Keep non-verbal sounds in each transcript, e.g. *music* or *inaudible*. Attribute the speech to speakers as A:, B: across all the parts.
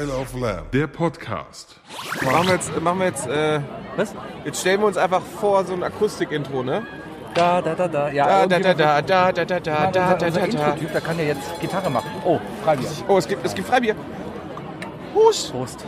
A: Isle of Lamb.
B: Der Podcast.
C: Machen wir jetzt, machen wir jetzt, äh,
D: Was?
C: jetzt stellen wir uns einfach vor so ein Akustik-Intro, ne?
D: Da, da, da, da. Ja,
C: Da, da, da, da, da, da, da, da, da, da, da, da.
D: Typ, da kann der jetzt Gitarre machen. Oh, Freibier.
C: Oh, es gibt, es gibt Freibier. Hust.
D: Prost.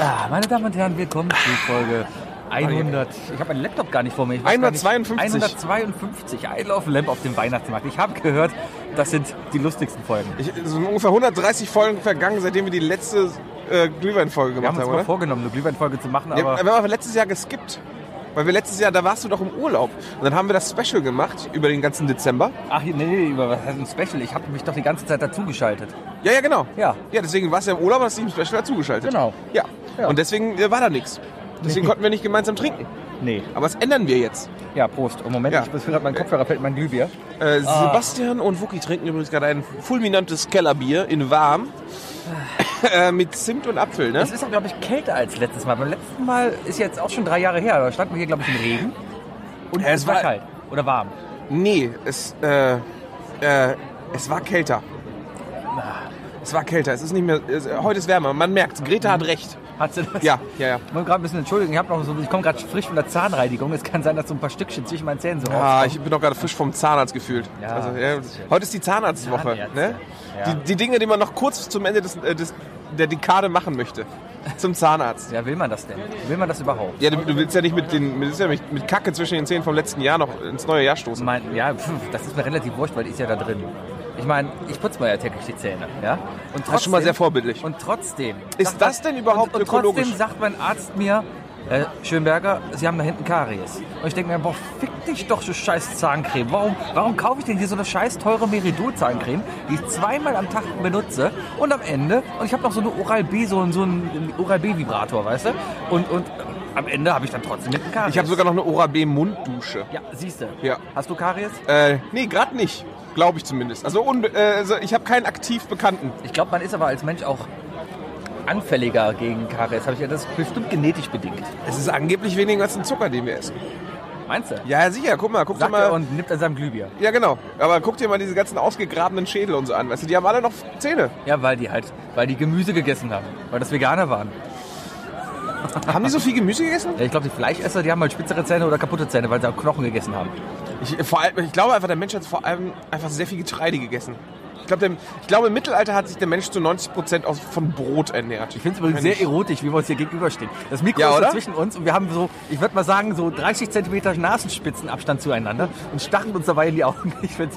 D: Ah, meine Damen und Herren, willkommen zu Folge 100. Ich habe meinen Laptop gar nicht vor mir. Ich weiß gar nicht-
C: 152.
D: 152. I Love Lamp auf dem Weihnachtsmarkt. Ich habe gehört, das sind die lustigsten Folgen.
C: Ich, es sind ungefähr 130 Folgen vergangen, seitdem wir die letzte äh, Glühwein-Folge
D: Wir haben
C: gemacht
D: uns
C: haben,
D: mal
C: oder?
D: vorgenommen, eine Glühweinfolge zu machen,
C: Ja,
D: aber
C: wir haben aber letztes Jahr geskippt. Weil wir letztes Jahr, da warst du doch im Urlaub. Und dann haben wir das Special gemacht über den ganzen Dezember.
D: ach nee, nee, über was heißt ein Special? Ich habe mich doch die ganze Zeit dazugeschaltet.
C: Ja, ja, genau.
D: Ja.
C: Ja, deswegen warst du ja im Urlaub und hast dich im Special dazugeschaltet.
D: Genau.
C: Ja.
D: Ja.
C: Und deswegen äh, war da nichts. Deswegen konnten wir nicht gemeinsam trinken.
D: Nee.
C: Aber das ändern wir jetzt.
D: Ja, Prost. Im Moment,
C: Ja.
D: ich muss gerade mein Kopfhörer fällt mein Glühbier.
C: Äh,
D: Ah.
C: Sebastian und Wookie trinken übrigens gerade ein fulminantes Kellerbier in warm. Äh, mit Zimt und Apfel, ne?
D: Ah. Es ist, glaube ich, kälter als letztes Mal. Beim letzten Mal ist jetzt auch schon drei Jahre her. Da standen wir hier, glaube ich, im Regen. Und
C: Ja, es
D: äh, es war
C: war-
D: kalt. Oder warm.
C: Nee, es, äh, äh, es war kälter.
D: Ah.
C: Es war kälter, es ist nicht mehr. Es, heute ist wärmer, man merkt, Greta
D: Mhm.
C: hat recht.
D: Hat sie das?
C: Ja, ja, ja.
D: Ich muss gerade ein bisschen entschuldigen. Ich, hab noch so, ich komme gerade frisch von der Zahnreinigung. Es kann sein, dass so ein paar Stückchen zwischen meinen Zähnen so
C: Ah,
D: rauskommen.
C: ich bin doch gerade frisch vom Zahnarzt gefühlt.
D: Ja,
C: also, ja,
D: das ist ja-
C: heute ist die Zahnarztwoche.
D: Zahnärzte,
C: Ne?
D: ja.
C: Die, die Dinge, die man noch kurz zum Ende des, äh, des, der Dekade machen möchte. Zum Zahnarzt.
D: Ja, will man das denn? Will man das überhaupt?
C: Ja, du, du willst ja nicht mit den mit, ja mit, mit Kacke zwischen den Zähnen vom letzten Jahr noch ins neue Jahr
D: Ich
C: stoßen.
D: mein, ja, pf, das ist mir relativ wurscht, weil die ist ja da drin. Ich meine, ich putze mir ja täglich die Zähne. Ja? Und
C: Das ist schon mal sehr vorbildlich.
D: Und trotzdem.
C: Ist
D: sagt
C: das
D: man-
C: denn überhaupt
D: und, und
C: ökologisch?
D: Trotzdem sagt mein Arzt mir, äh, Schönberger, Sie haben da hinten Karies. Und ich denke mir, boah, fick dich doch, so scheiß Zahncreme. Warum, warum kaufe ich denn hier so eine scheiß teure Meridol-Zahncreme, die ich zweimal am Tag benutze und am Ende, und ich habe noch so eine Oral-B, so, einen- so einen Oral-B-Vibrator, weißt du? Und, und äh, am Ende habe ich dann trotzdem hinten Karies.
C: Ich habe sogar noch eine Oral-B Munddusche.
D: Ja, siehst du.
C: Ja.
D: Hast du Karies?
C: Äh, nee, gerade nicht. Glaube ich zumindest. Also, unbe- äh, also ich habe keinen aktiv Bekannten.
D: Ich glaube, man ist aber als Mensch auch anfälliger gegen Karies. Hab ich, ja- das ist bestimmt genetisch bedingt.
C: Es ist angeblich weniger als ein Zucker, den wir essen.
D: Meinst du?
C: Ja, ja, sicher. Guck mal, guck dir
D: Sagt er
C: mal.
D: und nippt an seinem Glühbier.
C: Ja, genau. Aber guck dir mal diese ganzen ausgegrabenen Schädel und so an. Weißt du, die haben alle noch Zähne.
D: Ja, weil die halt, weil die Gemüse gegessen haben, weil das Veganer waren.
C: haben die so viel Gemüse gegessen?
D: Ja, ich glaube, die Fleischesser, die haben halt spitzere Zähne oder kaputte Zähne, weil sie auch Knochen gegessen haben.
C: Ich, äh, vor allem, ich glaube einfach, der Mensch hat vor allem einfach sehr viel Getreide gegessen. Ich glaube, der- ich glaube, im Mittelalter hat sich der Mensch zu 90 Prozent von Brot ernährt.
D: Ich finde es übrigens sehr erotisch, wie wir uns hier gegenüberstehen. Das Mikro
C: Ja,
D: ist so
C: oder?
D: zwischen uns und wir haben so, ich würde mal sagen, so 30 Zentimeter Nasenspitzenabstand zueinander und starren uns dabei in die Augen. *laughs* Ich finde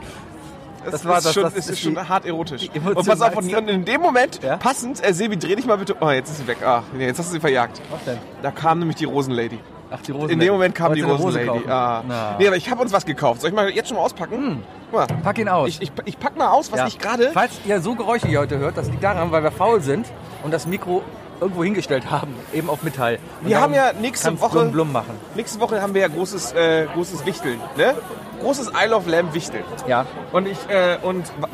D: das war
C: ist
D: das-
C: schon,
D: das
C: ist,
D: ist
C: schon
D: die-
C: hart erotisch.
D: die
C: Und pass auf, und
D: emotionalste-
C: und in dem Moment,
D: Ja?
C: passend, äh, Sebi, dreh dich mal bitte. Oh, jetzt ist sie weg. Ach, nee, jetzt hast du sie verjagt.
D: Was denn?
C: Da kam nämlich die Rosenlady.
D: Ach, die Rosen.
C: In dem Moment kam die
D: Wolltest du eine Rose
C: Rosenlady.
D: kaufen?
C: Ah.
D: Na.
C: Nee, aber ich habe uns was gekauft. Soll ich mal jetzt schon mal auspacken? Guck mal.
D: Pack ihn aus.
C: Ich, ich, ich pack mal aus, was
D: Ja.
C: ich gerade.
D: Falls ihr so Geräusche hier heute hört, das liegt daran, weil wir faul sind und das Mikro irgendwo hingestellt haben, eben auf Metall. Und
C: Wir haben
D: darum
C: ja nächste
D: kann's
C: Woche-
D: Blum, blum machen.
C: Nächste Woche haben wir ja großes, äh, großes Wichteln. Ne? Großes Isle of Lamb Wichteln.
D: Ja.
C: Und ich, äh, und wa-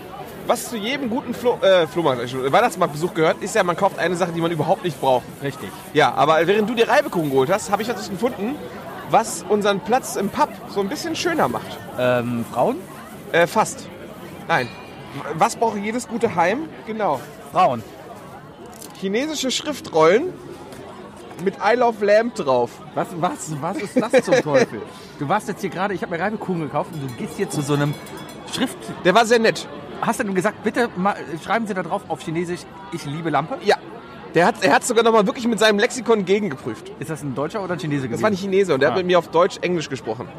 C: was zu jedem guten Flo äh, Flohmarkt, sag ich schon, Weihnachtsmarktbesuch gehört, ist ja, man kauft eine Sache, die man überhaupt nicht braucht.
D: Richtig.
C: Ja, aber während du dir Reibekuchen geholt hast, habe ich etwas gefunden, was unseren Platz im Pub so ein bisschen schöner macht.
D: Ähm, Frauen?
C: Äh, fast. Nein. Was braucht jedes gute Heim? Genau.
D: Frauen.
C: Chinesische Schriftrollen mit Isle of Lamb drauf.
D: Was, was, was ist das zum Teufel? *laughs* Du warst jetzt hier gerade, ich habe mir Reibekuchen gekauft und du gehst hier zu so einem Schrift.
C: Der war sehr nett.
D: Hast du denn gesagt, bitte ma- schreiben Sie da drauf auf Chinesisch, ich liebe Lampe?
C: Ja. Der hat, er hat sogar nochmal wirklich mit seinem Lexikon gegengeprüft.
D: Ist das ein Deutscher oder ein Chinese gewesen?
C: Das war ein Chinese und der
D: Ah.
C: hat mit mir auf Deutsch Englisch gesprochen.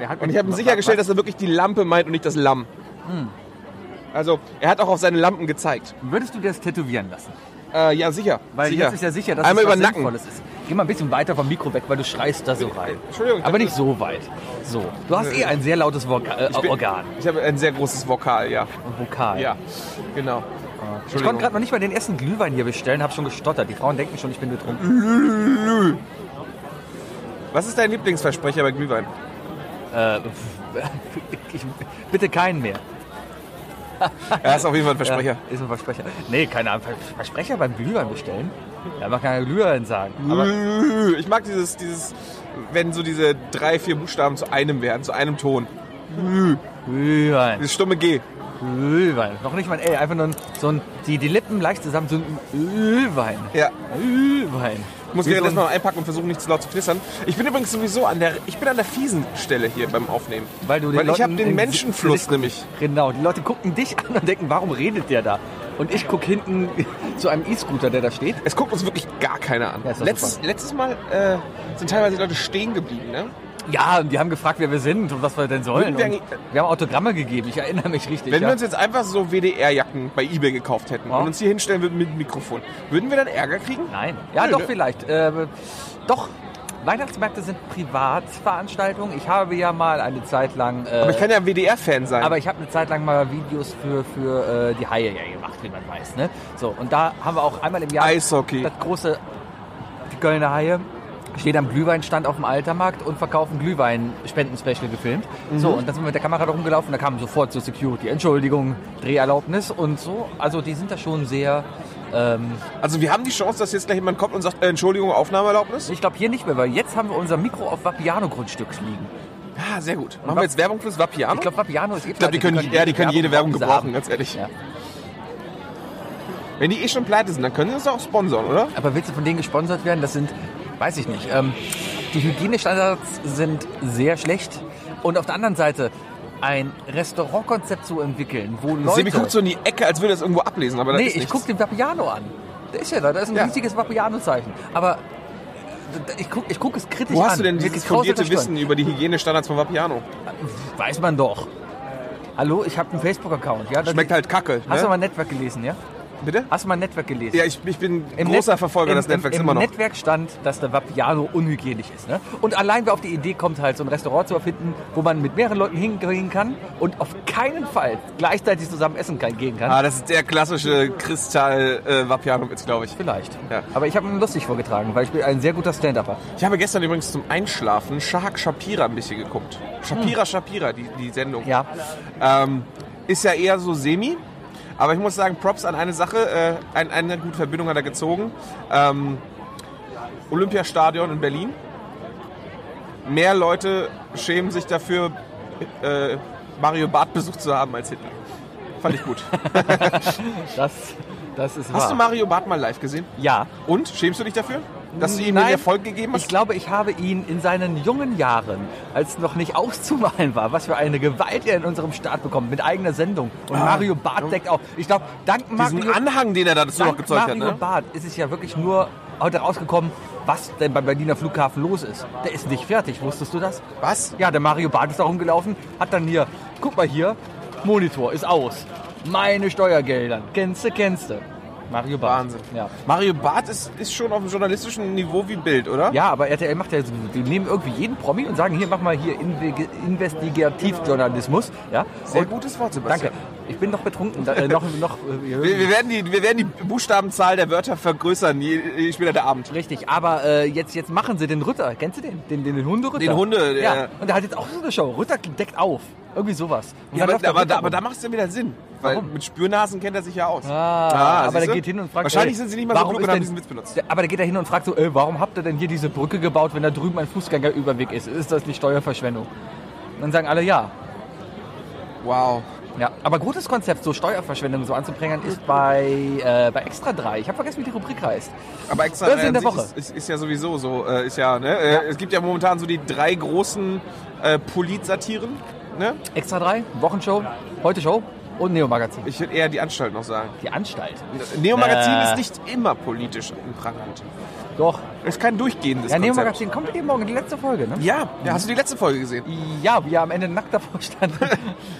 D: Er hat-
C: Und ich habe ihm sichergestellt, dass er wirklich die Lampe meint und nicht das Lamm.
D: Hm.
C: Also, er hat auch auf seine Lampen gezeigt.
D: Würdest du dir das tätowieren lassen?
C: Äh, ja, sicher.
D: Weil
C: sicher.
D: jetzt ist ja sicher, dass
C: Einmal
D: es was
C: über den Nacken.
D: Sinnvolles ist. Geh mal ein bisschen weiter vom Mikro weg, weil du schreist da so rein.
C: Entschuldigung, ich
D: Aber
C: hab-
D: nicht so weit. So. Du hast eh ein sehr lautes Voka äh, Organ.
C: Ich habe ein sehr großes Vokal, ja.
D: Und Vokal.
C: Ja, genau.
D: Ich konnte gerade noch nicht mal den ersten Glühwein hier bestellen, habe schon gestottert. Die Frauen denken schon, ich bin betrunken.
C: Was ist dein Lieblingsversprecher bei
D: *laughs*
C: Glühwein?
D: Äh, *laughs* ich, bitte keinen mehr.
C: Er ist auf jeden Fall ein Versprecher.
D: Ja, ist ein Versprecher. Nee, keine Ahnung. Versprecher beim Glühwein bestellen? Ja, man kann ja Glühwein sagen.
C: Aber ich mag dieses, dieses, wenn so diese drei, vier Buchstaben zu einem werden, zu einem Ton.
D: Glühwein.
C: Dieses stumme G.
D: Ölwein. Noch nicht mal ein L, einfach nur ein, so ein, die, die Lippen leicht zusammen, so ein Ölwein.
C: Ja.
D: Ölwein.
C: Ich muss
D: Wie
C: gerade
D: so
C: das
D: ein-
C: mal einpacken und versuchen, nicht zu laut zu knistern. Ich bin übrigens sowieso an der, ich bin an der fiesen Stelle hier beim Aufnehmen.
D: Weil du den
C: ich habe
D: Leuten
C: den
D: im
C: Menschenfluss
D: Gesicht-
C: nämlich.
D: Genau, die Leute gucken dich an und denken, warum redet der da? Und ich gucke hinten *laughs* zu einem E-Scooter, der da steht.
C: Es guckt uns wirklich gar keiner an.
D: Ja, ist doch
C: letztes,
D: super.
C: letztes Mal äh, sind teilweise die Leute stehen geblieben, ne?
D: Ja, und die haben gefragt, wer wir sind und was wir denn sollen.
C: Würden wir
D: und
C: eigentlich-
D: wir haben Autogramme gegeben, ich erinnere mich richtig.
C: Wenn
D: ja.
C: wir uns jetzt einfach so WDR-Jacken bei Ebay gekauft hätten
D: Ja.
C: und uns hier hinstellen würden mit Mikrofon, würden wir dann Ärger kriegen?
D: Nein. Ja,
C: Nö,
D: doch,
C: ne?
D: vielleicht. Äh, doch, Weihnachtsmärkte sind Privatveranstaltungen. Ich habe ja mal eine Zeit lang. Äh,
C: Aber ich kann ja ein WDR-Fan sein.
D: aber ich habe eine Zeit lang mal Videos für, für äh, die Haie ja gemacht, wie man weiß. Ne? So, und da haben wir auch einmal im Jahr
C: Eishockey.
D: das große, die Kölner Haie, steht am Glühweinstand auf dem Altermarkt und verkaufen Glühwein, Spenden-Special gefilmt. So,
C: Mhm.
D: und dann sind wir mit der Kamera da rumgelaufen, da kam sofort so Security, Entschuldigung, Dreherlaubnis und so. Also die sind da schon sehr, ähm,
C: Also wir haben die Chance, dass jetzt gleich jemand kommt und sagt, äh, Entschuldigung, Aufnahmeerlaubnis?
D: ich glaube hier nicht mehr, weil jetzt haben wir unser Mikro auf Vapiano-Grundstück liegen.
C: Ja, Ah, sehr gut. Machen wir jetzt Werbung fürs Vapiano?
D: Ich glaube, Vapiano ist eh
C: Ich glaub, die können, ja, die können jede Werbung
D: die sie
C: gebrauchen,
D: haben.
C: ganz ehrlich.
D: Ja.
C: Wenn die eh schon pleite sind, dann können sie uns auch sponsern, oder?
D: Aber willst du von denen gesponsert werden? Das sind, weiß ich nicht. Ähm, die Hygienestandards sind sehr schlecht. Und auf der anderen Seite ein Restaurantkonzept zu entwickeln, wo Leute...
C: Semi guckt so in die Ecke, als würde er es irgendwo ablesen, aber das
D: nee,
C: ist
D: ich
C: nichts.
D: gucke den Vapiano an. Der ist ja da, da ist ein
C: Ja.
D: riesiges Vapiano-Zeichen. Aber ich gucke ich guck es kritisch
C: Wo
D: an.
C: hast du denn
D: Mir
C: dieses
D: geht's raus
C: fundierte
D: unter Stirn.
C: Wissen über die Hygienestandards von Vapiano?
D: Weiß man doch. Hallo, ich habe einen Facebook-Account. Ja, da-
C: Schmeckt halt kacke,
D: Hast du
C: ne?
D: mal Netzwerk gelesen, ja?
C: Bitte?
D: Hast du mal Netzwerk gelesen?
C: Ja, ich, ich bin
D: Im
C: großer
D: Net-
C: Verfolger
D: im,
C: des Netzwerks
D: im,
C: immer noch.
D: Im Netzwerk stand, dass der Vapiano unhygienisch ist. Ne? Und allein wer auf die Idee kommt, halt so ein Restaurant zu erfinden, wo man mit mehreren Leuten hingehen kann und auf keinen Fall gleichzeitig zusammen essen kann, gehen kann.
C: ah, das ist der klassische Kristall-Vapiano-Witz, glaube ich.
D: Vielleicht.
C: Ja.
D: Aber ich habe ihn lustig vorgetragen, weil ich bin ein sehr guter Stand-Upper.
C: Ich habe gestern übrigens zum Einschlafen Shahak Shapira ein bisschen geguckt. Shapira Shapira, die, die Sendung.
D: Hm. Ja.
C: Ähm, ist ja eher so semi. Aber ich muss sagen, Props an eine Sache. Äh, ein, eine gute Verbindung hat er gezogen. Ähm, Olympiastadion in Berlin. Mehr Leute schämen sich dafür, äh, Mario Barth besucht zu haben als Hitler. Fand ich
D: *laughs*
C: gut.
D: Das, das ist wahr.
C: Hast du Mario Barth mal live gesehen?
D: Ja.
C: Und? Schämst du dich dafür? Dass du ihm
D: Nein.
C: den Erfolg gegeben hast?
D: Ich glaube, ich habe ihn in seinen jungen Jahren, als noch nicht auszumalen war, was für eine Gewalt er in unserem Staat bekommt, mit eigener Sendung.
C: Ah,
D: Und Mario Barth deckt auch. Ich glaube, dank
C: Diesen
D: Mario
C: Anhang, den er da dazu noch
D: Dank
C: gezeigt hat.
D: Mario
C: Ne?
D: Barth ist es ja wirklich nur heute rausgekommen, was denn beim Berliner Flughafen los ist. Der ist nicht fertig, wusstest du das?
C: Was?
D: Ja, der Mario Barth ist da rumgelaufen, hat dann hier, guck mal hier, Monitor ist aus. Meine Steuergeldern. Kennst du, kennst du. Mario Barth.
C: Wahnsinn.
D: Ja.
C: Mario Barth ist, ist schon auf dem journalistischen Niveau wie Bild, oder?
D: Ja, aber RTL macht ja, so- die nehmen irgendwie jeden Promi und sagen, hier, mach mal hier Inve- Investigativjournalismus. Ja?
C: Sehr
D: und,
C: gutes Wort, Sebastian.
D: Danke. Ich bin noch betrunken. da- Äh, noch, noch, äh,
C: Wir, wir, werden die, wir werden die Buchstabenzahl der Wörter vergrößern, je, je später der Abend.
D: Richtig, aber äh, jetzt, jetzt machen sie den Ritter. Kennst du den? Den, den, den Hunderütter?
C: Den Hunde, der-
D: ja. Und der hat jetzt auch so eine Show. Ritter deckt auf. Irgendwie sowas. Und
C: Ja, aber,
D: dann läuft der
C: aber,
D: Ritter
C: da, aber
D: rum.
C: da macht es ja wieder Sinn. Weil
D: Warum?
C: mit Spürnasen kennt er sich ja aus.
D: Ah, aber
C: siehst
D: der
C: du?
D: geht hin und fragt.
C: Wahrscheinlich
D: ey,
C: sind sie nicht mal so
D: warum
C: klug
D: ist
C: und haben
D: denn-
C: diesen Witz benutzt.
D: Der, aber der geht da hin und fragt so, ey, warum habt ihr denn hier diese Brücke gebaut, wenn da drüben ein Fußgängerüberweg ist? Ist das nicht Steuerverschwendung? Und dann sagen alle ja.
C: Wow.
D: Ja, aber gutes Konzept, so Steuerverschwendung so anzubringen, ist bei, äh, bei Extra 3. Ich habe vergessen, wie die Rubrik heißt.
C: Aber extra
D: Das ist in der
C: an sich
D: Woche.
C: Ist, ist, ist ja sowieso so. Äh, ist ja, ne? Äh, Es gibt ja momentan so die drei großen äh, Polit-Satiren. Ne?
D: Extra 3, Wochenshow, Heute Show und Neo Magazin.
C: Ich würde eher die Anstalt noch sagen.
D: Die Anstalt.
C: Neo Magazin
D: Äh.
C: ist nicht immer politisch in Prangant.
D: Doch,
C: Ist kein durchgehendes
D: Ja, Neo
C: Konzept.
D: Magazin kommt eben morgen, die letzte Folge, ne?
C: Ja, ja, hast du die letzte Folge gesehen?
D: Ja, wie er am Ende nackt davor *laughs* stand.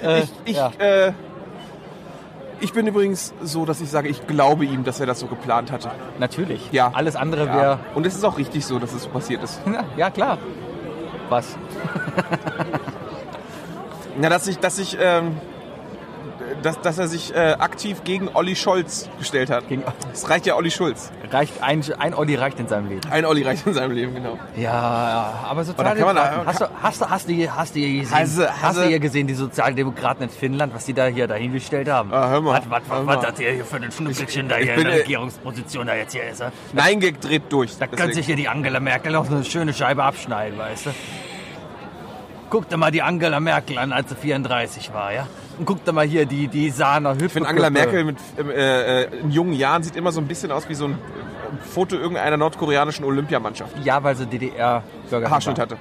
D: Äh,
C: Ich, ich,
D: ja.
C: äh, ich bin übrigens so, dass ich sage, ich glaube ihm, dass er das so geplant hatte.
D: Natürlich.
C: Ja.
D: Alles andere
C: Ja.
D: wäre.
C: Und es ist auch richtig so, dass es so passiert ist.
D: *laughs* Ja. klar. Was?
C: Na, dass ich, dass ich, ähm, dass, dass er sich äh, aktiv gegen Olli Scholz gestellt hat.
D: Gegen-
C: Es reicht ja Olli Schulz.
D: Reicht ein, ein Olli reicht in seinem Leben.
C: Ein Olli reicht in seinem Leben, genau.
D: Ja, aber
C: kann
D: Sozialdemokraten.
C: man-
D: Hast du, hast du, hast du, hier- hast du, hier gesehen,
C: Hasse-
D: hast
C: Hasse-
D: du hier gesehen, die Sozialdemokraten in Finnland, was die da hier dahingestellt haben?
C: Ah, hör mal,
D: Was, was,
C: hör
D: was,
C: mal.
D: was hat ihr hier für ein Schnüffelchen da
C: ich
D: hier in
C: bin,
D: der
C: äh,
D: Regierungsposition da jetzt hier ist? ne? hä?
C: Nein, Gag dreht durch.
D: Da kann
C: Deswegen.
D: sich hier die Angela Merkel auch so eine schöne Scheibe abschneiden, weißt du? Guck dir mal die Angela Merkel an, als sie 34 war, ja? Und guck da mal hier, die, die Sahner Hüpfe. Ich
C: Wenn Angela Merkel mit, äh, äh, in jungen Jahren sieht immer so ein bisschen aus wie so ein äh, Foto irgendeiner nordkoreanischen Olympiamannschaft.
D: Ja, weil sie DDR-Bürger
C: Haarschnitt hatte.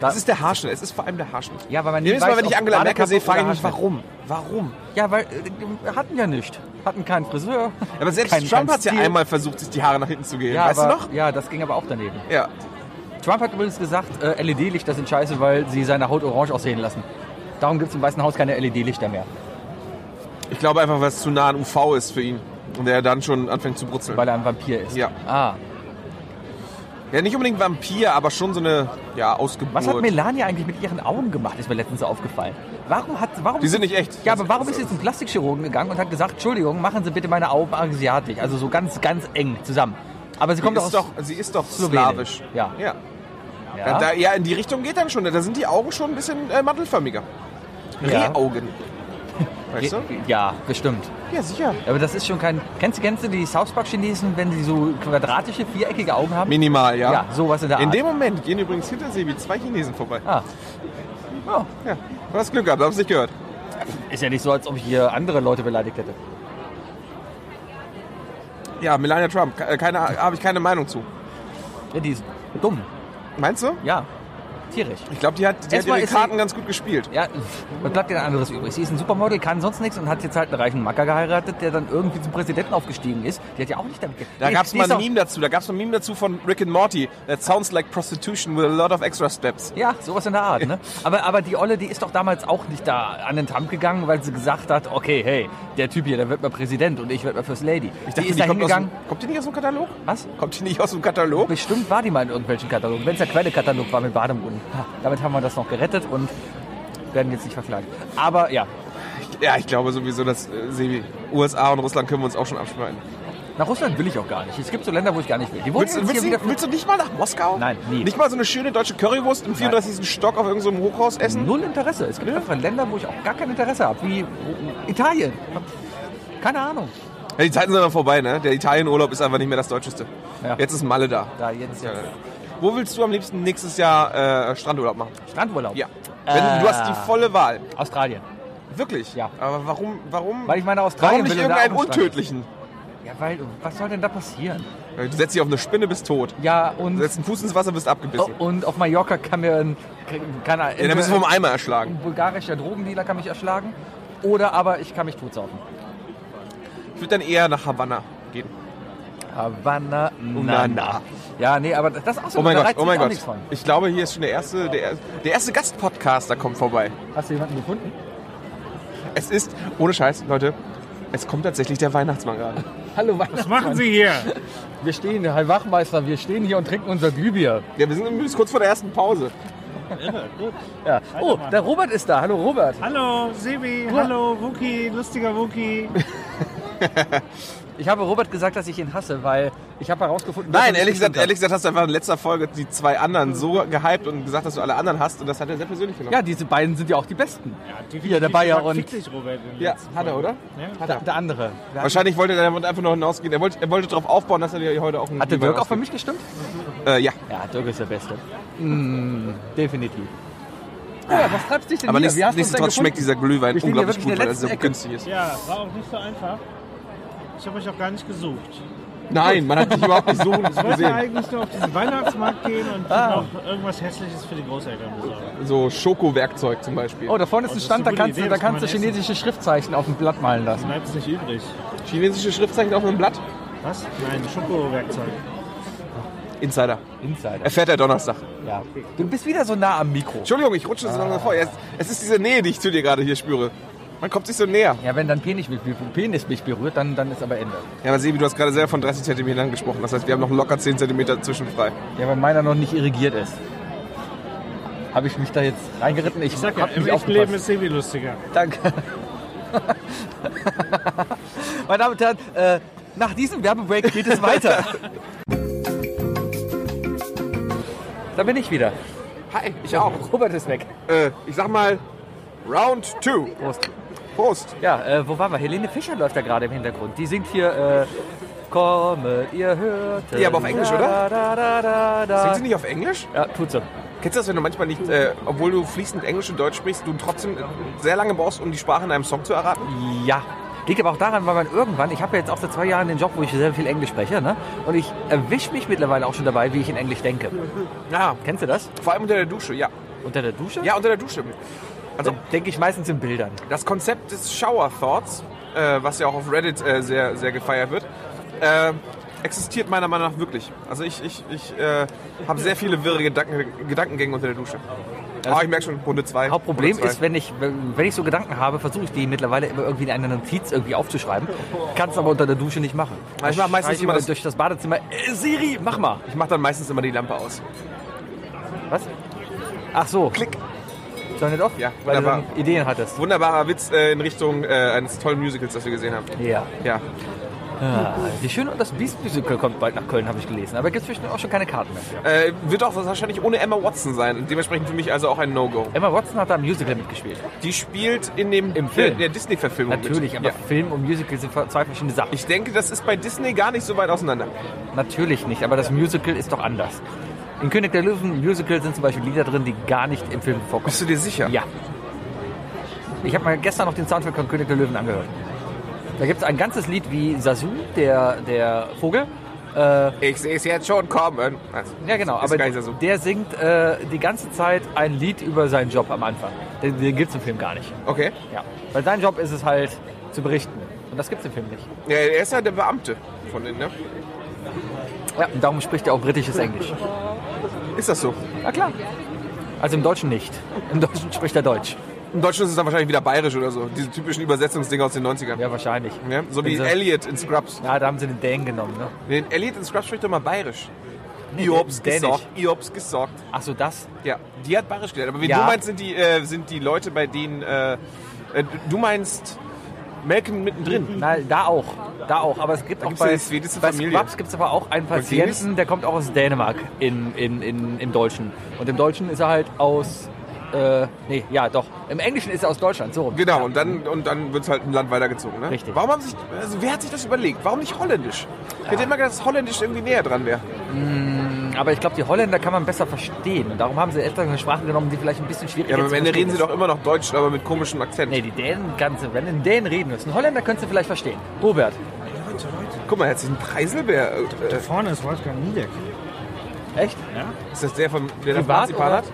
D: Da-
C: Das ist der Haarschnitt. Es ist vor allem der Haarschnitt.
D: Ja, weil man nie
C: Jedes Mal,
D: weiß,
C: wenn ich
D: ob
C: Angela Merkel
D: Anerkennung
C: sehe, frage ich
D: oder
C: mich,
D: Haarschnitt.
C: warum? Warum?
D: Ja, weil äh, hatten ja nicht. Hatten keinen Friseur.
C: Aber selbst
D: keinen-
C: Trump
D: keinen
C: hat ja
D: Stil.
C: einmal versucht, sich die Haare nach hinten zu gehen.
D: Ja,
C: weißt
D: aber,
C: du noch?
D: Ja, das ging aber auch daneben.
C: Ja.
D: Trump hat übrigens gesagt, äh, LED-Lichter sind scheiße, weil sie seine Haut orange aussehen lassen. Darum gibt es im Weißen Haus keine LED-Lichter mehr,
C: Ich glaube einfach, weil es zu nah an UV ist für ihn. Und er dann schon anfängt zu brutzeln.
D: weil er ein Vampir ist.
C: Ja.
D: Ah,
C: Ja, nicht unbedingt Vampir, aber schon so eine ja, Ausgeburt.
D: was hat Melania eigentlich mit ihren Augen gemacht, ist mir letztens aufgefallen. Warum hat, warum
C: Die sind nicht echt.
D: Ja, aber warum ist sie zum Plastikchirurgen gegangen und hat gesagt, Entschuldigung, machen Sie bitte meine Augen asiatisch, also so ganz, ganz eng zusammen. Aber sie
C: Sie
D: kommt
C: ist,
D: aus
C: doch, sie ist doch
D: Slowenien.
C: slawisch.
D: Ja.
C: Ja.
D: ja.
C: Ja? Da, ja, in die Richtung geht dann schon. Da sind die Augen schon ein bisschen äh, mandelförmiger. *laughs*
D: Ja.
C: Rehaugen. Weißt du?
D: ja, bestimmt.
C: Ja, sicher.
D: Aber das ist schon kein. Kennst du, kennst du die South Park Chinesen, wenn sie so quadratische, viereckige Augen haben?
C: Minimal, ja.
D: Ja, sowas in der Art.
C: In dem Moment gehen übrigens hinter Sebi zwei Chinesen vorbei.
D: ah. Ja,
C: Ja. Du hast Glück gehabt, du hast nicht gehört.
D: ist ja nicht so, als ob ich hier andere Leute beleidigt hätte.
C: Ja, Melania Trump, ke- äh, keine, habe ich keine Meinung zu.
D: Ja, die ist dumm.
C: Meinst du?
D: Ja, tierisch.
C: Ich glaube, die hat, die hat
D: Erstmal
C: ihre
D: ist sie-
C: Karten ganz gut gespielt.
D: Ja, was bleibt denn anderes übrig? Sie ist ein Supermodel, kann sonst nichts und hat jetzt halt einen reichen Macker geheiratet, der dann irgendwie zum Präsidenten aufgestiegen ist. Die hat ja auch nicht damit ge-
C: Da
D: Die-
C: gab es
D: die
C: mal
D: ist
C: ein
D: auch-
C: Meme dazu. Da gab es ein Meme dazu von Rick and Morty. That sounds like prostitution with a lot of extra steps.
D: Ja, sowas in der Art. Ne? Aber, aber die Olle, die ist doch damals auch nicht da an den Tamp gegangen, weil sie gesagt hat, okay, hey, der Typ hier, der wird mal Präsident und ich werde mal First Lady.
C: Ich dachte,
D: die ist
C: die
D: da
C: kommt, aus
D: hingegangen.
C: dem, kommt die nicht aus dem Katalog?
D: Was?
C: Kommt die nicht aus dem Katalog?
D: Bestimmt war die mal in irgendwelchen Katalogen. Wenn es der Quellekatalog war mit Bademunden. Ha, Damit haben wir das noch gerettet und werden jetzt nicht verklagt. Aber ja,
C: Ja, ich glaube sowieso, dass äh, Sebi, USA und Russland können wir uns auch schon abschneiden.
D: nach Russland will ich auch gar nicht. Es gibt so Länder, wo ich gar nicht will. Die wurden
C: Willst, du-
D: jetzt hier
C: willst, du,
D: wieder...
C: willst du nicht mal nach Moskau?
D: Nein, nie.
C: Nicht mal so eine schöne deutsche Currywurst im 34. Stock auf irgendeinem Hochhaus essen?
D: Null Interesse. Es gibt einfach Länder, wo ich auch gar kein Interesse habe. Wie Italien. Keine Ahnung.
C: Ja, die Zeiten sind aber vorbei, ne? Der Italienurlaub ist einfach nicht mehr das Deutscheste.
D: Ja.
C: Jetzt ist Malle da. Äh,
D: Da jetzt, äh, jetzt.
C: Wo willst du am liebsten nächstes Jahr äh, Strandurlaub machen?
D: Strandurlaub. Äh,
C: Ja. Wenn, Du hast die volle Wahl.
D: Australien.
C: Wirklich?
D: Ja.
C: Aber warum, warum,
D: Weil ich meine,
C: warum
D: Australien
C: nicht
D: will und da
C: irgendeinen
D: auch einen Strand.
C: Untödlichen? Äh,
D: Ja, weil, was soll denn da passieren?
C: Du setzt dich auf eine Spinne, bist tot.
D: Ja, und, oh,
C: Du setzt einen Fuß ins Wasser, bist abgebissen.
D: und auf Mallorca kann mir ein, kann ein,
C: Ja, dann bist du vom Eimer erschlagen.
D: ein bulgarischer Drogendealer kann mich erschlagen. Oder aber ich kann mich totsaufen.
C: Ich würde dann eher nach Havanna gehen.
D: Havanna,
C: na,
D: na,
C: na.
D: na. Ja, nee, aber das ist auch so
C: Oh mein
D: da
C: Gott,
D: reizt
C: oh
D: mich
C: mein
D: auch
C: Gott.
D: nichts von.
C: Ich glaube, hier ist schon der erste, der, der erste Gastpodcaster kommt vorbei.
D: Hast du jemanden gefunden?
C: Es ist, ohne Scheiß, Leute, es kommt tatsächlich der Weihnachtsmann gerade.
D: Hallo, Weihnachtsmann.
A: Was machen Sie hier?
D: Wir stehen, Herr Wachmeister, wir stehen hier und trinken unser Glühbier.
C: Ja, wir sind übrigens kurz vor der ersten Pause.
D: Ja.
A: Halt
D: Oh, der Robert ist da. Hallo, Robert.
A: Hallo, Sebi,
D: Ja.
A: hallo, Wookie, lustiger Wookie.
D: Ich habe Robert gesagt, dass ich ihn hasse, weil ich habe herausgefunden... dass er
C: Nein,
D: mich
C: ehrlich gesagt,
D: gestimmt hat.
C: ehrlich gesagt hast du einfach in letzter Folge die zwei anderen so gehypt und gesagt, dass du alle anderen hast und das hat er sehr persönlich genommen.
D: Ja, diese beiden sind *laughs* ja auch die Besten.
A: Ja,
D: Hier, der Bayer und-
A: Fick dich, Robert. in der
C: Ja,
A: letzten
C: hat er,
A: Folge.
C: oder?
A: Ja.
C: Hat
D: Der,
C: er.
D: der andere. Wer-
C: Wahrscheinlich wollte er damit einfach noch hinausgehen. Er wollte, er wollte darauf aufbauen, dass er dir heute auch einen
D: Hat der
C: Glühwein
D: Dirk auch für
C: ausgibt.
D: mich gestimmt?
C: Äh, ja,
D: Ja, Dirk ist der Beste. Mm, definitiv. Ja, was treibst dich denn
C: aber
D: hier?
C: nächst,
D: Wie hast du uns denn
C: nichtsdestotrotz schmeckt
D: gefunden?
C: dieser Glühwein
D: Wir stehen hier
C: unglaublich
D: wirklich
C: gut,
D: in
C: weil
D: der
C: er sehr
D: letzten Ecke.
C: günstig ist.
A: Ja, war auch nicht so einfach. Ich habe euch auch gar nicht gesucht.
C: Nein, man hat dich überhaupt nicht so
A: Ich wollte
C: gesehen.
A: eigentlich nur auf diesen Weihnachtsmarkt gehen und
D: Ah.
A: noch irgendwas Hässliches für die Großeltern besorgen.
C: So Schokowerkzeug zum Beispiel.
D: Oh, da vorne ist ein
A: das ist
D: Stand,
A: eine
D: da
A: gute
D: kannst,
A: Idee,
D: du, da
A: das kann
D: kannst du
A: man essen.
D: chinesische Schriftzeichen auf dem Blatt malen lassen.
A: Bleibt es nicht übrig.
C: Chinesische Schriftzeichen auf einem Blatt?
A: Was? Nein, Schokowerkzeug.
C: Insider.
D: Insider.
C: Erfährt er Donnerstag.
D: Ja. Du bist wieder so nah am Mikro.
C: Entschuldigung, ich rutsche so langsam vor. Es, es ist diese Nähe, die ich zu dir gerade hier spüre. Man kommt sich so näher.
D: Ja, wenn dann Penis mich, Penis mich berührt, dann, dann ist aber Ende.
C: Ja, aber Sebi, du hast gerade selber von 30 Zentimetern gesprochen. Das heißt, wir haben noch locker 10 Zentimeter zwischenfrei.
D: Ja, weil meiner noch nicht irrigiert ist. Habe ich mich da jetzt reingeritten? Ich,
A: Ich sag ja,
D: hab
A: im
D: nicht
A: echten Leben
D: aufgepasst.
A: ist Sebi lustiger.
D: Danke. Meine Damen und Herren, äh, nach diesem Werbebreak geht es weiter. da bin ich wieder.
C: Hi, ich auch.
D: Robert ist weg.
C: Äh, ich sag mal, Round 2.
D: Prost.
C: Prost.
D: Ja, äh, wo waren wir? Helene Fischer läuft da gerade im Hintergrund. Die singt hier, äh, kommet, ihr hört.
C: Ja, aber auf Englisch,
D: Da, da, da, da, da.
C: Singt sie nicht auf Englisch?
D: Ja, tut sie.
C: Kennst du das, wenn du manchmal nicht, äh, obwohl du fließend Englisch und Deutsch sprichst, du trotzdem sehr lange brauchst, um die Sprache in einem Song zu erraten?
D: Ja. Liegt aber auch daran, weil man irgendwann, ich habe ja jetzt auch seit zwei Jahren den Job, wo ich sehr viel Englisch spreche, ne? Und ich erwische mich mittlerweile auch schon dabei, wie ich in Englisch denke.
C: Ja.
D: Kennst du das?
C: Vor allem unter der Dusche, ja.
D: Unter der Dusche?
C: Ja, unter der Dusche.
D: Also denke ich meistens in Bildern.
C: Das Konzept des Shower Thoughts, äh, was ja auch auf Reddit äh, sehr, sehr gefeiert wird, äh, existiert meiner Meinung nach wirklich. Also ich, ich, ich äh, habe sehr viele wirre Gedanken, Gedankengänge unter der Dusche. Ah, ich merke schon, Runde 2.
D: Also Hauptproblem ist, wenn ich, wenn ich so Gedanken habe, versuche ich die mittlerweile immer irgendwie in eine Notiz irgendwie aufzuschreiben. Kann es aber unter der Dusche nicht machen.
C: Ja, ich mach meistens
D: Schrei ich
C: immer
D: immer
C: das-
D: durch das Badezimmer. Äh, Siri, mach mal.
C: Ich mache dann meistens immer die Lampe aus.
D: Was? Ach so.
C: Klick.
D: Turn it off?
C: Ja,
D: weil du
C: wunderbar.
D: dann Ideen hattest.
C: Wunderbarer Witz äh, in Richtung äh, eines tollen Musicals, das wir gesehen haben.
D: Ja.
C: Ja.
D: Ah, wie schön, und das Beast Musical kommt bald nach Köln, habe ich gelesen. Aber gibt es bestimmt auch schon keine Karten mehr.
C: Äh, wird auch wahrscheinlich ohne Emma Watson sein. Dementsprechend für mich also auch ein No-Go.
D: Emma Watson hat da im Musical mitgespielt.
C: Die spielt in dem äh,
D: Im Film.
C: der, der Disney-Verfilmung mit.
D: Natürlich, aber
C: Ja.
D: Film und Musical sind ver- zwei verschiedene Sachen.
C: Ich denke, das ist bei Disney gar nicht so weit auseinander.
D: Natürlich nicht, aber das Musical ist doch anders. In König der Löwen Musical sind zum Beispiel Lieder drin, die gar nicht im Film vorkommen.
C: Bist du dir sicher?
D: Ja. Ich habe mir gestern noch den Soundtrack von König der Löwen angehört. Da gibt es ein ganzes Lied wie Sasu, der, der Vogel. Äh,
C: Ich sehe es jetzt schon kommen. Also,
D: ja, genau,
C: ist
D: aber
C: gar nicht so.
D: der singt äh, die ganze Zeit ein Lied über seinen Job am Anfang. Den, den gibt es im Film gar nicht.
C: Okay.
D: Ja. Weil sein Job ist es halt zu berichten. Und das gibt es im Film nicht.
C: Ja, er ist ja der Beamte von denen, ne?
D: Ja, und darum spricht er auch britisches Englisch.
C: Ist das so?
D: Na klar. Also im Deutschen nicht. Im Deutschen spricht er Deutsch.
C: Im Deutschen ist es dann wahrscheinlich wieder bayerisch oder so. Diese typischen Übersetzungsdinger aus den 90ern.
D: Ja, wahrscheinlich.
C: Ne? So wie
D: Wenn sie-
C: Elliot in Scrubs.
D: Ja, da haben sie den Dänen genommen, ne?
C: Den Elliot in Scrubs spricht doch mal bayerisch.
D: Nee,
C: Ich hab's
D: Dänisch.
C: gesagt. Ich hab's gesagt.
D: Ach so, das?
C: Ja, die hat bayerisch gelernt. Aber wie
D: Ja.
C: du meinst, sind die, äh, sind die Leute, bei denen... Äh, äh, du meinst Malcolm mittendrin.
D: Na, da auch. Da auch. Aber es gibt auch
C: gibt's
D: bei,
C: eine schwedische
D: bei
C: Familie.
D: Scrubs gibt es aber auch einen Patienten,
C: Dänisch?
D: der kommt auch aus Dänemark in, in, in, im Deutschen. Und im Deutschen ist er halt aus... Äh, nee, ja, doch. Im Englischen ist er aus Deutschland, so rum.
C: Genau, und dann, und dann wird es halt ein Land weitergezogen. Ne?
D: Richtig.
C: Warum haben sich, also wer hat sich das überlegt? Warum nicht holländisch? Ich hätte immer gedacht, dass holländisch irgendwie näher dran wäre.
D: Aber ich glaube, die Holländer kann man besser verstehen. Und darum haben sie etwa eine Sprache genommen, die vielleicht ein bisschen schwieriger
C: Ja, aber am
D: zu
C: Ende
D: verstehen
C: reden sie
D: ist.
C: doch immer noch Deutsch, aber mit komischem Akzent.
D: Nee, die Dänen, ganze, wenn in Dänen reden müssen. Holländer könntest du vielleicht verstehen. Robert,
C: Guck mal, er hat sich einen Preiselbär. Äh,
A: Da vorne ist Wolfgang Niedeck.
D: echt?
A: Ja?
C: ist das der, von, der das
D: Privat
C: Marzipan
D: oder?
C: hat?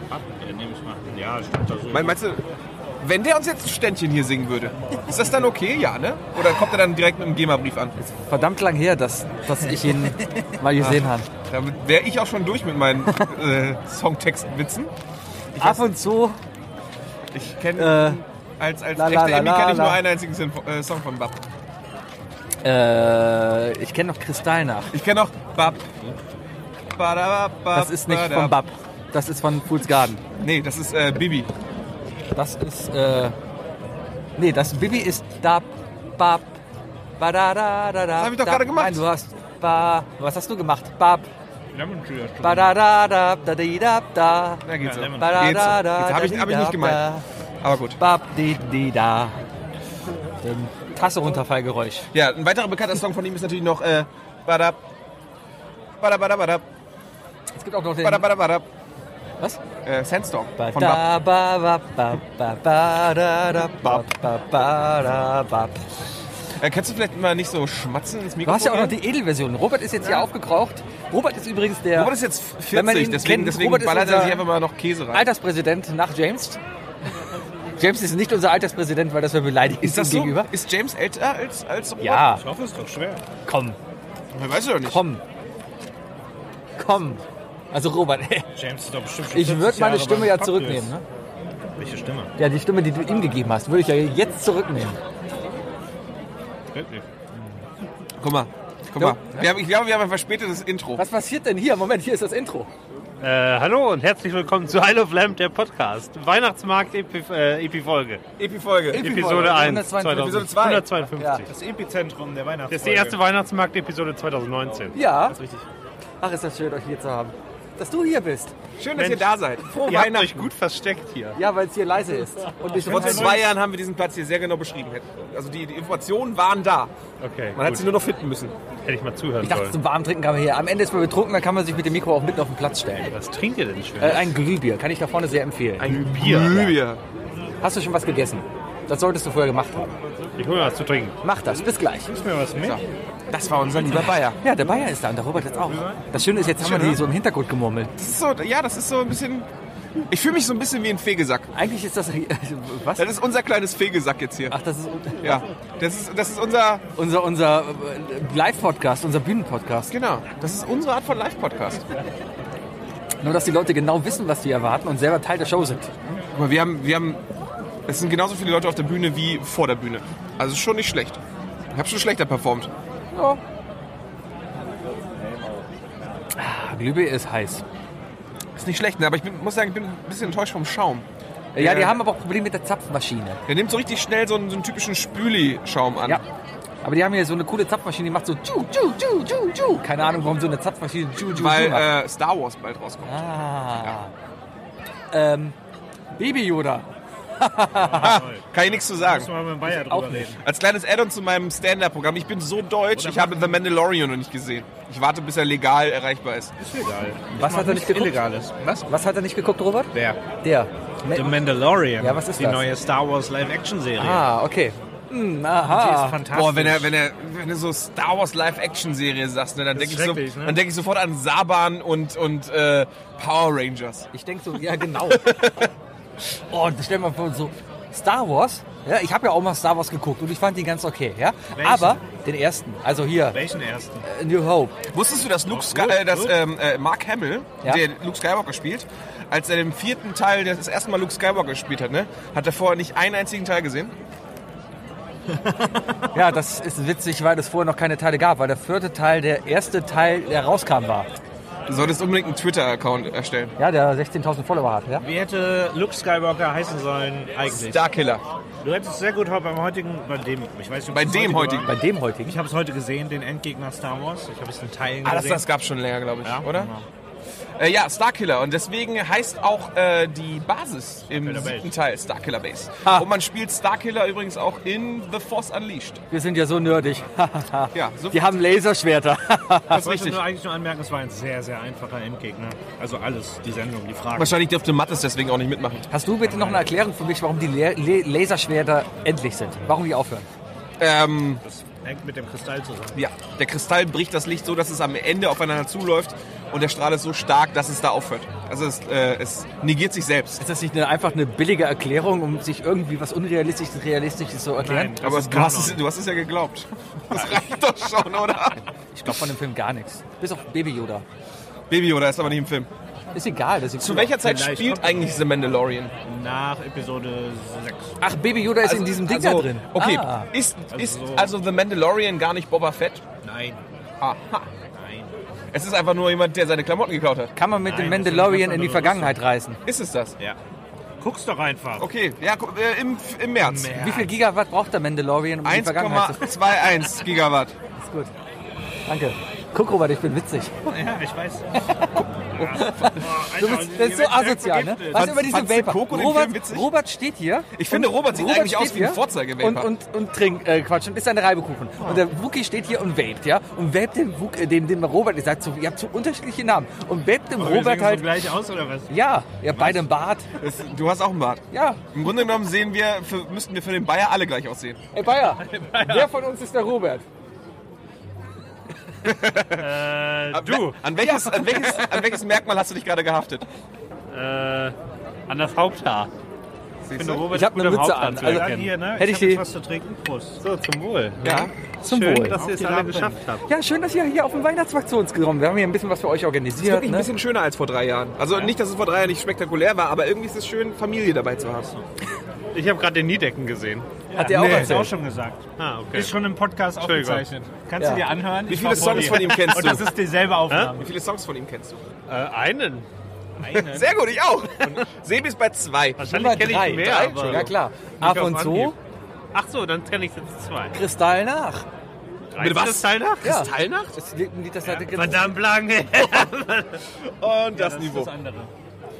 A: Nehme ich mal. Ja, stimmt. Also,
C: Mein, meinst du, wenn der uns jetzt ein Ständchen hier singen würde, ist das dann okay? Ja, ne? Oder kommt er dann direkt mit dem GEMA-Brief an?
D: Verdammt lang her, dass, dass ich *laughs* ihn mal gesehen habe.
C: Damit wäre ich auch schon durch mit meinen äh, Songtextwitzen.
D: Ab und zu
C: Ich kenne...
D: äh,
C: als als
D: la, la,
C: echter
D: la,
C: Emmy kenne ich
D: la.
C: nur einen einzigen Sin- äh, Song von Bab.
D: Äh, ich kenne noch Kristall nach.
C: Ich kenne auch Bab. Badabab,
D: Das ist nicht
C: badab.
D: von Bab. Das ist von Fool's Garden.
C: Nee, das ist äh, Bibi.
D: Das ist, äh, nee, das Bibi ist da, bab, ba da da da da. Das
C: hab ich doch gerade gemacht.
D: Nein, du hast, ba, was hast du gemacht? Bab,
A: Lemon Tree hast du
D: ba da da da da di da da.
C: Na, geht so.
A: Ja, Lemon.
C: Geht so.
D: Ba, da,
C: Geht's
D: da, da,
C: so. Hab
D: da,
C: ich,
D: di,
C: hab ich
D: da,
C: nicht gemeint.
D: da.
C: Aber gut.
D: Bab, di, di, da. Ähm, Tasse runterfallgeräusch.
C: Ja, ein weiterer bekannter Song von ihm ist natürlich noch äh, Badab. Badab, badab, badab.
D: Es gibt auch noch den,
C: Badab, badab, badab.
D: was?
C: Äh, Sandstorm
D: Ba,
C: von Bab.
D: da, ba, ba, ba, ba, ba, da, da, ba, ba, ba, da, ba.
C: Äh, kannst du vielleicht mal nicht so schmatzen ins
D: Du
C: Mikrofon?
D: hast ja auch noch die Edelversion. Robert ist jetzt hier aufgekraucht. Robert ist übrigens der
C: Robert ist jetzt
D: Wenn man
C: 40,
D: ihn
C: deswegen,
D: kennt,
C: deswegen
D: Robert ist
C: ballert er
D: unser-
C: sich einfach mal noch Käse rein.
D: Alterspräsident nach James. James ist nicht unser Alterspräsident, weil das wäre beleidigend
C: ist das
D: ihm
C: so?
D: gegenüber.
C: Ist James älter als, als Robert?
D: Ja,
A: Ich hoffe, es ist doch schwer.
D: komm,
C: Weißt du doch nicht.
D: komm. Komm. Also Robert, *laughs*
A: James ist doch bestimmt schon
D: ich
A: 40
D: würde meine
A: Jahre
D: Stimme
A: beim
D: ja
A: Pub
D: zurücknehmen.
A: gewesen.
D: Ne?
A: Welche Stimme?
D: Ja, die Stimme, die du ihm gegeben hast, würde ich ja jetzt zurücknehmen.
A: Wirklich.
C: Guck mal. Guck
D: Jo.
C: mal. Wir haben, ich glaube, wir haben ein verspätetes Intro.
D: Was passiert denn hier? Moment, hier ist das Intro.
B: Äh, hallo und herzlich willkommen zu I Love Lamp, der Podcast. Weihnachtsmarkt Epi, äh, Epi-Folge.
C: Epifolge.
B: Episode 1.
D: 152.
C: Episode zwei.
B: 152.
D: Ja.
A: Das Epizentrum der Weihnachtsfolge.
B: Das ist die erste Weihnachtsmarkt-Episode 2019.
D: Ja.
A: Das ist richtig.
D: Ach, ist das schön, euch hier zu haben. dass du hier bist.
C: Schön, dass
B: Mensch,
C: ihr da seid. Frohe
B: Ihr habt euch
C: Weihnachten.
B: gut versteckt hier.
D: Ja, weil es hier leise ist. Und ich
C: Vor
D: wollte
C: zwei Jahren haben wir diesen Platz hier sehr genau beschrieben. Also die, die Informationen waren da.
B: Okay,
C: Man hat
B: gut.
C: sie nur noch finden müssen.
B: Hätte ich mal zuhören
D: Ich dachte,
B: sollen.
D: zum warmen Trinken kann man hier. Am Ende ist man betrunken, dann kann man sich mit dem Mikro auch mitten auf den Platz stellen.
B: Was trinkt ihr denn schön?
D: Äh, ein Glühbier kann ich da vorne sehr empfehlen.
B: ein Bier.
C: Glühbirne.
D: Hast du schon was gegessen? Das solltest du vorher gemacht haben.
B: Ich hol mir was zu trinken.
D: Mach das, bis gleich.
A: Ist mir was mit?
C: Das war unser lieber Bayer.
D: Ja, der Bayer ist da und der Robert jetzt auch. Das Schöne ist, jetzt haben wir die so im Hintergrund gemurmelt.
C: Das ist so, ja, das ist so ein bisschen. Ich fühle mich so ein bisschen wie ein Fegesack.
D: Eigentlich ist das. *laughs* Was?
C: Das ist unser kleines Fegesack jetzt hier.
D: Ach, das ist
C: Ja, das ist, das ist unser,
D: unser, unser äh, Live-Podcast, unser Bühnenpodcast.
C: genau, das ist unsere Art von Live-Podcast.
D: Nur, dass die Leute genau wissen, was die erwarten und selber Teil der Show sind.
C: Guck mal, wir haben, wir haben, es sind genauso viele Leute auf der Bühne wie vor der Bühne. Also ist schon nicht schlecht. Ich habe schon schlechter performt.
D: Ja. Ah, Glühbirne ist heiß.
C: Ist nicht schlecht, ne? aber ich bin, muss sagen, ich bin ein bisschen enttäuscht vom Schaum.
D: Ja, die
C: Ja.
D: haben aber auch Probleme mit der Zapfmaschine.
C: Der nimmt so richtig schnell so einen, so einen typischen Spüli-Schaum an.
D: Ja. Aber die haben hier so eine coole Zapfmaschine, die macht so tschu, tschu, tschu, tschu, tschu. Keine Ahnung, warum so eine Zapfmaschine tschu, tschu,
C: Weil
D: tschu macht.
C: äh, Star Wars bald rauskommt.
D: ah. ähm, Baby Yoda.
C: Kann ich nichts zu
A: Müssen
C: sagen.
A: wir mal mit dem Bayer
D: Auch
A: drüber
D: nicht.
A: reden.
C: Als kleines Add-on zu meinem Stand-Up-Programm. Ich bin so deutsch, ich habe The Mandalorian noch nicht gesehen. Ich warte, bis er legal erreichbar ist.
A: Ist egal.
D: Was hat er nicht geguckt?
A: Illegales. Was?
D: Was hat er nicht geguckt, Robert?
A: Wer?
D: Der.
A: The Mandalorian.
D: Ja, was ist
A: Die
D: das?
A: neue Star Wars Live-Action-Serie.
D: ah, okay. Hm,
A: Die ist
D: aha.
A: fantastisch.
C: Boah, wenn er, wenn er, wenn du so Star Wars Live-Action-Serie sagst, ne, dann
A: Das
C: denke
A: ist
C: ich, so,
A: schrecklich, ne?
C: dann denk ich sofort an Saban und, und äh, Power Rangers.
D: Ich denke so, ja genau. *laughs* oh, und stell mal vor, so Star Wars. Ja, ich habe ja auch mal Star Wars geguckt und ich fand die ganz okay. Ja,
A: Welchen?
D: aber den ersten, also hier
A: Welchen ersten?
D: äh, New Hope.
C: Wusstest du, dass, Luke Sky,
A: gut,
C: äh, dass
A: gut.
C: ähm, äh, Mark Hamill,
D: Ja.
C: der Luke Skywalker spielt, als er den vierten Teil, das erste Mal Luke Skywalker gespielt hat, ne, hat er vorher nicht einen einzigen Teil gesehen?
D: Ja, das ist witzig, weil es vorher noch keine Teile gab, weil der vierte Teil der erste Teil, der rauskam, war.
C: Du solltest unbedingt einen Twitter-Account erstellen.
D: Ja, der 16.000 Follower hat. Ja.
A: Wie hätte Luke Skywalker heißen sollen eigentlich?
C: Starkiller.
A: Du hättest sehr gut beim heutigen, bei dem, ich weiß nicht, ob
C: Bei
A: es
C: dem
A: heute
C: heutigen.
A: war.
D: Bei dem heutigen.
A: Ich habe es heute gesehen, den Endgegner Star Wars. Ich habe es in Teilen
C: Ah, das,
A: gesehen.
C: das gab's schon länger, glaube ich,
A: Ja,
C: oder?
A: genau.
C: Äh, ja, Starkiller. Und deswegen heißt auch äh, die Basis im
A: Starkiller Base.
C: siebten Teil Starkiller Base.
D: Ha.
C: Und man spielt Starkiller übrigens auch in The Force Unleashed.
D: Wir sind ja so nerdig. *laughs*
C: Ja, so
D: Die haben Laserschwerter. *laughs*
C: das ist
A: Ich wollte
C: richtig.
A: nur eigentlich nur anmerken, es war ein sehr, sehr einfacher Endgegner. Also alles, die Sendung, die Fragen.
C: Wahrscheinlich dürfte Mattes deswegen auch nicht mitmachen.
D: Hast du bitte noch eine Erklärung für mich, warum die Le Le Laserschwerter endlich sind? Warum die aufhören?
C: Ähm,
A: Das hängt mit dem Kristall zusammen.
C: ja, der Kristall bricht das Licht so, dass es am Ende aufeinander zuläuft und der Strahl ist so stark, dass es da aufhört. Also es, äh, es negiert sich selbst.
D: Ist das nicht eine, einfach eine billige Erklärung, um sich irgendwie was Unrealistisches, Realistisches zu erklären?
A: Nein. Das
C: Aber
A: ist
C: du hast,
A: Kanon.
C: es, du hast es ja geglaubt. Das reicht doch schon, oder?
D: Ich glaube von dem Film gar nichts. Bis auf Baby Yoda.
C: Baby oder ist aber nicht im Film.
D: Ist egal. Das ist
C: Zu welcher Zeit
A: Vielleicht
C: spielt
A: kommt er
C: eigentlich The Mandalorian?
A: Nach Episode 6.
D: Ach, Baby Yoda ist in diesem Ding
C: also,
D: da drin.
C: Okay,
D: Ah.
C: ist, ist
A: Also-
C: also The Mandalorian gar nicht Boba Fett?
A: Nein,
C: Aha.
A: nein.
C: Es ist einfach nur jemand, der seine Klamotten geklaut hat.
D: Kann man mit dem
A: Nein, das ist
D: Mandalorian
A: eine
D: in die
A: ganz andere
D: Vergangenheit reisen?
C: Ist es das?
A: Ja. Guck's doch einfach.
C: Okay, ja, gu- äh, im, im März.
A: Mehr.
D: Wie viel Gigawatt braucht der Mandalorian, um in die Vergangenheit zu
C: 1,21 *laughs* Gigawatt.
D: Ist gut. Danke. Guck, Robert, ich bin witzig.
A: Ja, Oh, ich weiß.
D: Oh. Du bist, das ist so asozial, ne? Was
C: Fandst-
D: über diesen
C: fandst du
D: Vapor?
C: Coco den Film
D: Robert,
C: witzig?
D: Robert steht hier.
C: Ich finde, Robert sieht eigentlich
D: steht
C: aus wie ein
D: hier
C: Vorzeige-Vapor. Ah.
D: Und, und, und trinkt, äh, Quatsch, und isst einen Reibekuchen. Und der Wookie steht hier und vaped, ja? Und vaped dem, Wook, äh, dem, dem Robert, ihr sagt so, ihr habt so unterschiedliche Namen. Und vaped dem Robert halt,
A: So gleich aus, oder was?
D: ja, ja, beide im Bart,
C: Es- Du hast auch einen Bart.
D: ja.
C: Im Grunde genommen sehen wir, für, müssten wir für den Bayer alle gleich aussehen.
D: Ey, Bayer, wer von uns ist der Robert?
B: Äh, du,
C: An welches, an, welches, an welches Merkmal hast du dich gerade gehaftet?
B: äh, an das Haupthaar. Ich
C: Siehst du?
B: Robert
D: Ich hab
B: ist gut
D: eine
B: im
D: Mütze
B: Haupthaar
D: an,
B: zu
D: also-
A: Dann
B: erkennen.
A: hier, ne?
D: Hätte ich
A: hab
D: die-
A: jetzt was zu trinken. Prost.
B: So, zum Wohl.
C: Ja.
D: Zum
B: Schön,
D: Wohl.
B: dass ihr es alle geschafft habt.
D: Ja, schön, dass ihr hier auf den Weihnachtsmarkt zu uns gekommen Wir haben hier ein bisschen was für euch
C: Ist
D: organisiert.
C: wirklich ein
D: ne?
C: bisschen schöner als vor drei Jahren. Also nicht, dass es vor drei Jahren nicht spektakulär war, aber irgendwie ist es schön, Familie dabei zu haben.
B: Ich habe gerade den Niedecken gesehen.
D: Hat der auch
A: Hast du auch
D: erzählt.
A: schon gesagt.
B: Ah, okay.
A: Ist schon im Podcast
B: Entschuldigung.
A: aufgezeichnet. Kannst
D: Ja.
A: du dir anhören?
C: Wie
A: Ich
C: viele
A: war vor
C: Songs
A: dir.
C: von ihm kennst
A: Und
C: du?
A: das ist dieselbe Aufnahme.
C: Wie viele Songs von ihm kennst du?
B: Äh, einen.
A: Eine.
C: Sehr gut, ich auch. Und Sebi ist bei zwei.
B: Wahrscheinlich kenne ich mehr.
D: drei,
B: aber
D: ja klar. Ab
B: auf
D: und zu,
B: Anhieb. Ach so, dann kenne ich jetzt zwei.
D: Kristall nach.
B: Reicht das Teilnacht?
D: Ja.
C: Kristallnacht?
D: Das liegt ein Lied, das hatte
B: Verdammt lange.
C: Und das, Niveau.
D: das andere.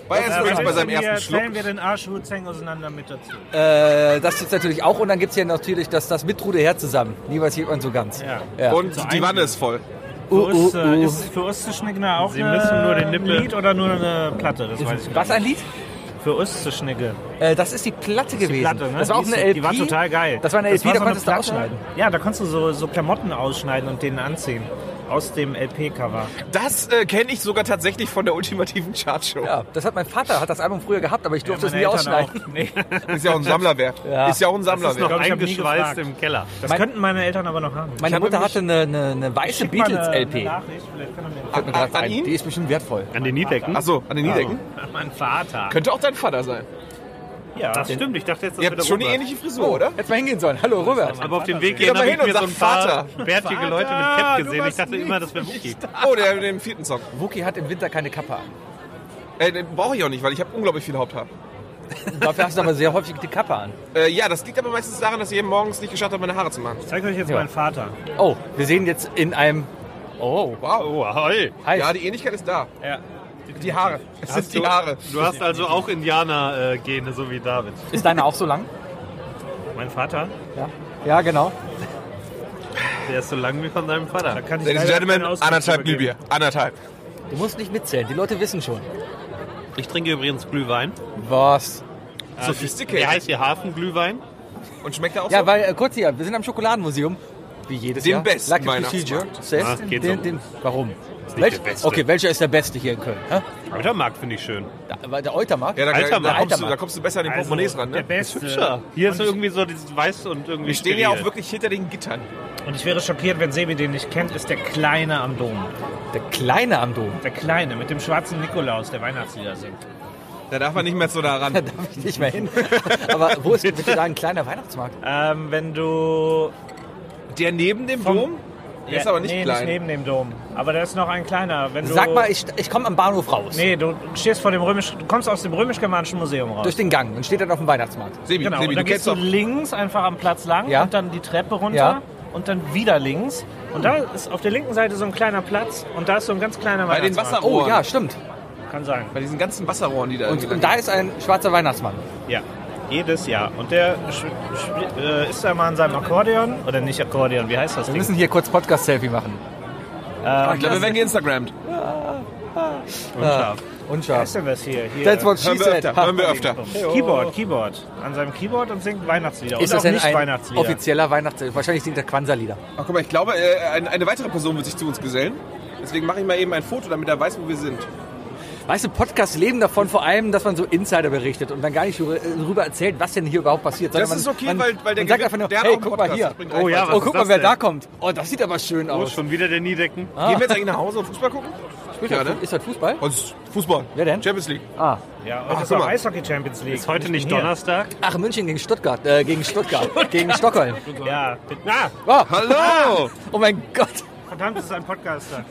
C: War er ist übrigens bei seinem ersten Schluck.
A: Stellen wir den Arschwurzeng auseinander mit dazu.
D: Äh, das gibt's natürlich auch und dann gibt's hier natürlich das, das mit Ruder Herz zusammen. Niemals hebt man so ganz.
A: Ja.
D: Ja.
C: Und
A: So
C: die
A: ein-
C: Wanne ist voll.
D: Uh,
A: Für uns,
D: uh,
A: äh,
D: uh.
A: Ist für Osteschnigge auch
B: Sie
A: eine-
B: müssen nur den Nippel-
A: ein Lied oder nur eine Platte? Das weiß ich
D: Was
A: gar
D: ein
A: nicht.
D: Lied?
A: Für Osteschnigge.
D: Äh, das ist die Platte gewesen.
A: Platte, ne?
D: Das war auch
A: Die
D: eine
A: ist-
D: LP.
A: Die war total geil.
D: Das war eine LP, da
A: so
D: konntest du
A: Platte.
D: ausschneiden.
A: Ja, da konntest du so, so Klamotten ausschneiden und denen anziehen. Aus dem LP-Cover.
C: Das äh, kenne ich sogar tatsächlich von der ultimativen Chartshow.
D: Ja, das hat mein Vater, hat das Album früher gehabt, aber ich durfte es
A: Meine
D: nie
A: Eltern
D: ausschneiden.
A: auch. Nee.
C: Ist ja auch ein Sammlerwert.
D: Ja.
C: Ist ja auch ein
B: Das ist noch
C: Sammlerwert.
A: glaub, ich hab nie
B: eingeschweißt
A: gefragt.
B: im Keller.
A: Das
D: Mein-
A: könnten meine Eltern aber noch haben.
D: Meine
C: habe
D: Mutter
C: mich-
D: hatte eine, eine, eine weiße
A: Schick mal eine- eine
D: Beatles-LP.
A: Nachricht, vielleicht kann er mir-
D: Fällt mir gerade
C: An
D: ein.
C: ihn?
D: Die ist bestimmt wertvoll.
B: An den Niedecken?
C: Achso, an den Niedecken.
A: *laughs* Mein Vater.
C: Könnte auch dein Vater sein.
A: Ja,
B: Das stimmt, ich dachte jetzt, das
C: Ihr
B: wäre
C: habt schon eh eine
B: Robert.
C: ähnliche Frisur, oder?
D: Hättest mal hingehen sollen. Hallo, Robert.
B: Aber auf dem Weg
C: Geh
B: hierhin
C: doch
B: habe
C: mal
B: ich
C: hin
B: mir
C: und
B: so ein
C: sag
B: paar
C: Vater.
B: bärtige Leute mit
C: Vater,
B: Cap
C: du
B: gesehen. Ich
C: warst
B: dachte
C: nie-
B: immer, das wäre Wookie.
C: Oh, der mit dem vierten Song.
D: Wookie hat im Winter keine Kappe an.
C: Äh, den brauche ich auch nicht, weil ich habe unglaublich viel Haupthaar.
D: Dafür hast du aber sehr häufig die Kappe an.
C: Äh, ja, das liegt aber meistens daran, dass ich eben morgens nicht geschafft habe, meine Haare zu machen.
A: Ich zeige euch jetzt
D: Ja.
A: meinen Vater.
D: Oh, wir sehen jetzt in einem... Oh,
C: Wow.
B: Oh, hi.
D: heiß.
C: Ja, die Ähnlichkeit ist da.
A: Ja.
C: Die Haare. Es sind *laughs* die Haare.
B: Du hast also auch Indianer-Gene, so wie David.
D: Ist deine auch so lang?
A: Mein Vater?
D: Ja. Ja, genau.
B: Der ist so lang wie von deinem
A: Da
B: Vater.
A: kann ich
C: Ladies and
A: leider
C: Gentlemen,
A: keine Auskunft
C: anderthalb
A: übergeben.
C: Glühbier. Anderthalb.
D: Du musst nicht mitzählen, die Leute wissen schon.
B: Ich trinke übrigens Glühwein.
D: Was?
C: Sophisticated.
B: Der heißt hier Hafenglühwein.
C: Und schmeckt er auch
D: Ja,
C: so?
D: weil, äh, kurz hier, wir sind am Schokoladenmuseum. Wie jedes
C: Den
D: Jahr.
C: besten
D: Like the
C: Weihnachtsmarkt.
D: procedure says.
B: Ah, geht so.
D: warum?
B: nicht
D: Welch-
B: der beste.
D: Okay, welcher ist der beste hier in Köln? Hä?
B: Rittermarkt finde ich schön.
D: Da, aber der Eutermarkt?
C: Ja, da,
B: Alter
C: da,
B: Mann.
C: kommst du,
D: Alter
C: da kommst du besser an den
A: Also,
C: Portemonnaies ran,
A: Der
C: ne?
A: Beste.
B: Hier ist so irgendwie so dieses Weiß und irgendwie
C: Wir stehen ja auch
B: steril.
C: wirklich hinter den Gittern.
A: Und ich wäre schockiert, wenn Sebi den nicht kennt, ist der Kleine am Dom.
D: der Kleine am Dom. *laughs*
A: Der Kleine mit dem schwarzen Nikolaus, der Weihnachtslieder singt.
C: Da darf man nicht mehr so da
D: Da
C: ran.
D: darf ich nicht mehr hin. aber wo ist denn bitte da ein kleiner Weihnachtsmarkt?
A: Ähm, wenn du...
C: Der neben dem Dom? Der ist aber nicht
A: nee,
C: klein.
A: nicht neben dem Dom. Aber da ist noch ein kleiner. Wenn du,
D: Sag mal, ich, ich komme am Bahnhof raus.
A: Nee, du stehst vor dem römisch... Du kommst aus dem römisch-germanischen Museum raus.
D: Durch den Gang und steht dann auf dem Weihnachtsmarkt.
C: Sebi,
A: genau,
C: Sebi
A: und
C: du
A: dann
C: kennst
A: gehst du
C: doch.
A: links einfach am Platz lang
D: Ja.
A: und dann die Treppe runter
D: Ja.
A: und dann wieder links. Und da ist auf der linken Seite so ein kleiner Platz und da ist so ein ganz kleiner
C: Bei den
A: Weihnachtsmarkt.
D: Oh
C: Ohren.
D: ja, stimmt.
A: Kann sein.
C: Bei diesen ganzen Wasserrohren, die da
D: Und,
C: irgendwie
D: und da ist ein schwarzer Weihnachtsmann.
A: Ja, jedes Jahr. Und der sch- sch- äh, ist da mal an seinem Akkordeon, oder nicht Akkordeon, wie heißt das
D: Wir
A: Ding?
D: müssen hier kurz Podcast-Selfie machen.
C: lang- Ich glaube, wir werden geinstagrammt.
D: Unscharf.
A: Wer
D: Unscharf.
A: ist denn das hier? hier
D: That's what she
C: Hören wir
D: said.
C: öfter, hören wir öfter.
A: Keyboard, Keyboard. An seinem Keyboard und singt Weihnachtslieder.
D: Ist
A: und
D: das
A: auch
D: denn
A: nicht
D: ein
A: Weihnachtslieder.
D: offizieller Weihnachtslied? Wahrscheinlich singt er Quansa-Lieder.
C: Ach guck mal, ich glaube, äh, ein- eine weitere Person wird sich zu uns gesellen. Deswegen mache ich mal eben ein Foto, damit er weiß, wo wir sind.
D: Weißt du, Podcasts leben davon vor allem, dass man so Insider berichtet und dann gar nicht darüber erzählt, was denn hier überhaupt passiert.
C: Das
D: Sondern
C: ist
D: man-
C: okay,
D: man,
C: weil- weil der
D: man sagt
C: gewinnt-
D: einfach nur,
C: der hat
D: hey,
C: auch einen
D: guck mal
C: Podcast,
D: hier.
C: das bringt
D: Oh ja,
B: Reichweite.
D: oh,
B: was
D: guck
B: ist
D: mal,
B: das
D: wer
B: denn?
D: da kommt. Oh, das sieht aber schön
B: Oh,
D: aus.
B: schon wieder der Niedecken.
C: Gehen wir jetzt eigentlich nach Hause und Fußball gucken?
D: Spielt
C: Ja,
D: das-
C: ne?
D: Ist das Fußball?
C: Uns Fußball.
D: Wer denn?
C: Champions League.
D: Ah.
A: Ja,
C: Ach,
A: heute ist
C: guck
A: auch
C: mal.
A: Eishockey Champions League.
B: Ist heute nicht
A: bin hier.
B: Donnerstag?
D: Ach, München gegen Stuttgart, äh, gegen Stuttgart, gegen Stockholm.
A: Ja, bitte. Ah,
D: Oh,
C: Hallo!
D: *laughs* oh mein Gott,
A: verdammt, es ist ein Podcaster.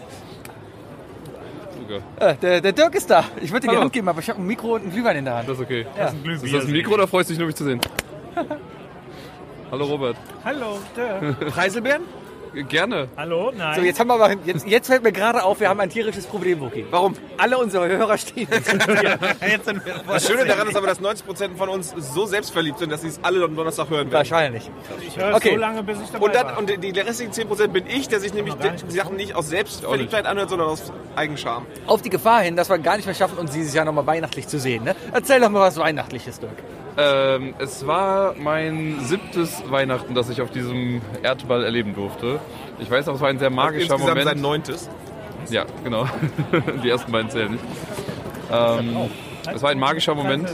D: äh, der, der Dirk ist da. Ich würde dir die
E: Hallo.
D: Hand geben, aber ich habe ein Mikro und einen Glühwein in der Hand.
E: Das ist okay.
A: Das ist ein
E: Ist das ein Mikro oder freust du dich nur, mich
C: *laughs*
E: zu sehen? Hallo Robert.
A: Hallo, Dirk.
C: Preiselbeeren?
E: Gerne.
A: Hallo, nein.
D: So, jetzt haben wir aber, jetzt, jetzt fällt mir gerade auf, wir haben ein tierisches Problem, Wookie.
C: Warum?
D: Alle unsere Hörer stehen.
B: Jetzt sind wir
C: Das Schöne daran ist aber, dass 90% von uns so selbstverliebt sind, dass sie es alle am Donnerstag hören werden.
D: Wahrscheinlich.
A: ich höre es
D: okay.
A: so lange, bis ich dabei
C: Und, dann,
A: war.
C: und die die restlichen 10% bin ich, der sich nämlich
A: noch gar nicht
C: die Sachen nicht aus Selbstverliebtheit anhört, sondern aus Eigenscham. Also
D: Auf die Gefahr hin, dass wir gar nicht mehr schaffen, uns dieses Jahr nochmal weihnachtlich zu sehen. Ne? Erzähl doch mal was Weihnachtliches, Dirk.
E: Ähm, es war mein siebtes Weihnachten, das ich auf diesem Erdball erleben durfte. Ich weiß auch, es war ein sehr magischer
C: Also Insgesamt
E: Moment.
C: sein neuntes.
E: Ja, genau. *laughs* Die ersten beiden zählen nicht. Ähm, es war ein magischer Moment.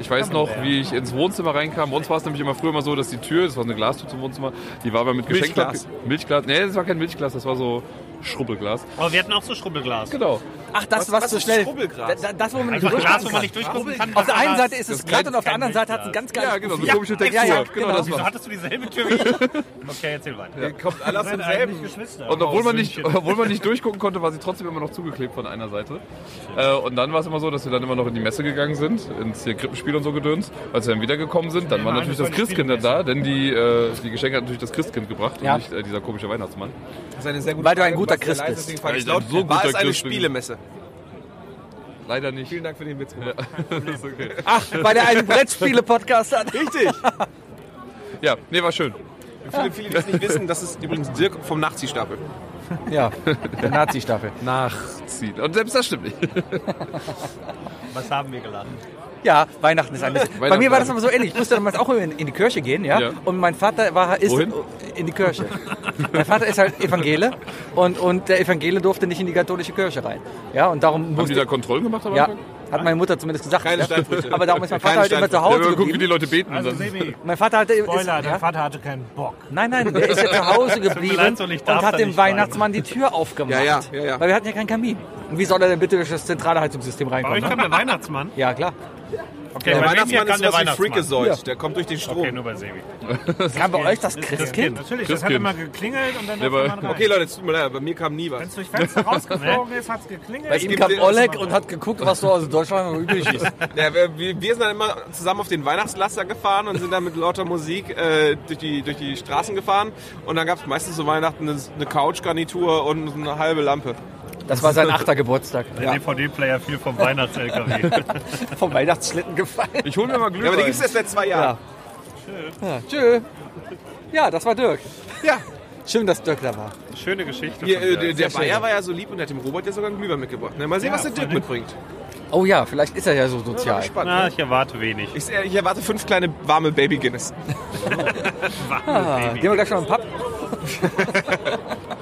E: Ich weiß noch, wie ich ins Wohnzimmer reinkam. Bei uns war es nämlich immer früher immer so, dass die Tür, das war eine Glastür zum Wohnzimmer, die war aber mit Geschenkpapier.
C: Milchglas.
E: Milchglas. Nee, das war kein Milchglas, das war so Schrubbelglas.
B: Aber wir hatten auch so Schrubbelglas.
E: Genau.
D: Ach, das, was,
C: was
D: so
C: ist
D: schnell.
C: Schrubbelgras?
D: Da- Das, wo man nicht
B: Einfach Glas, wo
D: durchgucken
B: man
D: kann.
B: nicht durchgucken kann.
D: Auf der einen
B: Glas.
D: Seite ist es glatt und auf der anderen Seite hat es einen ganz geilen
E: Ja, genau, so
D: Profil.
E: eine komische Textur.
D: ja,
E: genau,
D: genau.
E: das
B: Wieso
E: war's.
B: hattest du dieselbe Tür wie ich? Okay, erzähl weiter.
E: Ihr kommt alle-
C: Alles
A: Seid
C: im
A: eigentlich
C: selben.
A: Geschwister.
E: Und obwohl
A: Aus
E: man, nicht,
A: München.
E: obwohl man nicht durchgucken konnte, war sie trotzdem immer noch zugeklebt von einer Seite. Äh, und dann war es immer so, dass wir dann immer noch in die Messe gegangen sind, ins hier Krippenspiel und so gedöns. Als wir dann wiedergekommen sind, dann war
A: Nein,
E: natürlich
A: das
E: das
A: war die
E: Christkind dann da, denn die, äh, die Geschenke hat natürlich das Christkind gebracht
D: Ja.
E: und nicht äh, dieser komische Weihnachtsmann.
C: Das ist eine sehr gute
D: Weil du ein
C: Frage,
D: guter
C: was sehr
D: Christ
C: leise,
D: bist.
C: deswegen frage
E: Ja,
C: ich
E: ich glaub,
C: laut.
E: so ein
C: War
E: guter
C: es eine
E: Christ bin ich.
C: Spielemesse?
E: Leider nicht.
C: Vielen Dank für den Witz.
E: *laughs* Das ist okay.
D: Ach, weil der einen Brettspiele-Podcast hat.
C: Richtig.
E: Ja, nee, war schön.
C: Für viele, die es nicht wissen, das ist übrigens Dirk vom Nazi-Stapel.
D: Ja, der Nazi-Staffel.
E: Nachziehen. Und selbst das stimmt nicht.
A: Was haben wir geladen?
D: Ja, Weihnachten ist anders. Bei
E: Weihnachten
D: mir war das
E: ist
D: aber so ähnlich. Ich musste damals auch in, in die Kirche gehen, ja?
E: Ja.
D: Und mein Vater war ist
E: Wohin?
D: in die Kirche. mein Vater ist halt Evangele und, und der Evangele durfte nicht in die katholische Kirche rein. Ja, und darum
E: Haben die
D: musste
E: da Kontrollen gemacht? am
D: ja,
E: Anfang?
D: hat meine Mutter zumindest gesagt.
C: Keine
D: ja?
C: Steinbrüche.
D: Aber darum ist mein Vater
C: Keine
D: halt immer zu
C: Steinbrüche.
E: Ja,
D: Hause
E: wir gucken, wie die
D: geblieben.
E: Leute beten.
A: Also
E: dann.
A: Sebi,
D: Mein Vater hatte ist,
A: Spoiler,
D: ja?
A: dein Vater hatte keinen Bock.
D: Nein, nein, der ist ja zu Hause
B: leid,
D: geblieben
B: so nicht,
D: und
B: darfst
D: hat
B: du
D: dem
B: nicht
D: Weihnachtsmann die Tür aufgemacht.
C: Ja, ja, ja, ja.
D: Weil wir hatten ja keinen Kamin. Und wie soll er denn bitte durch das zentrale Heizungssystem
B: Bei
D: reinkommen?
B: euch kam
D: Ne?
B: der
C: *laughs*
B: Weihnachtsmann.
D: Ja, klar.
A: Okay,
C: Der
A: bei wem hier
C: Weihnachtsmann
A: kam
C: ist
A: der
C: was wie
A: Weihnachtsmann?
C: Freakazoid. Der kommt durch den Strom.
A: Okay,
C: Okay,
A: nur bei Sebi.
D: Kam bei euch das
A: Das
D: Christkind?
A: Natürlich, das
E: Christkind.
A: hat immer geklingelt und dann
E: Der
A: hat
E: war-
A: man rein.
C: Leute, es tut mir leid, bei mir kam nie
A: Wenn es
C: was.
A: durch Fenster rausgeflogen ist, hat es geklingelt.
D: Bei ihm
C: gibt
D: kam
C: den-
D: Oleg und hat geguckt, was so aus Deutschland noch üblich ist.
C: Ja, wir, äh, wir wir sind dann immer zusammen auf den Weihnachtslaster gefahren und sind dann mit lauter Musik äh, durch, die, durch die Straßen gefahren. Und dann gab es meistens zu Weihnachten eine, eine Couchgarnitur und eine halbe Lampe.
D: Das war sein achter Geburtstag.
B: Der *laughs* DVD-Player fiel vom Weihnachts-LKW.
D: Vom Weihnachtsschlitten gefallen.
E: Ich hole mir mal
C: Ja, aber die
E: Glühwein.
C: gibt es erst seit zwei Jahren.
D: Ja, tschö. Ja, das war Dirk.
C: Ja,
D: Schön, dass Dirk da war.
B: *laughs* Schöne Geschichte.
C: Hier, äh,
B: von
C: der,
B: dir.
C: der
D: schön.
C: Bayer war ja so lieb und hat dem Robert ja sogar einen Glühwein mitgebracht. Na, mal sehen, was der Dirk mitbringt.
D: Oh ja, vielleicht ist er ja so
C: Ich bin
D: sozial.
C: gespannt.
B: Na, ich erwarte wenig.
C: Ich, äh, ich erwarte fünf kleine warme Baby Guinness.
D: Ah, gehen wir gleich schon in den Pub?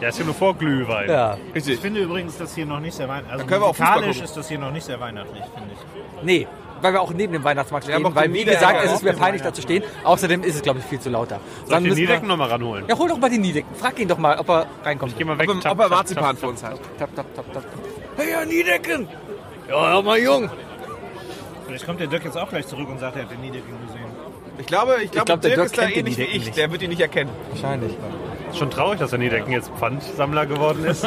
B: Der ist ja nur vor Glühwein.
D: Ja.
A: Ich finde übrigens, dass hier noch nicht sehr weihnachtlich also
C: können wir auch Fußball
A: musikalisch
C: gucken.
A: ist das hier noch nicht sehr weihnachtlich, finde ich.
D: Nee, weil wir auch neben dem Weihnachtsmarkt
C: haben
D: stehen.
C: auch
D: Weil,
C: den
D: wie
C: Niederegger
D: gesagt, es ist mir
A: auch.
D: peinlich, da zu stehen. Außerdem ist es, glaube ich, viel zu lauter.
B: Soll ich den
D: müssen wir-
B: Niedecken nochmal ranholen?
D: Ja, hol doch mal den Niedecken. Frag ihn doch mal, ob er reinkommt.
B: Geh mal weg.
C: Ob,
B: tap,
C: ob er
B: tap,
C: Marzipan
B: tap,
C: für uns hat.
D: Tap, tap, tap, tap. Hey, Herr Niedecken! Ja, hör mal, Jung.
A: Vielleicht kommt der Dirk jetzt auch gleich zurück und sagt, er hat den Niedecken gesehen.
C: Ich glaube, ich glaube,
D: glaub, der
C: Dirk,
D: Dirk
C: ist da
D: kennt den
C: ähnlich wie
D: Niederegger
C: ich.
D: nicht.
C: Der wird ihn nicht erkennen.
D: Wahrscheinlich.
B: tap. Schon traurig, dass der Niedecken jetzt Pfandsammler
C: *laughs*
B: geworden ist.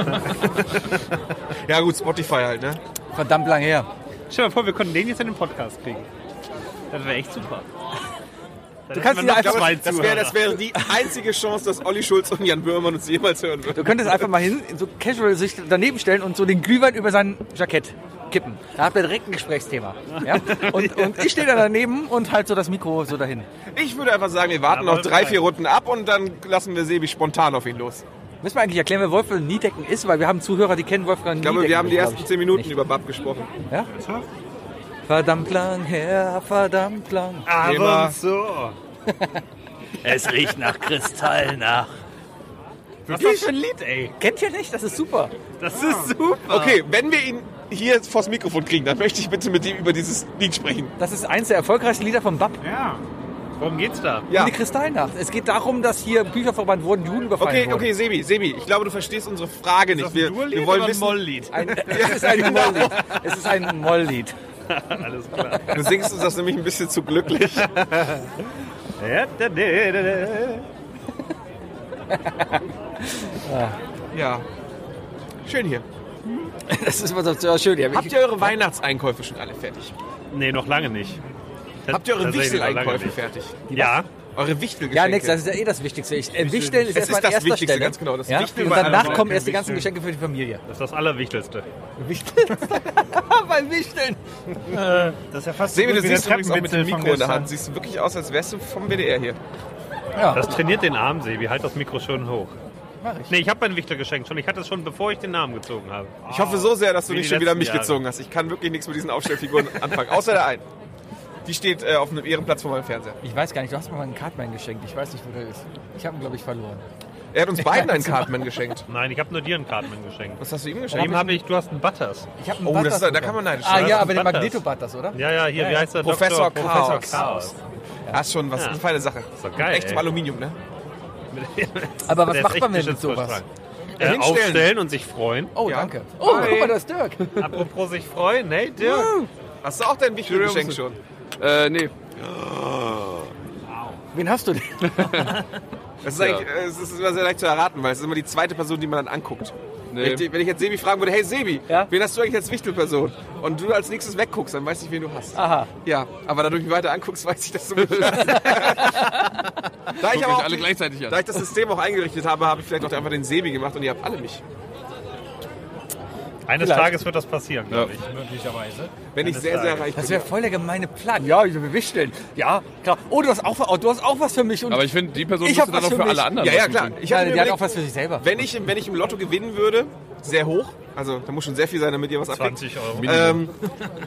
C: Ja gut, Spotify halt, ne?
D: Verdammt lang her.
B: Stell dir mal vor, wir könnten den jetzt in den Podcast kriegen. Das wäre echt super.
D: Du kannst ihn einfach-
B: zwei
C: Das wäre das wäre die einzige Chance, dass Olli Schulz und Jan Böhmermann uns jemals hören würden.
D: Du könntest einfach mal hin, so casual sich daneben stellen und so den Glühwein über sein Jackett kippen. Da habt ihr direkt ein Gesprächsthema. Ja? Und, und ich stehe da daneben und halt so das Mikro so dahin.
C: Ich würde einfach sagen, wir warten
B: Ja,
C: noch drei,
B: Wolfgang.
C: vier Runden ab und dann lassen wir Sebi spontan auf ihn los.
D: Müssen wir eigentlich erklären, wer Wolfgang Niedecken ist? Weil wir haben Zuhörer, die kennen Wolfgang
C: Ich glaube,
D: Niedecken.
C: wir haben die
D: glaub
C: ersten
D: ich.
C: zehn Minuten
D: Nicht.
C: über Bab gesprochen.
D: Verdammt lang her, verdammt lang.
C: Thema.
B: Aber so. *laughs* es riecht nach Kristallnacht. Was ist das für ein Lied, ey?
D: Kennt ihr nicht? Das ist super.
B: Das ist super.
C: Okay, wenn wir ihn hier vors Mikrofon kriegen, dann möchte ich bitte mit ihm über dieses Lied sprechen.
D: Das ist eins der erfolgreichsten Lieder vom BAP.
B: Ja. Worum geht's da?
C: Ah. Ja.
D: Die Kristallnacht. Es geht darum, dass hier Bücher verbrannt wurden, Juden überfallen
C: Okay,
D: wurden.
C: okay, Sebi, Sebi, ich glaube, du verstehst unsere Frage nicht. Wir, wir wollen
B: oder ein
C: wissen,
B: Molllied?
D: Ein, es ist ein Molllied. Es ist ein Molllied.
B: Alles
C: *laughs*
B: klar.
C: du singst uns das nämlich ein bisschen zu
B: *laughs*
C: glücklich. Ja. Schön hier.
D: Das ist was so schön. Ja,
C: Habt ihr eure Weihnachtseinkäufe schon alle fertig?
B: nee, noch lange nicht.
C: Habt ihr eure
B: Tatsächlich noch lange
C: Wichteleinkäufe
B: nicht.
C: fertig?
B: Ja.
C: Eure Wichtelgeschenke?
D: Ja, nix, das ist ja eh das Wichtigste. Ich, äh, Wichteln ist
C: Es
D: erstmal
C: ist
D: an
C: das
D: erster
C: Wichtigste,
D: Stelle.
C: ganz genau. Das
D: Ja?
C: Wichteln
D: Und
C: bei
D: danach
C: allen
D: kommen
C: Leuten
D: erst die ganzen
C: wichteln.
D: Geschenke für die Familie.
B: Das ist das Allerwichtigste.
D: *laughs* Wichteln? Beim Wichteln.
A: Das ist ja fast
C: Sebi, du
A: so gut wie der
C: siehst übrigens auch mit dem
A: Treppenwitzel von
C: Mikro in der
A: gestern.
C: Hand. Siehst du wirklich aus, als wärst du vom WDR hier.
B: Das trainiert den Arm, Sebi. Halt das Mikro schön hoch. Nee, ich habe meinen Wichtel geschenkt schon. Ich hatte es schon, bevor ich den Namen gezogen habe.
C: Ich hoffe so sehr, dass du
B: Wie
C: nicht
B: die
C: schon wieder
B: letzten
C: mich
B: Jahre.
C: gezogen hast. Ich kann wirklich nichts mit diesen
B: *laughs*
C: Aufstellfiguren anfangen. Außer der einen. Die steht äh, auf einem Ehrenplatz vor meinem Fernseher.
D: Ich weiß gar nicht, du hast mir mal einen Cartman geschenkt. Ich weiß nicht, wo der ist. Ich habe ihn, glaube ich, verloren.
C: Er
D: *laughs*
C: hat uns beiden einen Cartman geschenkt.
B: Nein, ich habe nur dir einen Cartman geschenkt.
C: Was hast du ihm
B: Bei
C: geschenkt?
B: ihm habe ich, du hast einen Butters.
D: Ich habe einen
C: Oh, das
D: Butters
C: ist, da
D: bekommen.
C: kann man neidisch
D: Ah
C: sein.
D: ja, aber den
B: Butters.
D: Magneto-Butters, oder?
B: Ja, ja, hier, wie heißt der?
C: Professor
B: Dr.
C: Chaos.
B: Professor Chaos.
C: Hast schon was.
B: Ja.
C: Eine feine Sache.
B: doch geil,
C: Echt im
B: ey.
C: Aluminium, ne?
D: Aber was
B: Der ist
D: macht
B: echt
D: man denn mit
B: geschützt vor
D: sowas?
B: Strahl. äh,
C: hinstellen.
B: aufstellen und
C: *laughs*
B: sich freuen.
D: Oh, danke. Oh, guck mal, da ist Dirk.
B: Apropos sich freuen, hey Dirk.
C: Hast du auch dein wichtiges Geschenk schon?
E: Äh, nee.
D: Wen hast du denn?
C: Das ist, eigentlich, äh, es ist immer sehr leicht zu erraten, weil es ist immer die zweite Person, die man dann anguckt.
E: nee.
C: Wenn, ich, wenn ich jetzt Sebi fragen würde, hey Sebi,
D: Ja?
C: wen hast du eigentlich als Wichtelperson? Und du als nächstes wegguckst, dann weiß ich, wen du hast.
D: Aha.
C: Ja, aber da du mich weiter anguckst, weiß ich, dass du *laughs* mich hast. da, ich
E: Guckt
C: aber
E: euch
C: auch,
E: alle gleichzeitig
C: da
E: an.
C: ich das System auch eingerichtet habe, habe ich vielleicht auch einfach den Sebi gemacht und ihr habt alle mich.
B: Eines
D: Vielleicht.
B: Tages wird das passieren, glaube ich.
A: Möglicherweise.
C: Wenn ich sehr, sehr reich bin.
D: Das wäre voll der gemeine Plan. Ja, ich will wichteln. Ja, klar. Oh, du hast auch, oh, du hast auch was für mich. Und
E: Aber ich finde, die Person
D: Ich
E: müsste
D: hab
E: dann
D: was
E: auch
D: für
E: für alle
D: mich.
E: anderen.
C: ja, ja,
E: was
C: klar.
E: mitbringen.
C: Ich
D: ja,
C: hatte mir
D: die hat
C: überlegt,
D: auch was für sich selber.
C: wenn, ich, wenn ich im Lotto gewinnen würde, sehr hoch, also da muss schon sehr viel sein, damit ihr was abkriegt,
B: 20 Euro.
C: ähm,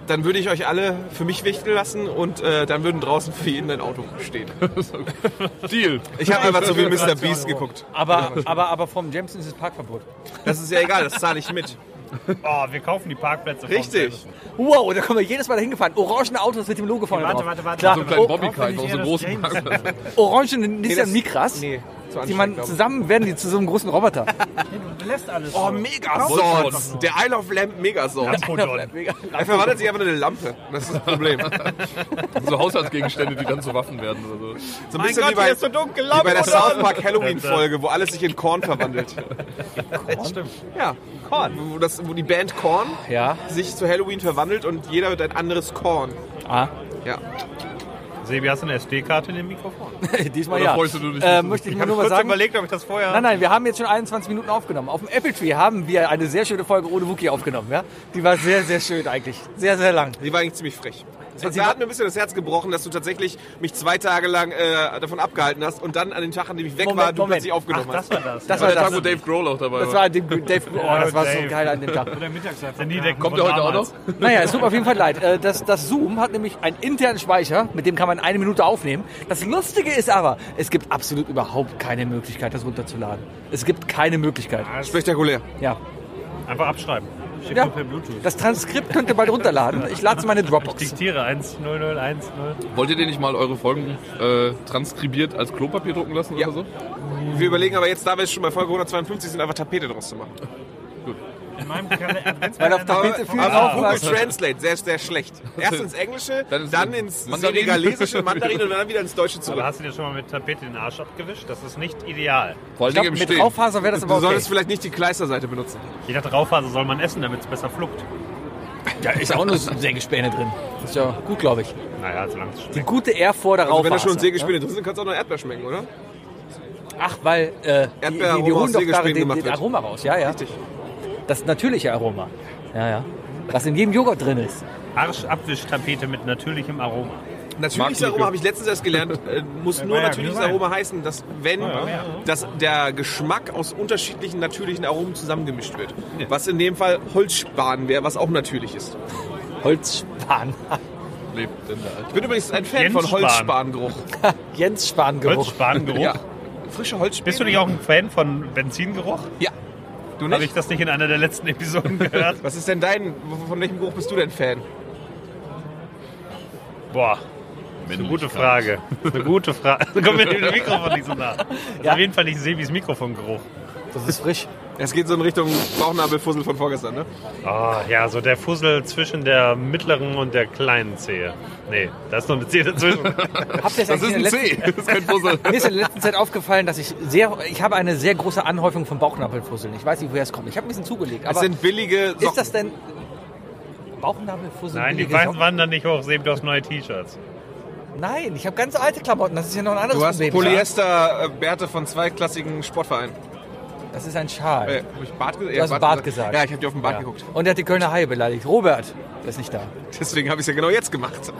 C: dann würde ich euch alle für mich wichteln lassen und äh, dann würden draußen für jeden ein Auto *laughs* stehen.
B: *laughs*
E: Deal.
C: Ich habe einfach zu viel Mr. Beast geguckt.
D: Aber, aber, aber vom Jameson ist es Parkverbot.
C: Das ist ja egal, das zahle ich mit.
B: Oh, wir kaufen die Parkplätze.
C: *laughs*
B: vom
C: Richtig.
B: Telefon.
D: Wow, da kommen wir jedes Mal dahin gefahren. Orangene Autos mit dem Logo vorne
A: Warte,
B: Genau.
D: drauf.
A: warte, warte.
D: Klar.
E: So einen kleinen
D: Oh,
E: Bobbycar,
A: hoffentlich
E: einfach so einen
A: eher
E: großen
A: das James.
E: Parkplatz.
D: Orangene Nissan Micras.
C: Nee, zu
D: Die man
C: anstrengend, glaub ich.
D: zusammen werden die zu so einem großen Roboter.
A: Du lässt alles.
C: Oh,
A: so.
C: Megasauce. Der Isle of Lamp Megasauce.
A: Oh,
B: Podon.
C: Er verwandelt sich einfach in eine Lampe. Das ist das Problem.
E: So Haushaltsgegenstände, die dann zu Waffen werden oder so.
C: So ein
B: Mein Gott,
C: wie
B: hier
C: bei,
B: ist so dunkel.
C: wie bei der
B: Lampe
C: South Park Halloween-Folge, wo alles sich in Korn verwandelt.
B: Stimmt.
C: Ja, Korn. Wo, das, wo die Band Korn
D: Ja.
C: sich zu Halloween verwandelt und jeder wird ein anderes Korn.
D: Ah. *laughs*
C: Ja.
B: Sebi, hast du eine SD-Karte in dem Mikrofon?
D: Diesmal
E: Oder
D: ja.
E: freust du dich nicht
D: äh,
E: so?
D: möchte ich
B: Ich
D: mir
B: habe
D: nur mal
B: kurz
D: sagen.
B: überlegt, ob ich das vorher...
D: Nein, nein, wir haben jetzt schon 21 Minuten aufgenommen. Auf dem Apple Tree haben wir eine sehr schöne Folge ohne Wookie aufgenommen. Ja? Die war sehr, sehr schön eigentlich. Sehr, sehr lang.
C: Die war eigentlich ziemlich frech. Das hat,
D: Sie
C: da
D: war-
C: hat mir ein bisschen das Herz gebrochen, dass du tatsächlich mich zwei Tage lang äh, davon abgehalten hast und dann an den Tag, an dem ich weg
D: Moment,
C: war, du
D: Moment.
C: plötzlich aufgenommen
B: Ach, das
C: hast.
B: war das.
D: Das
E: War
D: war
E: der Tag, wo
D: das.
E: Dave Grohl auch dabei
D: Das
E: war.
D: war an dem Dave. Oh, das war so
B: Dave.
D: geil an dem Tag.
A: Der Mittagsschlaf.
B: Die Decken
E: Kommt der
B: von
E: heute auch
B: damals.
E: noch?
D: Naja, es tut mir auf jeden Fall leid. Äh, Das, das Zoom hat nämlich einen internen Speicher, mit dem kann man eine Minute aufnehmen. Das Lustige ist aber, es gibt absolut überhaupt keine Möglichkeit, das runterzuladen. Es gibt keine Möglichkeit.
C: Spektakulär.
D: Ja.
B: Einfach abschreiben. Schick
D: Ja.
B: nur per Bluetooth.
D: Das Transkript könnt ihr bald runterladen. Ich lade es in meine Dropbox.
B: Diktiere 10010.
E: Wollt ihr denn nicht mal eure Folgen äh, transkribiert als Klopapier drucken lassen
C: Ja.
E: oder so?
C: Wir überlegen aber jetzt, da wir schon bei Folge 152 sind, einfach Tapete draus zu machen.
A: In meinem Kalender-
D: Weil auf
A: Adventskalender-
D: Tapete viel
C: Aber Google
D: drauflassen.
C: Translate, sehr, sehr schlecht. Erst ins Englische,
E: Dann ins-
C: dann ins
E: Mandarin.
C: Senegalesische, Mandarin und dann wieder ins Deutsche
B: Aber
C: zurück.
B: hast du dir schon mal mit Tapete den Arsch abgewischt? Das ist nicht ideal.
E: Vor
D: Ich
E: allen Dingen
D: glaub,
E: im
D: mit
E: Stehen.
D: Raufaser wäre das aber
C: Du
D: okay.
C: solltest vielleicht nicht die Kleisterseite benutzen. Also
B: Jeder Draufhase soll man essen, damit es besser fluckt.
D: Da ist auch nur so Sägespäne drin. Ist ja gut, glaube ich.
B: Naja, also solange es schmeckt.
D: Die gute Air vor der
C: Also wenn da
D: Raufaser.
C: schon Sägespäne drin sind, kannst du auch noch Erdbeer schmecken, oder?
D: Ach, weil äh, die,
C: Erdbeeraroma
D: die, die
C: aus
D: holen doch
C: Sägespänen
D: darin den,
C: gemacht
D: den
C: wird.
D: Aroma raus. Ja, ja.
C: Richtig.
D: Das natürliche Aroma. Ja, ja. Was in jedem Joghurt drin ist.
B: Arschabwischtapete mit natürlichem Aroma.
C: Natürliches
E: Markenlücke.
C: Aroma habe ich letztens erst gelernt, äh, muss nur
A: ja,
C: natürliches
A: kann sein.
C: Aroma heißen, dass wenn dass der Geschmack aus unterschiedlichen natürlichen Aromen zusammengemischt wird. Was in dem Fall Holzspan wäre, was auch natürlich ist.
D: Holzspan. *laughs*
E: lebt denn da halt.
C: Ich bin übrigens ein Fan
B: Jens
C: von
B: Spahn.
C: Holzspangeruch.
D: Jens
C: *laughs*
D: Spangeruch.
B: Holzspangeruch.
C: Ja. Frische Holzspäne.
B: Bist du nicht auch ein Fan von Benzingeruch?
C: Ja. Du
B: Habe
C: nicht?
B: ich das nicht in einer der letzten Episoden gehört?
C: Was ist denn dein, von welchem Geruch bist du denn Fan?
B: Boah. Das ist eine gute Frage. Das ist Eine gute Frage. *laughs* Komm mir dem Mikrofon nicht so nah. Das ist
D: Ja.
B: auf jeden Fall nicht Sebis Mikrofongeruch.
D: Das ist frisch.
C: Es geht so in Richtung Bauchnabelfussel von vorgestern, ne?
B: Oh, ja, so der Fussel zwischen der mittleren und der kleinen Zehe. Nee, da ist noch eine Zehe *laughs* dazwischen.
D: Habt ihr es
E: Das
D: eigentlich
E: ist
D: in der
E: ein
D: letzten,
E: C.
C: *laughs*
E: Das ist kein Puzzle.
D: mir ist in der letzten Zeit aufgefallen, dass ich sehr, ich habe eine sehr große Anhäufung von Bauchnabelfusseln. Ich weiß nicht, woher es kommt. Ich habe ein bisschen zugelegt.
C: Es
D: Aber
C: sind billige Socken.
D: ist das denn Bauchnabelfussel?
B: Nein, die
D: billige
B: Weißen
D: Socken?
B: wandern nicht hoch. Sebi, du hast neue T-Shirts.
D: Nein, ich habe ganz alte Klamotten. Das ist ja noch ein anderes
C: Du hast
D: Problem.
C: Polyester-Bärte von zweitklassigen Sportvereinen.
D: Das ist ein Schal.
C: Äh, hab ich Bart, ge-
D: Du
C: ja,
D: hast
C: Bart
D: Bart gesagt.
C: Ja, ich habe dir auf den Bart
D: Ja.
C: geguckt. *laughs*
D: Und er hat die Kölner Haie beleidigt. Robert, der ist nicht da.
C: Deswegen habe ich es ja genau jetzt gemacht.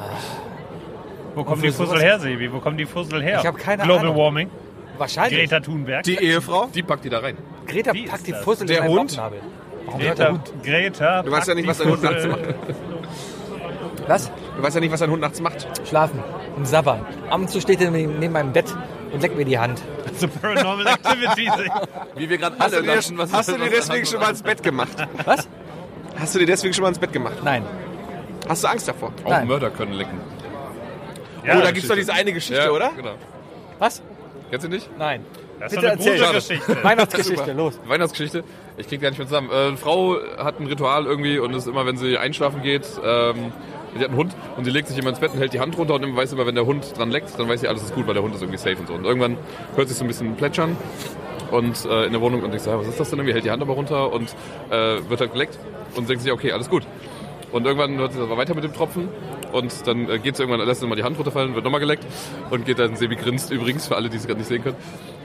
B: Wo kommen die
D: für sowas-
B: Fussel her, Sebi? Wo kommen die Fussel her?
D: Ich hab keine
B: Global
D: Ahnung.
B: Warming?
D: Wahrscheinlich.
B: Greta Thunberg?
C: Die Ehefrau?
E: Die packt die da rein.
D: Greta
B: Wie
D: packt
B: ist
D: die
B: das?
D: Fussel in
C: Der
D: einen
C: Hund?
D: Bauchnabel. Warum hört der
B: Greta,
D: Hund?
B: Greta.
C: Du weißt ja nicht,
B: packt die
C: was dein Hund
B: Fussel.
C: nachts macht.
B: *laughs*
D: Was?
C: Du weißt ja nicht, was dein Hund nachts macht.
D: Schlafen. Und sabbern. Ab und zu steht er neben neben meinem Bett und leckt mir die Hand.
B: So Paranormal Activity.
E: Wie wir gerade
C: Hast
E: alle
C: du dir,
E: lachen, was
C: hast du
E: was-
C: dir
E: was-
C: deswegen schon mal ins Bett gemacht?
D: Was?
C: Hast du dir deswegen schon mal ins Bett gemacht?
D: Nein.
C: Hast du Angst davor?
E: Auch
D: Nein.
E: Mörder können lecken.
B: ja,
C: oh, da gibt's doch diese eine Geschichte, oder?
E: Genau.
D: Was?
E: Kennst du nicht?
C: *laughs*
D: Nein.
B: Das
D: Bitte
B: ist doch eine gute
D: erzähl. *laughs*
B: Geschichte.
D: Weihnachtsgeschichte, los.
E: Weihnachtsgeschichte. Ich krieg gar nicht mehr zusammen. Äh, eine Frau hat ein Ritual irgendwie und ist immer, wenn sie einschlafen geht, ähm, sie hat einen Hund und sie legt sich immer ins Bett und hält die Hand runter und immer- weiß immer, wenn der Hund dran leckt, dann weiß sie, alles ist gut, weil der Hund ist irgendwie safe und so. Und irgendwann hört sie so ein bisschen plätschern und äh, in der Wohnung und denkt so, "Ah, was ist das denn irgendwie? Hält die Hand aber runter und äh, wird halt geleckt und denkt sich, okay, alles gut. Und irgendwann hört sie aber weiter mit dem Tropfen. Und dann äh, geht sie irgendwann, lässt sie mal die Hand runterfallen, wird nochmal geleckt. Und geht dann, Sebi grinst übrigens, für alle, die es gerade nicht sehen können.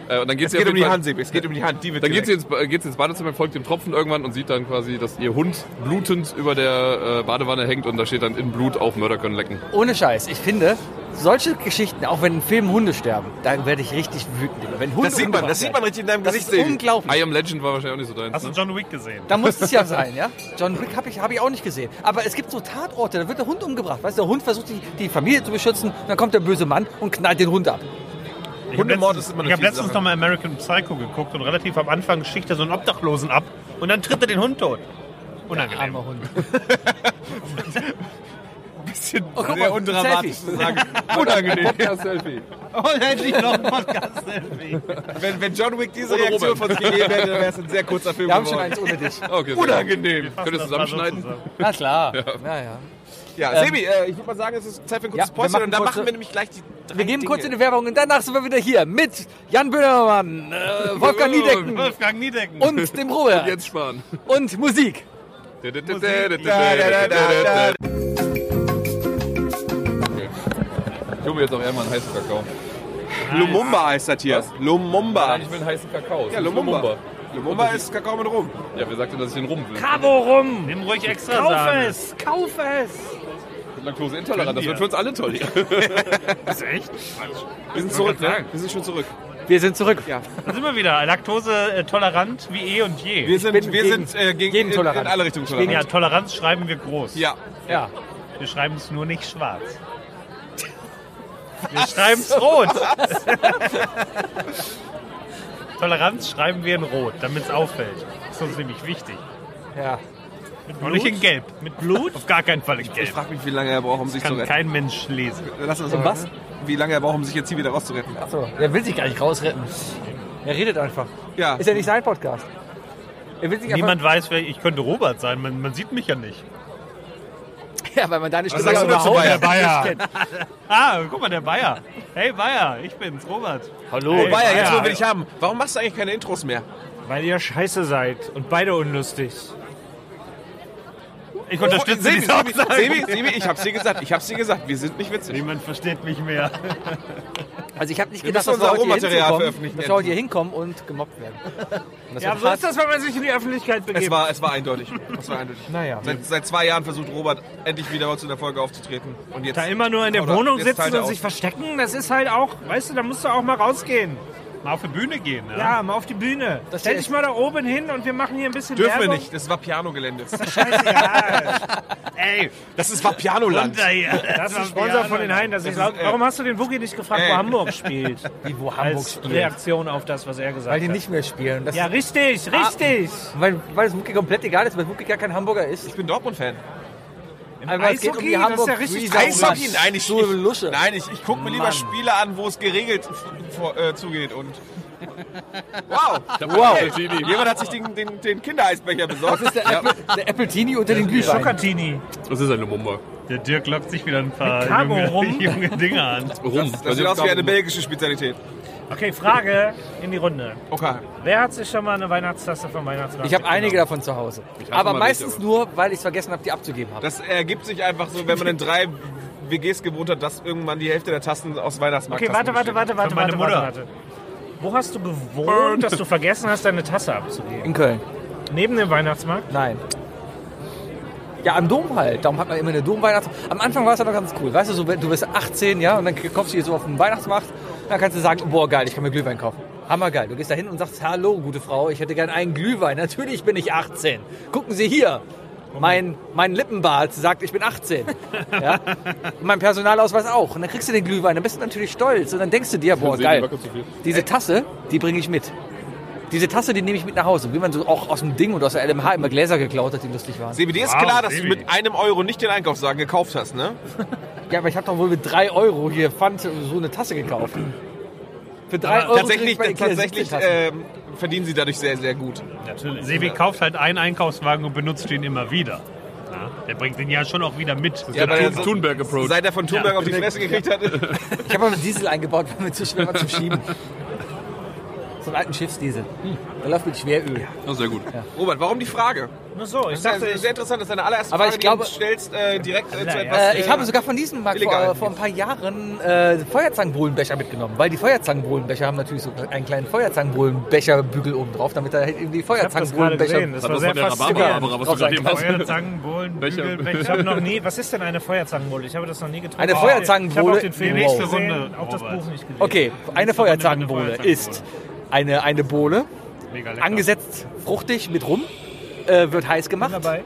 E: Äh, und dann geht
C: Es
E: sie
C: geht
E: auf
C: um
E: jeden
C: die
E: Fall-
C: Hand, Sebi. Es geht um die Hand. Die wird
E: dann geht sie,
C: geleckt.
E: ins, äh, geht sie ins Badezimmer, folgt dem Tropfen irgendwann und sieht dann quasi, dass ihr Hund blutend über der äh, Badewanne hängt und da steht dann in Blut auch Mörder können lecken.
D: Ohne Scheiß, ich finde, solche Geschichten, auch wenn in Filmen Hunde sterben, da werde ich richtig wütend. über. Wenn Hunde
C: Das sieht man, das sieht man richtig in deinem
D: Das
C: Gesicht, Ah,
D: ist
C: Sebi.
D: unglaublich.
E: I Am Legend war wahrscheinlich auch nicht so deins.
B: Hast du
E: Ne?
B: John Wick gesehen?
D: Da muss es ja sein, ja? John Wick habe ich, hab ich auch nicht gesehen. Aber es gibt so Tatorte, da wird der Hund umgebracht. Weißt du, der Hund versucht, die, die Familie zu beschützen, dann kommt der böse Mann und knallt den Hund ab.
B: Ich habe
C: Hundemord
B: letztens,
C: ist immer eine
B: ich hab
C: fiese
B: letztens
C: Sache.
B: nochmal American Psycho geguckt und relativ am Anfang schicht er so einen Obdachlosen ab und dann tritt er den Hund tot. Unangenehm.
D: Armer Hund.
C: bisschen
D: Oh, guck mal,
C: sehr
D: ein
C: undramatisch zu sagen.
E: *laughs* Unangenehm. Selfie.
A: Oh,
B: Und endlich noch ein *laughs* Podcast-Selfie.
C: Wenn, wenn John Wick diese
E: Ohne
C: Reaktion
E: Robert.
C: von sich gegeben hätte, dann wäre es ein sehr kurzer Film
D: Wir haben schon
C: geworden.
D: eins ohne dich.
E: Okay, sehr
C: Unangenehm.
E: gut. Könnt ihr das zusammenschneiden?
D: Na klar. Ja, ja.
C: Ja, Sebi, äh, ich würde mal sagen, es ist Zeit für ein kurzes
D: Ähm, Ja, wir
C: Päuschen
D: machen
C: und dann
D: kurze-
C: machen wir nämlich gleich die drei
D: Wir gehen
C: Dinge.
D: kurz in die Werbung und danach sind wir wieder hier mit Jan Böhmermann, äh, Wolfgang Niedecken
B: Wolfgang Niedecken.
D: und dem Robert
E: Jetzt sparen.
D: und Musik.
E: Ich hole mir jetzt auch eher mal einen heißen Kakao.
C: Lumumba heißt das hier. Lumumba.
E: Nein, ich will einen heißen Kakao. Es
C: Ja,
E: ist
C: Lumumba. Lumumba
D: Also
C: ist Kakao mit Rum.
E: Ja, wer sagt denn, dass ich den rum will?
D: Bravo rum!
B: Nimm ruhig extra Sahne.
D: Kauf es!
E: Laktoseintolerant, das wird für uns alle toll hier.
B: Ist echt?
C: Wir sind zurück, ne? Wir sind schon zurück.
D: Wir sind zurück.
B: Da sind wir wieder. Laktose-tolerant wie eh und je.
C: Wir sind,
D: bin
C: wir
D: gegen-
C: sind äh, gegen,
D: gegen
C: in, in
D: Toleranz.
C: alle Richtungen
B: Ja,
C: tolerant.
B: Toleranz schreiben wir groß.
C: Ja.
D: Ja.
B: Wir schreiben es nur nicht schwarz. Wir schreiben es *laughs* rot. Toleranz schreiben wir in rot, damit es auffällt. Das ist uns nämlich wichtig.
D: ja.
B: Und nicht in gelb. Mit Blut? Auf gar keinen Fall in
C: Ich
B: gelb.
C: frage mich, wie lange er braucht, um sich zu
B: Kann
C: retten.
B: kein Mensch lesen.
C: Lass uns mal-
D: was?
C: Wie lange er braucht, um sich jetzt hier wieder rauszuretten.
D: Achso, er will sich gar nicht rausretten. Er redet einfach.
C: Ja.
D: Ist ja nicht sein Podcast. Er will sich
B: Niemand weiß, wer ich könnte Robert sein. Man, man sieht mich ja nicht.
D: einfach. Ja, weil man da nicht
C: Was sagst du dazu, Bayer?
B: Bayer. Ah, guck mal, der Bayer. Hey Bayer, ich bin's, Robert.
D: Hallo.
B: Hey,
C: Bayer, jetzt
B: Bayer.
C: wo wir dich haben. Warum machst du eigentlich keine Intros mehr?
A: Weil ihr scheiße seid und beide unlustig.
B: Ich unterstütze
C: Sebi,
B: dich
C: Sebi, Sebi, Sebi, ich hab's dir gesagt. Ich hab's dir gesagt. Wir sind nicht witzig.
B: Niemand versteht mich mehr.
D: Also ich habe nicht
C: Wir
D: gedacht, dass
C: müssen unser
D: wir, heute hier
C: Rohmaterial
D: hinkommen,
C: veröffentlichen
D: dass wir heute
C: endlich.
D: hier hinkommen und gemobbt werden. Und das
A: Ja,
D: wird
A: so
D: hart.
A: ist das, wenn man sich in die Öffentlichkeit
C: Es
A: begibt.
C: war, es war eindeutig. Es war eindeutig.
D: Naja.
C: Seit, seit zwei Jahren versucht Robert endlich wieder mal zu der Folge aufzutreten. Und jetzt
A: Da immer nur in der
C: Oder
A: Wohnung
C: jetzt
A: sitzen
C: teilt er
A: und
C: auf.
A: sich verstecken, das ist halt auch, weißt du, da musst du auch mal rausgehen.
B: Mal auf die Bühne gehen, ne?
A: Ja, mal auf die Bühne.
D: Das
A: Stell
D: ist-
A: dich mal da oben hin und wir machen hier ein bisschen
C: dürfen wir
A: Werbung.
C: nicht. Das war Pianogelände.
A: Scheißegal.
B: Ey,
C: Das ist war Pianoland.
B: runter hier.
A: Das ist der Sponsor von den Heinen. Das ist laut.
C: ist, äh,
A: Warum hast du den Wookie nicht gefragt,
C: äh.
A: wo Hamburg spielt?
D: Wie, wo Hamburg
A: Als
D: spielt.
A: Reaktion auf das, was er gesagt
D: Weil die
A: hat.
D: nicht mehr spielen. Das
A: ja, richtig, richtig.
D: weil, weil es Wookie komplett egal ist, weil Wookie gar kein Hamburger ist.
C: Ich bin Dortmund-Fan.
D: Aber es geht um
A: Eishockey,
D: die
A: das ist
D: Hamburg
A: ja richtig
D: Freezer-
C: Eishockey? Nein, ich,
D: So
C: ich,
D: Lusche.
C: nein, ich, ich gucke mir lieber
D: Mann.
C: Spiele an, wo es geregelt f- vor, äh, zugeht. Und wow,
D: Wow.
C: jemand hat sich den, den, den Kindereisbecher
D: Das
C: besorgt.
D: ist der, Apple, der Apple Teenie unter den Glühwein.
A: Schokatini.
E: Das ist eine Lumumba.
B: Der Dirk lockt sich wieder ein paar
A: Cargo
B: junge,
A: rum.
B: *laughs* junge Dinge an.
E: Rum. Also
C: Das sieht aus wie eine belgische Spezialität.
A: Okay, Frage in die Runde.
C: Okay.
A: Wer hat sich schon mal eine Weihnachtstasse vom Weihnachtsmarkt
D: Ich habe
A: mitgenommen?
D: einige davon zu Hause.
E: hab
D: Aber
E: mal welche,
D: meistens
E: aber-
D: nur, weil ich es vergessen habe, die abzugeben habe.
C: Das ergibt sich einfach so, wenn man in drei WGs gewohnt hat, dass irgendwann die Hälfte der Tasten aus Weihnachtsmarkt
A: Okay, warte, warte, warte, warte,
B: Für meine
A: warte,
B: Mutter.
A: warte, warte. Wo hast du gewohnt, dass du vergessen hast, deine Tasse abzugeben?
D: In Köln.
A: Neben dem Weihnachtsmarkt?
D: Nein. Ja, am Dom halt. Darum hat man immer eine Domweihnachts. Am Anfang war es ja noch ganz cool. Weißt du, so, wenn- du bist 18, ja, und dann kaufst du hier so auf dem Weihnachtsmarkt. Dann kannst du sagen, oh, boah, geil, ich kann mir Glühwein kaufen. Hammergeil. Du gehst da hin und sagst, hallo, gute Frau, ich hätte gern einen Glühwein. Natürlich bin ich 18. Gucken Sie hier. Mein, mein Lippenbart sagt, ich bin 18. Ja? Und mein Personalausweis auch. Und dann kriegst du den Glühwein. Dann bist du natürlich stolz. Und dann denkst du dir, boah, geil. Diese Tasse, die bringe ich mit. Diese Tasse, die nehme ich mit nach Hause. Wie man so auch aus dem Ding oder aus der LMH immer Gläser geklaut hat, die lustig waren.
C: Sebi, dir ist
B: Wow,
C: klar, dass
B: Sebi.
C: du mit einem Euro nicht den Einkaufswagen gekauft hast, ne?
D: Ja, aber äh, ich habe doch wohl mit 3 Euro hier Pfand so eine Tasse gekauft. Für drei Euro
C: Tatsächlich,
D: krieg ich bei Ikea
C: tatsächlich
D: 17 Tassen.
C: ähm, verdienen sie dadurch sehr, sehr gut.
A: Natürlich.
B: Sebi kauft halt einen Einkaufswagen und benutzt ihn immer wieder. Ja, der bringt den ja schon auch wieder mit.
C: Ja, aber
B: *laughs*
E: Thun- Thunberg-Approach.
C: Seit er von Thunberg auf die Fresse gekriegt hat.
D: Ich habe auch einen Diesel eingebaut, *laughs* weil mir zu schwer war zum Schieben. So einen alten Schiffsdiesel. Der läuft mit Schweröl.
E: Ja, sehr gut.
C: *laughs* Robert, warum die Frage?
A: Nur so, ich
C: Das
A: dachte,
C: ist sehr interessant, das ist deine allererste
D: Aber
C: Frage,
D: ich glaube-
C: die du stellst äh, direkt äh, zu
A: ja.
C: etwas.
D: Äh, ich habe sogar von diesem Markt
C: illegal.
D: vor, vor ein paar Jahren äh, Feuerzangenbohlenbecher mitgenommen, weil die Feuerzangenbohlenbecher haben natürlich so einen kleinen Feuerzangenbohlenbecherbügel oben drauf, damit da halt eben die
A: ich habe das gerade
D: Feuerzangenbohlenbecher.
A: gesehen. Das war
E: von
A: sehr
E: der Rhabarber,
A: faszinierend.
E: aber was du gerade eben hast.
A: Feuerzangen, Bohlen,
E: Becher.
A: Bügel, Becher. Ich habe noch nie, was ist denn eine Feuerzangenbowle? Ich habe das noch nie getrunken.
D: Eine
A: Oh,
D: Feuerzangenbowle-
A: Ich habe auch den Film
D: Nächste
A: nicht gesehen,
B: Runde,
A: auch das
B: Robert.
A: Buch nicht gelesen.
D: Okay, eine Feuerzangenbohle
B: Feuerzangenbohle.
D: ist eine, eine Bohle,
B: Mega lecker.
D: angesetzt fruchtig mit Rum, äh, wird heiß gemacht.
A: Dabei.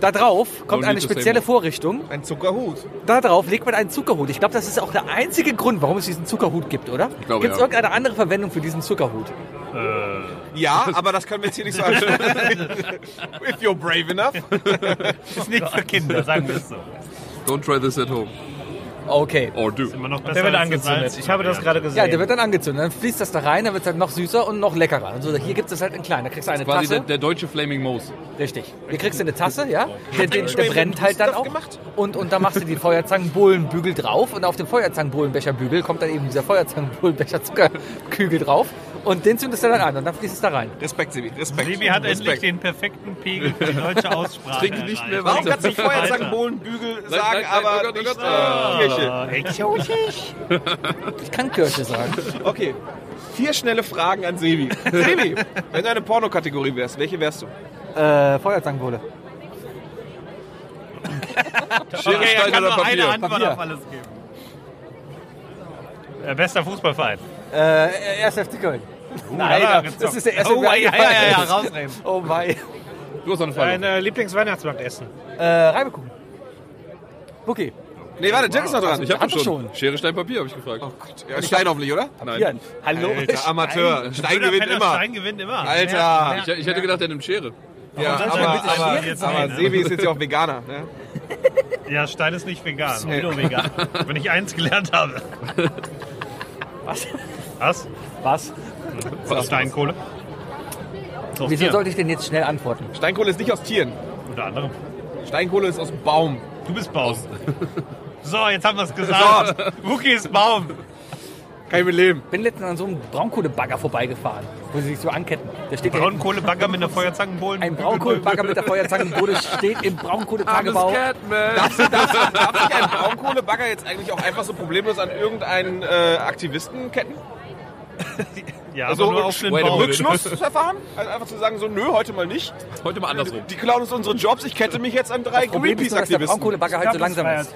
D: Da drauf kommt
E: Don't
D: eine
E: need to say
D: spezielle
E: more.
D: Vorrichtung.
C: ein Zuckerhut.
D: Da drauf legt man einen Zuckerhut. Ich glaube, das ist auch der einzige Grund, warum es diesen Zuckerhut gibt, oder? Gibt
E: glaube,
D: es
E: ja.
D: irgendeine andere Verwendung für diesen Zuckerhut?
B: äh,
C: Ja, aber das können wir jetzt hier nicht so
D: *laughs*
C: anschauen. If you're brave enough.
B: ist nicht für Kinder, sagen wir es so.
E: Don't try this at home.
D: Okay.
E: Or do.
B: Immer noch
A: Der
B: besser
A: wird
B: als die
A: angezündet.
B: Salz-
A: Ich habe das gerade gesehen.
D: Ja, der wird dann angezündet. Dann fließt das da rein, dann wird es halt noch süßer und noch leckerer. Also hier gibt es halt in klein. Da kriegst du eine
E: Quasi der,
D: Tasse.
E: der deutsche Flaming Moose.
D: Richtig. Hier kriegst du eine Tasse, ja. Der, der, der
C: Raymond
D: brennt halt dann
C: Stuff
D: auch.
C: gemacht?
D: Und, und da machst du die Feuerzangenbohlenbügel drauf. Und auf dem Feuerzangenbohlenbecherbügel kommt dann eben dieser Feuerzangenbohlenbecher Zuckerkügel drauf. Und den zündest du dann an und dann fließt es da rein.
C: Respekt, Sebi. Respekt.
B: Sebi hat endlich
C: Respekt.
B: den perfekten Pegel für die deutsche Aussprache.
E: Trinke nicht mehr
B: erreicht.
E: weiter.
C: Warum kannst du nicht vorher sagen, Bohlenbügel sagen,
E: nein, nein,
C: aber
E: oh Gott, oh
C: nicht
E: Gott.
C: äh, Kirche?
D: Ich kann Kirche sagen.
C: Okay. Vier schnelle Fragen an
B: *laughs*
C: Sebi. Sebi, wenn du eine Pornokategorie wärst, welche wärst du?
D: äh, Feuerzangenbohle.
E: Schere,
B: Okay, er
E: Stein
B: kann
E: oder
B: nur eine
E: Papier?
B: Antwort
D: Papier.
B: auf alles geben. Äh, Bester Fußballverein.
D: Äh, erst FC Köln. Nein, das,
B: da geht's
D: das
B: doch.
D: ist der erste
B: Oh, ja, ja, ja, ja,
D: rausnehmen. Oh, wei.
E: Du hast noch eine
A: Dein
E: Frage.
A: äh, Lieblingsweihnachtsmarktessen.
D: Äh, Reibekuchen. Buki.
C: Nee, warte, Dirk ist noch dran.
E: Ich hab
D: Hat
E: doch
D: doch
E: schon.
D: schon.
E: Schere, Stein, Papier, habe ich gefragt.
C: Ja, Stein hoffentlich, oder?
E: Nein.
D: Jan. Hallo.
C: Alter, Amateur. Stein
B: Döner
C: gewinnt
B: Penner
C: immer.
B: Stein gewinnt immer.
C: Alter.
E: Ich, ich hätte gedacht, er nimmt Schere.
C: Ja,
B: Soll
C: aber,
B: schon ein bisschen
C: aber,
B: schwierig sein,
C: aber
B: ne?
C: Sebi ist jetzt ja auch Veganer. Ne?
B: Ja, Stein ist nicht vegan. Sowieso vegan. Wenn ich eins gelernt habe. Was?
D: Was?
B: Was? Was? Steinkohle? So,
D: Wieso
B: hier,
D: sollte ich denn jetzt schnell antworten?
C: Steinkohle ist nicht aus Tieren.
B: unter anderem.
C: Steinkohle ist aus dem Baum.
B: Du bist Baum. *laughs* So, jetzt haben wir es gesagt. Wookie ist Baum.
C: Kann ich mit leben.
D: bin letztens an so einem Braunkohlebagger vorbeigefahren, wo sie sich so anketten. Da steht ja
B: Braunkohlebagger mit einer Feuerzangenbohlen.
D: ein Braunkohlebagger mit der Feuerzangenbude steht im
E: Ah,
D: Braunkohletagebau.
C: Darf, darf, darf ich einen Braunkohlebagger jetzt eigentlich auch einfach so problemlos an irgendeinen äh, Aktivisten ketten?
B: Ja,
C: Also
B: aber nur auf den
E: wait a
B: Baum.
E: minute.
B: *laughs*
C: Rückschlussverfahren? Also einfach zu sagen, so, nö, heute mal nicht.
E: Heute mal andersrum.
C: Die klauen uns unsere Jobs, ich kette mich jetzt an drei
D: Problem ist nur, dass der
C: Greenpeace-Aktivisten.
D: Braunkohlebagger halt so langsam ist.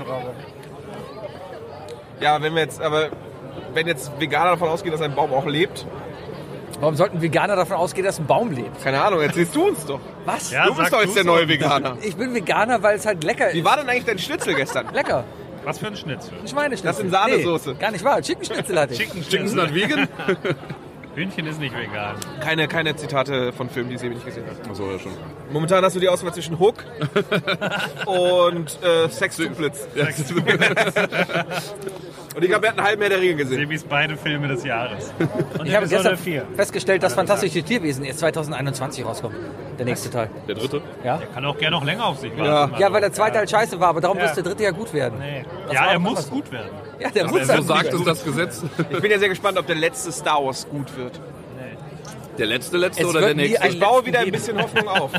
C: Ja, wenn wir jetzt, aber wenn jetzt Veganer davon ausgehen, dass ein Baum auch lebt,
D: Warum sollten Veganer davon ausgehen, dass ein Baum lebt?
C: keine Ahnung, erzählst du uns doch.
D: Was?
B: Ja,
C: du bist
B: Ah, sag
C: doch jetzt der
B: du's.
C: neue Veganer.
D: Ich bin Veganer, weil es halt lecker
C: Wie
D: ist.
C: war denn eigentlich dein Schnitzel gestern?
D: Lecker.
B: Was für ein Schnitzel?
D: Ein Schweineschnitzel.
C: Das in Sahnesoße.
D: Nee, gar nicht wahr. Chickenschnitzel hatte ich.
B: Chicken
E: Chicken sind
B: Schnitzel.
C: halt
E: dann vegan?
B: *laughs* Hühnchen ist nicht vegan.
C: Keine, keine Zitate von Filmen, die Sebi nicht gesehen hat.
E: Achso, ja schon.
C: Momentan hast du die Auswahl zwischen Hook und äh, Sex Duplitz. Und ich glaube, wir hatten halb mehr der Regeln gesehen.
B: Sebis beide Filme des
D: *laughs*
B: Jahres. Und
D: Ich habe
B: Episode
D: gestern
B: vier.
D: festgestellt, dass Fantastische Tierwesen erst 2021 rauskommt. Der nächste Teil.
E: Der dritte?
D: Ja?
B: Kann auch gerne noch länger auf sich warten. Also,
D: Ja, weil der zweite halt scheiße war, aber darum
B: Ja.
D: muss der dritte ja gut werden.
B: Nee.
D: Das
B: Ja,
D: war
B: er
D: auch
B: muss
D: anders.
B: gut werden.
D: Ja, der muss
E: So
D: halt
E: sagt es das Gesetz.
C: Ich bin ja sehr gespannt, ob der letzte Star Wars gut wird.
E: Der letzte, letzte
D: Es
E: oder der
D: wird nie
E: nächste?
D: ein-
C: Ich baue wieder ein bisschen Hoffnung auf.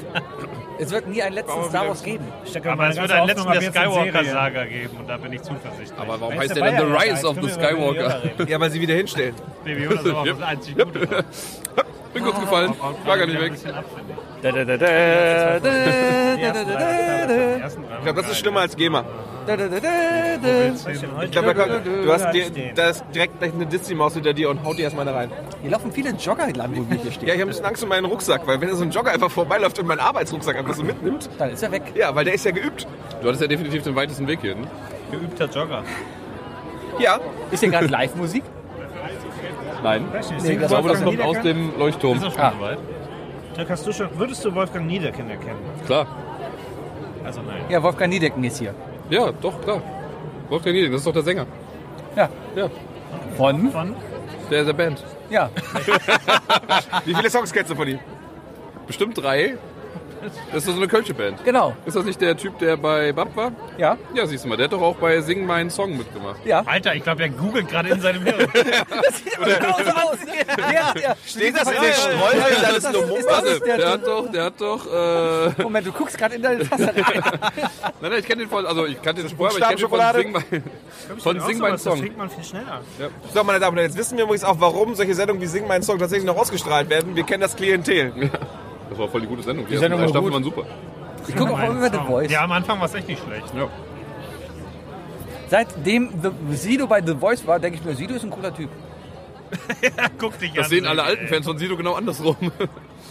D: Es wird nie einen letzten Star Wars geben.
A: Ich stecke
B: Aber
A: meine
B: es wird
A: ganze
B: einen
A: Hoffnung
B: letzten
A: ab
B: der
A: jetzt in Serien.
B: Skywalker-Saga geben und da bin ich zuversichtlich.
E: Aber warum
A: Wer ist
E: heißt der dann The
A: Bayer
E: Rise
A: jetzt
E: of the
A: eigentlich? Können wir über Yoda
E: Skywalker?
A: reden?
C: Ja, weil sie wieder hinstellen.
B: Baby Yoda ist
D: *laughs*
B: auch das einzig Gute. dran.
E: Bin kurz gefallen. War gar nicht weg.
B: Ich bin abfällig.
A: Die ersten drei Teile, die ersten drei
C: Ich glaube, das ist schlimmer als GEMA.
A: Filme.
C: Ich glaube, da kommt- du hast dir, da ist direkt gleich eine Disney-Maus hinter dir und haut dir erstmal da rein.
D: Hier laufen viele Jogger entlang, wo wir hier
C: Ja,
D: stehen.
C: ich habe ein bisschen Angst um meinen Rucksack, weil wenn so ein Jogger einfach vorbeiläuft und meinen Arbeitsrucksack einfach so mitnimmt,
D: Dann ist er weg.
C: ja, weil der ist ja geübt.
E: Du hattest ja definitiv den weitesten Weg hier. Ne?
B: Geübter Jogger.
C: Ja,
D: Ist hier gerade Live-Musik?
E: Nein.
D: Nee,
E: Ich
D: das
E: glaube,
D: war
E: das kommt aus dem Leuchtturm.
B: Ist das schon
D: Ah.
B: soweit?
A: Dirk, hast du schon, würdest du Wolfgang Niedecken erkennen?
E: Klar.
B: Also nein.
D: Ja, Wolfgang Niedecken ist hier.
E: Ja, doch, klar. Wolfgang Nieding, das ist doch der Sänger.
D: Ja.
E: Ja.
D: Von?
A: Von
E: Der ist der Band.
D: Ja.
C: Wie viele Songs kennst du von ihm?
E: Bestimmt drei. Das ist doch so eine Kölsche Band.
D: Genau.
E: Ist das nicht der Typ, der bei BAP war?
C: *laughs*
D: Ja.
E: Ja, siehst du mal, der hat doch auch bei Sing meinen Song mitgemacht.
B: Alter, ich glaube, er googelt gerade
D: *laughs*
B: in seinem Hirn.
D: Genauso aus. Ja, ja.
C: Genau Steht das in den Streuhöllen alles nur Mumba?
E: Warte, der, hat doch, der hat doch, äh,
D: Moment, du guckst gerade in deine Tasse rein.
E: Nein, nein, ich kenne den von, also ich kannte den vorher, aber ich
C: Buchstabenschokolade?
E: kenne den von Sing, mein, von Sing meinen
B: Das
E: Song.
B: trinkt man viel schneller.
C: So, meine Damen und Herren, jetzt wissen wir übrigens auch, warum solche Sendungen wie Sing meinen Song tatsächlich noch ausgestrahlt werden. Wir kennen das Klientel.
E: Das war voll die gute Sendung. Die,
B: Sendung
E: ersten
B: war
E: drei Staffeln
B: gut.
E: waren super.
D: Ich gucke auch immer The Voice.
B: Ja, am Anfang war es echt nicht schlecht.
E: Ja.
D: Seitdem The, Sido bei The Voice war, denke ich mir, Sido ist ein cooler Typ.
B: Guck dich an.
E: Das sehen alle
B: ey.
E: alten Fans von Sido genau andersrum.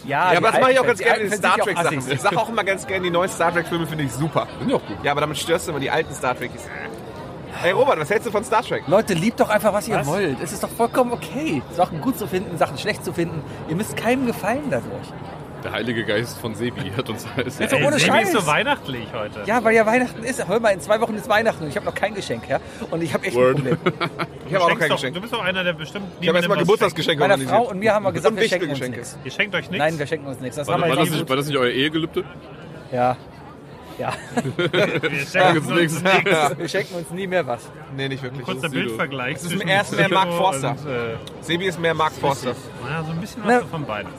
D: Ja,
C: Ja, aber das mache ich auch ganz gerne in
D: den
C: den Star Trek Sachen. Ich sage auch immer ganz gerne, die neuen Star Trek Filme finde ich super.
E: Sind ja auch gut.
C: Ja, aber damit störst du immer die alten Star Trek. Hey Robert, was hältst du von Star Trek?
D: Leute, liebt doch einfach, was ihr wollt. Es ist doch vollkommen okay, Sachen gut zu finden, Sachen schlecht zu finden. Ihr müsst keinem gefallen dadurch.
E: Der Heilige Geist von Sebi hat uns alles.
D: doch
B: Ey,
D: ohne
B: Sebi ist
D: Scheiß.
B: so weihnachtlich heute.
D: Ja, weil ja Weihnachten ist. Hör mal, in zwei Wochen ist Weihnachten und ich habe noch kein Geschenk, ja? Und ich habe echt
E: Word.
D: ein Problem.
C: Ich habe auch noch
B: Schenkst
C: kein
B: doch-
C: Geschenk.
B: Du bist doch einer, der bestimmt
C: Ich habe
B: niemandem
C: erstmal
B: was
C: Geburtstagsgeschenke
D: Meiner
C: organisiert.
D: Frau und mir haben wir gesagt,
C: Und
D: wir schenken uns
C: wichtige
D: nichts.
B: schenkt. Ihr schenkt euch nichts?
D: Nein, wir schenken uns nichts. Das haben wir
E: War das,
D: jetzt
E: nicht,
D: nicht.
E: war das nicht euer Ehegelübde?
D: Ja. Ja.
B: wir schenken uns
E: Nix.
C: *laughs*
B: nichts.
D: *laughs*
B: Ein
D: Wir schenken uns nie mehr was.
C: Nee, nicht wirklich.
B: kurzer Bildvergleich. Das
C: ist im ersten mehr Mark Forster.
B: Und, äh,
C: Sebi ist mehr Mark Forster.
B: naja, so ein bisschen
D: Ne.
B: was von beiden.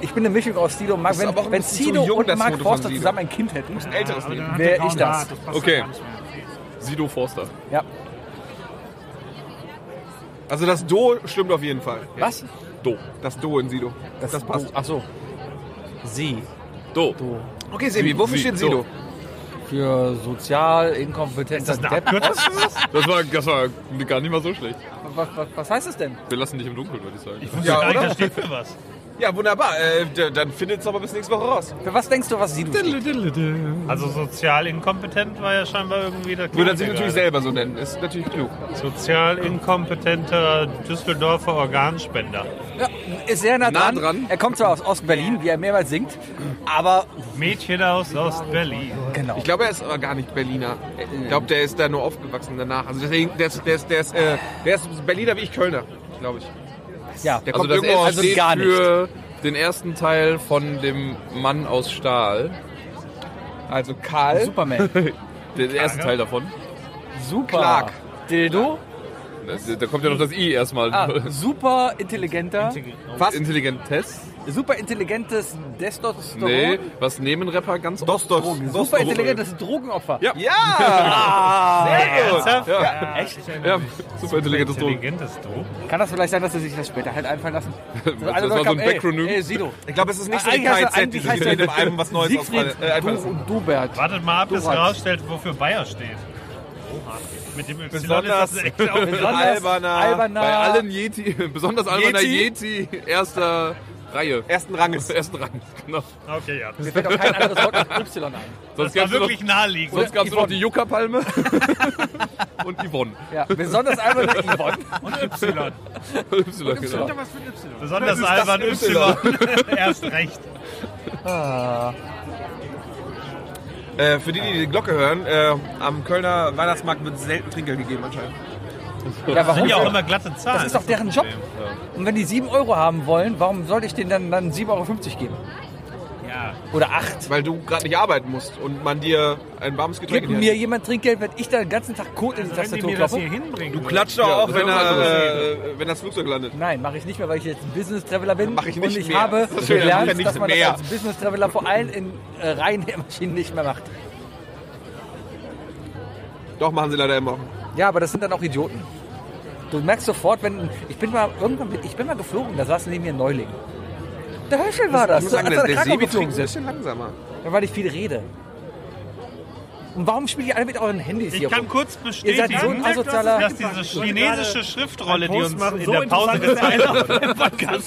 D: Ich bin eine Mischung aus Sido und Mark.
C: ist aber auch
D: Wenn,
C: ein
D: wenn
C: bisschen zu
D: Sido
C: jung,
D: und
C: das
D: Mark
C: Foto von
D: Forster
C: Sido.
D: zusammen ein Kind hätten,
C: Älteres
B: Aber dann
C: Leben.
B: hat
D: Wer
B: der graue
D: ich das?
B: Bart, passt doch
E: Okay.
B: gar nicht mehr.
E: Sido Forster.
D: ja.
C: Also das Do stimmt auf jeden Fall.
D: Was?
E: Do.
C: Das Do in Sido. Das, passt.
D: Ach so. Sie.
E: Do.
C: Okay, Sebi, wofür
E: Sie-
C: steht Sido?
D: Für sozial inkompetenter Depp.
E: Das war, das war gar nicht mal so schlecht.
D: Was, was, was heißt das denn?
E: Wir lassen dich im Dunkeln, würde ich sagen.
C: Ja,
B: Nein,
C: oder?
B: das steht für was.
C: Ja, wunderbar. Äh, d- dann findet es aber bis nächste Woche raus.
D: Für was denkst du, was Sido steht?
B: Also sozial inkompetent war ja scheinbar irgendwie der
C: Würde er
B: Klang
C: sich
B: hier
C: natürlich
B: gerade.
C: selber so nennen. Ist natürlich klug.
B: Sozial inkompetenter Düsseldorfer Organspender.
D: Ja, ist sehr nah
E: Nah
D: dran.
E: dran.
D: Er kommt zwar aus Ost-Berlin, wie er mehrmals singt, aber
B: Mädchen aus Ostberlin.
D: genau.
C: Ich glaube, er ist aber gar nicht Berliner. Ich glaube, der ist da nur aufgewachsen danach. Also deswegen, der ist, der ist, der ist, äh, der ist Berliner wie ich Kölner, glaube ich.
D: ja.
C: Der
E: Also
C: kommt
E: das
C: irgendwo
E: S
C: aus
D: also
E: steht
D: gar nicht.
E: für den ersten Teil von dem Mann aus Stahl.
C: Also Karl.
D: Superman.
E: Den ersten Teil davon.
D: Super.
C: Clark.
D: Dildo.
E: Da da kommt ja noch das I erstmal. *laughs*
D: Ah, super intelligenter,
E: Was? Intelligentes?
D: super intelligentes Testosteron.
E: Nee, was nehmen Rapper ganz oft?
C: Drogen.
D: Super intelligentes Drogenopfer.
E: Ja.
C: Ja! *laughs* Sehr gut.
B: Ernsthaft?
D: Echt?
E: Ja, super intelligentes Drogen.
B: Intelligentes Drogen.
D: Kann das vielleicht sein, dass sie sich das später halt einfallen lassen?
E: *laughs* Das war so ein Backronym.
D: Ey, ey, Sido. Ah,
C: Ich glaube, es ist nicht so die
D: Eigentlich heißt er-
C: KZ, die
D: eigentlich
C: sich
D: heißt
C: in
D: er
C: dem Album was Neues
D: Siegfried
C: ausfallen- äh, einfallen
D: du
C: lassen.
D: und Dubert.
B: Wartet mal ab, bis
D: Durat.
B: rausstellt, wofür Bayer steht. Oha. Mit dem Y ist
C: Besonders-
B: das echt auch
C: Alberner.
D: Alberner.
E: Bei allen Yeti, *laughs* besonders Alberner Yeti, erster Reihe.
C: Ersten Ranges.
E: Ersten Rang, genau.
B: Okay, ja.
D: Mir fällt auch kein anderes Wort als Y ein.
B: Das war
E: Sonst gab's nur noch,
B: wirklich
D: genau-
B: naheliegend.
E: sonst gab's nur noch die Yucca-Palme *laughs* und Yvonne. *laughs*
D: Ja, besonders Alberner Yvonne.
B: Und Y.
E: Y, genau.
B: Besonders albern Y. *laughs* Erst recht.
C: Äh, für die, die die Glocke hören, äh, am Kölner Weihnachtsmarkt wird selten Trinkgeld gegeben anscheinend.
D: Ja, warum?
B: Sind ja auch
D: denn?
B: immer glatte Zahlen.
D: Das ist doch deren Job. Und wenn die 7 Euro haben wollen, warum sollte ich denen dann, dann 7,50 Euro geben?
B: Ja.
D: Oder 8?
C: Weil du gerade nicht arbeiten musst und man dir ein warmes Getränk
D: Gibt
C: in die
D: mir
C: Hand-
D: jemand Trinkgeld, wenn ich da den ganzen Tag Kot in die
B: Wenn die
D: Tastatur
B: mir das hier
D: klopfe?
B: hinbringen.
C: Du klatscht doch auch,
E: das
C: wenn,
E: ist was
C: er,
E: ne?
C: äh, wenn das Flugzeug landet.
D: Nein, mache ich nicht mehr, weil ich jetzt ein Business Traveler bin.
C: Mach ich nicht
D: und ich
C: mehr.
D: habe
C: Das ist schön,
D: gelernt,
C: ja nicht
D: dass man
C: mehr.
D: das als Business Traveler vor allem in äh, Reihen der Maschinen nicht mehr macht.
C: Doch, machen sie leider immer.
D: Ja, aber das sind dann auch Idioten. Du merkst sofort, wenn ich bin mal irgendwann bin- ich bin mal geflogen, da saß neben mir ein Neuling. Der Höschel war das,
C: ich muss sagen,
D: als
C: der,
D: wir
C: der
D: nach Krakau
C: Sebi trinkt
D: geflogen
C: ein bisschen
D: sind.
C: langsamer.
D: Ja, weil ich viel rede. Und warum spielt ihr alle mit euren Handys
B: Ich
D: hier
B: kann
D: rum?
B: kurz
D: Ihr seid
B: bestätigen,
D: so ein asozialer...
B: dass diese chinesische Schriftrolle, die Post uns machen, in so der Pause interessante gezeigt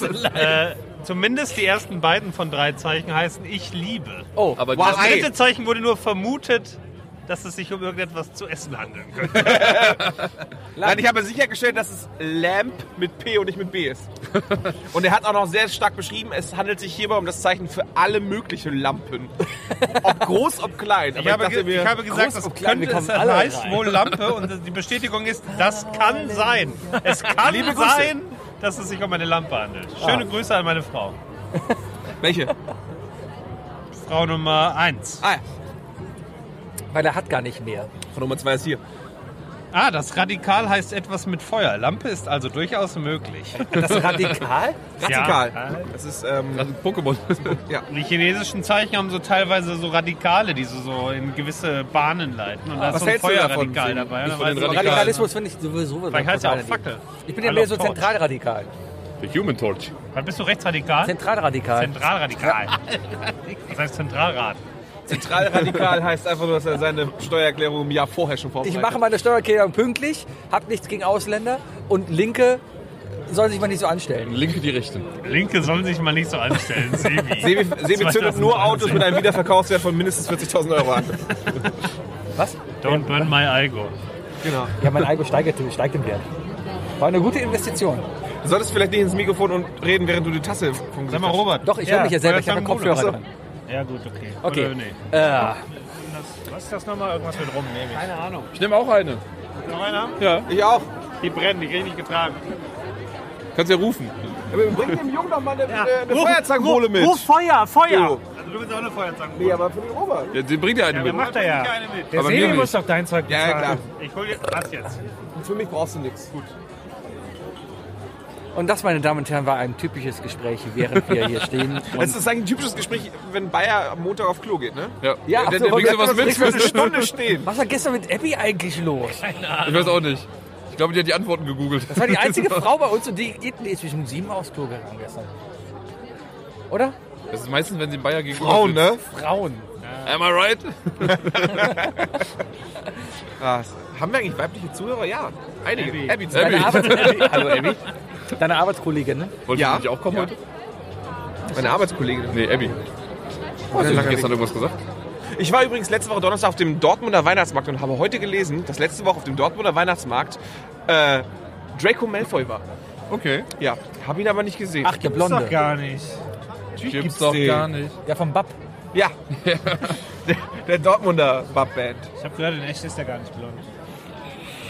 D: *laughs*
B: wurde, äh, zumindest die ersten beiden von drei Zeichen heißen Ich liebe.
D: Oh,
E: Aber
C: Wow,
E: das,
B: Das
C: ey.
B: dritte Zeichen wurde nur vermutet, dass es sich um irgendetwas zu essen handeln könnte.
C: Nein, ich habe sichergestellt, dass es Lamp mit P und nicht mit B
B: *laughs*
C: ist. und er hat auch noch sehr stark beschrieben, es handelt sich hierbei um das Zeichen für alle möglichen Lampen. ob groß, ob klein. Aber
B: Ich habe,
C: dachte
B: ge
C: mir,
B: ich habe gesagt,
D: groß
B: das
D: auf klein, wir
B: könnte es
D: kommen alle
B: heißt
D: rein.
B: wohl Lampe und die Bestätigung ist, das kann sein. Es kann
C: Liebe Grüße. Ah.
B: sein, dass es sich um eine Lampe handelt. Schöne Grüße an meine Frau.
C: Welche?
B: Frau Nummer 1.
C: Ah, ja.
D: Weil er hat gar nicht mehr.
C: Von Nummer 2 ist hier.
B: Ah, das Radikal heißt etwas mit Feuer. Lampe ist also durchaus möglich. äh,
D: Das ist
C: *laughs*
D: radikal?
C: Radikal. Das ist, ähm,
E: Das ist
C: *laughs*
E: Pokémon.
B: Die chinesischen Zeichen haben so teilweise so Radikale, die so, so in gewisse Bahnen leiten. Und da ist
C: was
B: so ein
C: hältst du davon,
B: Feuerradikal
C: Sven?
B: dabei. Und
E: Nicht von
B: dann weißt
E: den
B: du,
E: Radikalen.
D: Radikalismus finde ich sowieso
B: Vielleicht heißt ja auch
D: total daneben.
B: Fackel.
D: Ich bin ja
B: Weil
D: mehr
B: auch
D: so
B: Torch.
D: zentralradikal.
E: The Human Torch.
B: Was bist du rechtsradikal?
D: Zentralradikal.
B: Zentralradikal. Das heißt Zentralrat. *laughs*
C: Zentralradikal heißt einfach nur, dass er seine Steuererklärung im Jahr vorher schon vorbereitet
D: Ich mache meine Steuererklärung pünktlich, hab nichts gegen Ausländer und Linke sollen sich mal nicht so anstellen.
E: Linke die Rechten.
B: Linke sollen sich mal nicht so anstellen. Sebi.
C: Sebi,
B: *laughs*
C: Sebi zündet nur
B: 2020.
C: Autos mit einem Wiederverkaufswert von mindestens 40.000 Euro an.
D: Was?
B: Don't burn my Algo.
C: Genau.
D: Ja, mein Algo steigt, steigt im Wert. War eine gute Investition.
C: Du solltest vielleicht nicht ins Mikrofon und reden, während du die Tasse vom
B: Sag mal, Robert.
D: Doch, ich höre mich ja selber, ich habe ja
B: Wolfgang Gruder.
D: Kopfhörer dran.
B: Ja, gut, okay.
D: Okay.
B: Oder nee.
D: Äh,
B: Was ist das nochmal? Irgendwas mit rum, nehme ich. Keine Ahnung.
E: Ich nehme auch eine.
B: Noch einen haben?
C: Ich auch.
B: Die brennen, die kriege ich nicht getragen.
E: Kannst ja rufen.
C: Bring dem Jungen doch mal eine, eine Feuerzangenbowle mit.
B: Feuer, Feuer!
C: Jo.
B: Also du willst auch eine Feuerzange.
C: Nee, aber für den Robert.
E: Ja, den bringt ja eine
B: Wer
E: mit.
B: macht er ja?
A: Der
E: Aber mir
A: Sebi muss
E: nicht.
A: doch dein Zeug
C: Ja,
A: bezahlen.
C: ja, klar.
B: Ich hol jetzt was jetzt.
C: Und für mich brauchst du nichts.
D: Äh, und das, meine Damen und Herren, war ein typisches Gespräch, während wir hier *laughs* stehen.
C: Das
D: Und
C: ist eigentlich ein typisches Gespräch, wenn Bayer am Montag auf Klo geht, ne?
E: Ja.
D: Ja,
E: der,
D: so,
E: der bringt
D: wir
E: sowas
D: haben
E: mit.
D: uns
C: Eine Stunde stehen.
D: was war gestern mit Abby eigentlich los?
E: Ich weiß auch nicht. Ich glaube, die hat die Antworten gegoogelt.
D: Das war die *laughs*
E: *laughs*
D: einzige Frau bei uns und die, die die ist zwischen sieben aufs Klo gegangen gestern. Oder?
E: Das ist meistens, wenn sie in Bayer gegen
C: Frauen, ne?
D: Frauen.
E: Am I right?
C: Krass. Ah, Haben wir eigentlich weibliche Zuhörer? Ja. Einige. Abby.
D: Deine,
E: Abby.
D: Arbeits Hallo, Abby. Deine Arbeitskollegin, ne?
E: Wollte
C: Ja. Oh,
E: ja. nicht auch kommen heute?
C: Meine Arbeitskollegin.
E: Nee, Abby. Hast du nicht gestern irgendwas gesagt?
C: Ich war übrigens letzte Woche Donnerstag auf dem Dortmunder Weihnachtsmarkt und habe heute gelesen, dass letzte Woche auf dem Dortmunder Weihnachtsmarkt äh, Draco Malfoy war.
E: Okay.
C: Ja, habe ihn aber nicht gesehen.
D: Ach, der
A: Gibt's
D: Blonde.
A: doch gar nicht.
E: Gibt's doch
C: den.
E: gar nicht.
D: Ja, vom Bab.
C: *laughs* Ja. der, der Dortmunder Bub-Band.
A: Ich habe gehört, in echt ist der gar nicht blond.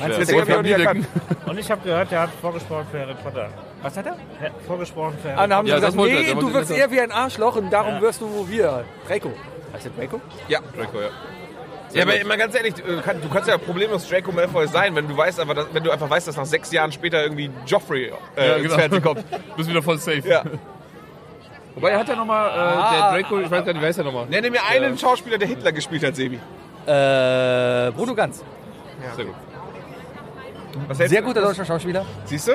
E: Ja,
C: Deswegen
E: Wolfgang
C: hab ich ihn
E: Niedecken.
C: erkannt.
A: Und ich habe gehört, der hat vorgesprochen für Harry Potter.
D: Was hat er?
A: Ja, vorgesprochen für Harry
D: Ah, dann
A: Potter.
D: haben sie
E: Ja, das
D: gesagt,
E: wollte er,
D: nee,
E: der
D: du
E: wollte
D: wirst
E: das
D: eher wie ein Arschloch und darum wirst du wir. Draco. Heißt der Draco?
C: Ja.
E: Draco, ja.
C: ja, aber mal ganz ehrlich, du kannst, du kannst ja problemlos Draco Malfoy sein, wenn du weißt, aber dass, wenn du einfach weißt, dass nach sechs Jahren später irgendwie Joffrey äh,
E: Ja,
C: ins
E: genau.
C: Fernsehen
D: *laughs*
C: kommt.
E: *laughs* Bist wieder voll safe.
C: Ja. Ah.
E: Wobei er hat ja nochmal, äh, der Draco, ich weiß gar nicht, wer ist der nochmal?
C: Nenne mir einen Schauspieler, der Hitler gespielt hat, Sebi.
D: Äh, Bruno Ganz.
E: Sehr gut.
C: Was hältst
D: Sehr
C: du-
D: guter deutscher Schauspieler.
C: Siehst du?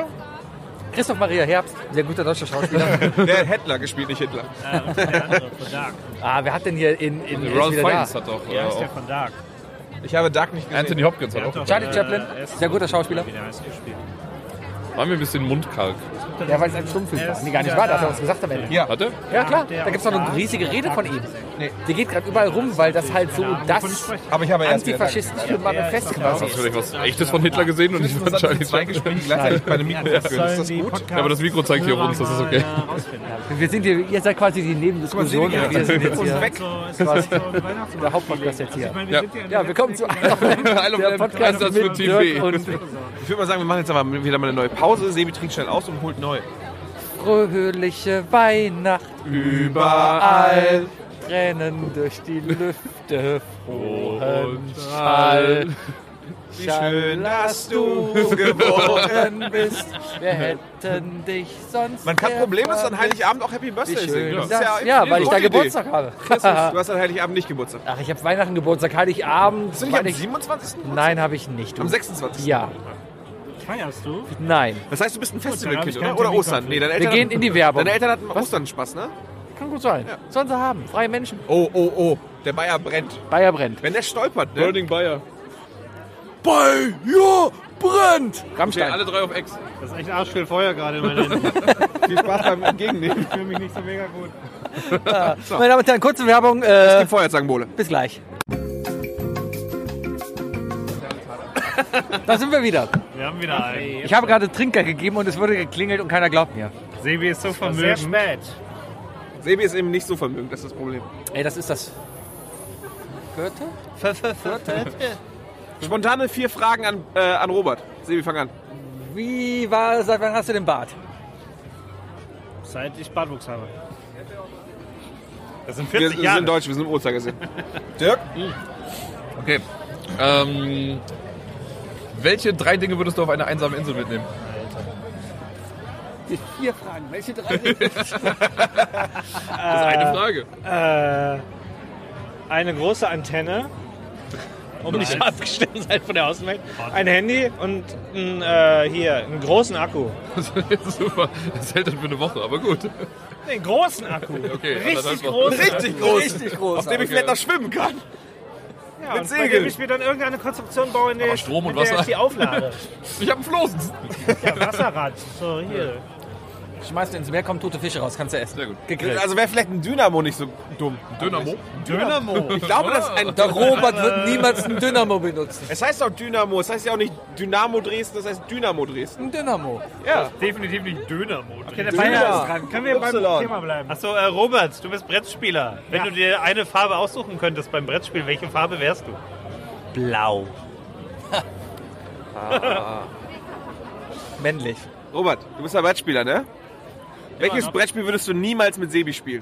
D: Christoph Maria Herbst. Sehr guter deutscher *laughs* Schauspieler.
C: Der hat Hitler gespielt, nicht Hitler.
A: Der andere, von Dark.
D: ah, wer hat denn hier in... in ist
E: Ralph
D: wieder da?
E: Fiennes hat doch.
A: Ja, ist
E: äh,
A: der von Dark.
C: Ich habe Dark nicht gesehen.
E: Anthony Hopkins hat
A: Der hat
E: auch.
A: doch,
D: Charlie
A: äh,
D: Chaplin,
A: erst-
D: sehr guter Schauspieler.
A: Wie der heißt, gespielt.
E: War mir ein bisschen Mundkalk.
D: Ja, weil es ein Stummfilm
A: Er
D: war.
A: ist
D: Nee, gar nicht
A: wieder
D: war, das hat
A: da.
D: er uns gesagt am Ende.
C: Ja.
E: Hat er?
D: Ja, klar.
A: der
D: Da gibt es noch eine
A: auch
D: riesige
A: da.
D: Rede von ihm. Die geht gerade überall rum, weil das halt so das
C: Aber ich habe erst wieder Dank.
D: antifaschistische Manifest
E: Hast
D: quasi
E: du
D: ist.
E: vielleicht was echtes von Hitler gesehen und nicht von
C: Interessant, dass die
E: Charlie
C: zwei
E: Chaplin?
C: Gespräche gleichzeitig bei einem Mikro führen. Ist das
A: Sollen die
C: gut?
A: Podcast-
E: Ja, aber das Mikro zeigt hier uns, das ist okay.
A: Hörer mal, äh, rausfinden.
D: Wir sind hier, ihr seid quasi die Nebendiskussion. und Wir sind jetzt
C: Und
D: hier
C: weg.
A: So, es ist so Weihnachts-
D: der Hauptpodcast jetzt hier.
A: meine,
E: Ja.
A: sind in
D: Ja,
A: der
D: willkommen
A: *laughs*
D: zu einem
E: Isle of Lamp,
D: Podcast
E: Einsatz für
D: mit
E: Team B.
D: Dirk und
C: Ich würde mal sagen, wir machen jetzt aber wieder mal eine neue Pause. Sebi trinkt schnell aus und holt neu.
D: fröhliche Weihnacht.
C: Überall.
D: Tränen durch die Lüfte, frohen Schall.
E: Schall.
C: Wie schön, dass
D: *laughs*
C: du gewohnt
D: bist. Wir hätten dich sonst.
C: Man kann problemlos an Heiligabend auch Happy
D: Wie
C: Birthday
D: schön,
C: singen.
D: dass,
C: Das
D: ja,
C: ist
D: weil ich da
C: eine gute
D: Geburtstag habe.
C: Idee. *laughs* Du hast an Heiligabend nicht Geburtstag.
D: Ach, ich habe Weihnachten Geburtstag, Heiligabend.
C: Bist du nicht am
D: Weihnacht-
C: 27.?
D: Nein, habe ich nicht. Du.
C: Am 26.?
D: Ja,
A: Feierst du?
D: nein.
C: Das heißt, du bist ein Festivalkind,
A: Gut, dann hab
C: oder?
A: ich
C: Oder
A: keinen
C: Ostern?
A: Termin
C: Nee, deine
D: Wir
C: Eltern,
D: gehen in die Werbung.
C: deine Eltern hatten Ostern Spaß, ne?
D: Kann gut sein. Sollen sie haben. Freie Menschen.
C: Oh, oh, oh. Der Bayer brennt.
D: Bayer brennt.
C: Wenn der stolpert, ne?
E: Burning Bayer.
D: Bayer brennt.
E: Okay,
D: Rammstein.
E: alle drei auf Ex.
B: Das ist echt arsch viel Feuer gerade
A: *laughs*
B: in meiner Hand.
C: Viel Spaß beim *laughs* Entgegennehmen.
B: Ich fühle mich nicht so mega gut.
D: Meine Damen und Herren, kurze Werbung. Äh,
C: Feuerzangenbowle.
D: bis gleich. Da sind wir wieder.
B: Wir haben wieder einen.
D: Ich habe gerade Trinker gegeben und es wurde geklingelt und keiner glaubt mir.
B: Sebi ist so
A: Sehr
B: vermögend.
A: spät.
C: Sebi ist eben nicht so vermögend, das ist das Problem.
D: Ey, das ist das. Vierte?
C: Spontane vier Fragen an, äh, an Robert. Sebi, fang an.
D: Wie war, seit wann hast du den Bart?
A: seit ich Bartwuchs habe.
B: Das sind
C: Wir
B: 40
C: sind
B: Jahre.
C: Deutsch, wir sind im Uhrzeigersinn. Dirk?
E: Okay. Ähm, welche drei Dinge würdest du auf eine einsame Insel mitnehmen?
D: Die vier Fragen. Welche *laughs* drei sind
E: Das ist eine Frage.
A: Eine große Antenne, um nicht abgestellt zu sein von der Außenwelt. Ein Handy und ein, äh, hier einen großen Akku.
E: Super. *laughs* Das hält dann für eine Woche, aber gut.
A: Den großen Akku.
E: *laughs* Okay,
A: Richtig
E: anderthalb Wochen.
A: großen.
C: Richtig groß,
D: richtig groß?
C: dem ich vielleicht noch schwimmen kann.
A: Ja,
C: Mit
A: und
C: Segeln.
A: Bei dem ich mir dann irgendeine Konstruktion baue, in der,
E: Aber
A: ich-
E: Strom und
A: in der
E: Wasser.
A: ich die
E: *laughs*
A: auflade.
E: Ich habe einen Floß.
A: Ja, Wasserrad. So, hier.
D: Schmeißt ins Meer, kommen tote Fische raus, kannst du essen.
E: Sehr gut.
D: Gegrillt.
C: Also wäre vielleicht ein Dynamo nicht so dumm.
E: Dynamo.
A: Dynamo.
C: Ich glaube, das ist ein
D: Der Robert wird niemals einen Dynamo benutzen.
C: Es heißt auch Dynamo, es heißt ja auch nicht Dynamo Dresden, das heißt Dynamo Dresden.
D: Ein Dynamo.
B: Definitiv nicht Dönermodus.
A: Okay, der
C: Döner.
A: Feiner ist dran. Können wir beim
C: Y.
A: Thema bleiben?
B: Achso, äh, Robert, du bist Brettspieler. Wenn du dir eine Farbe aussuchen könntest beim Brettspiel, welche Farbe wärst du? Blau.
D: Männlich.
C: Robert, du bist ja Brettspieler, ne? Welches Brettspiel würdest du niemals mit Sebi spielen?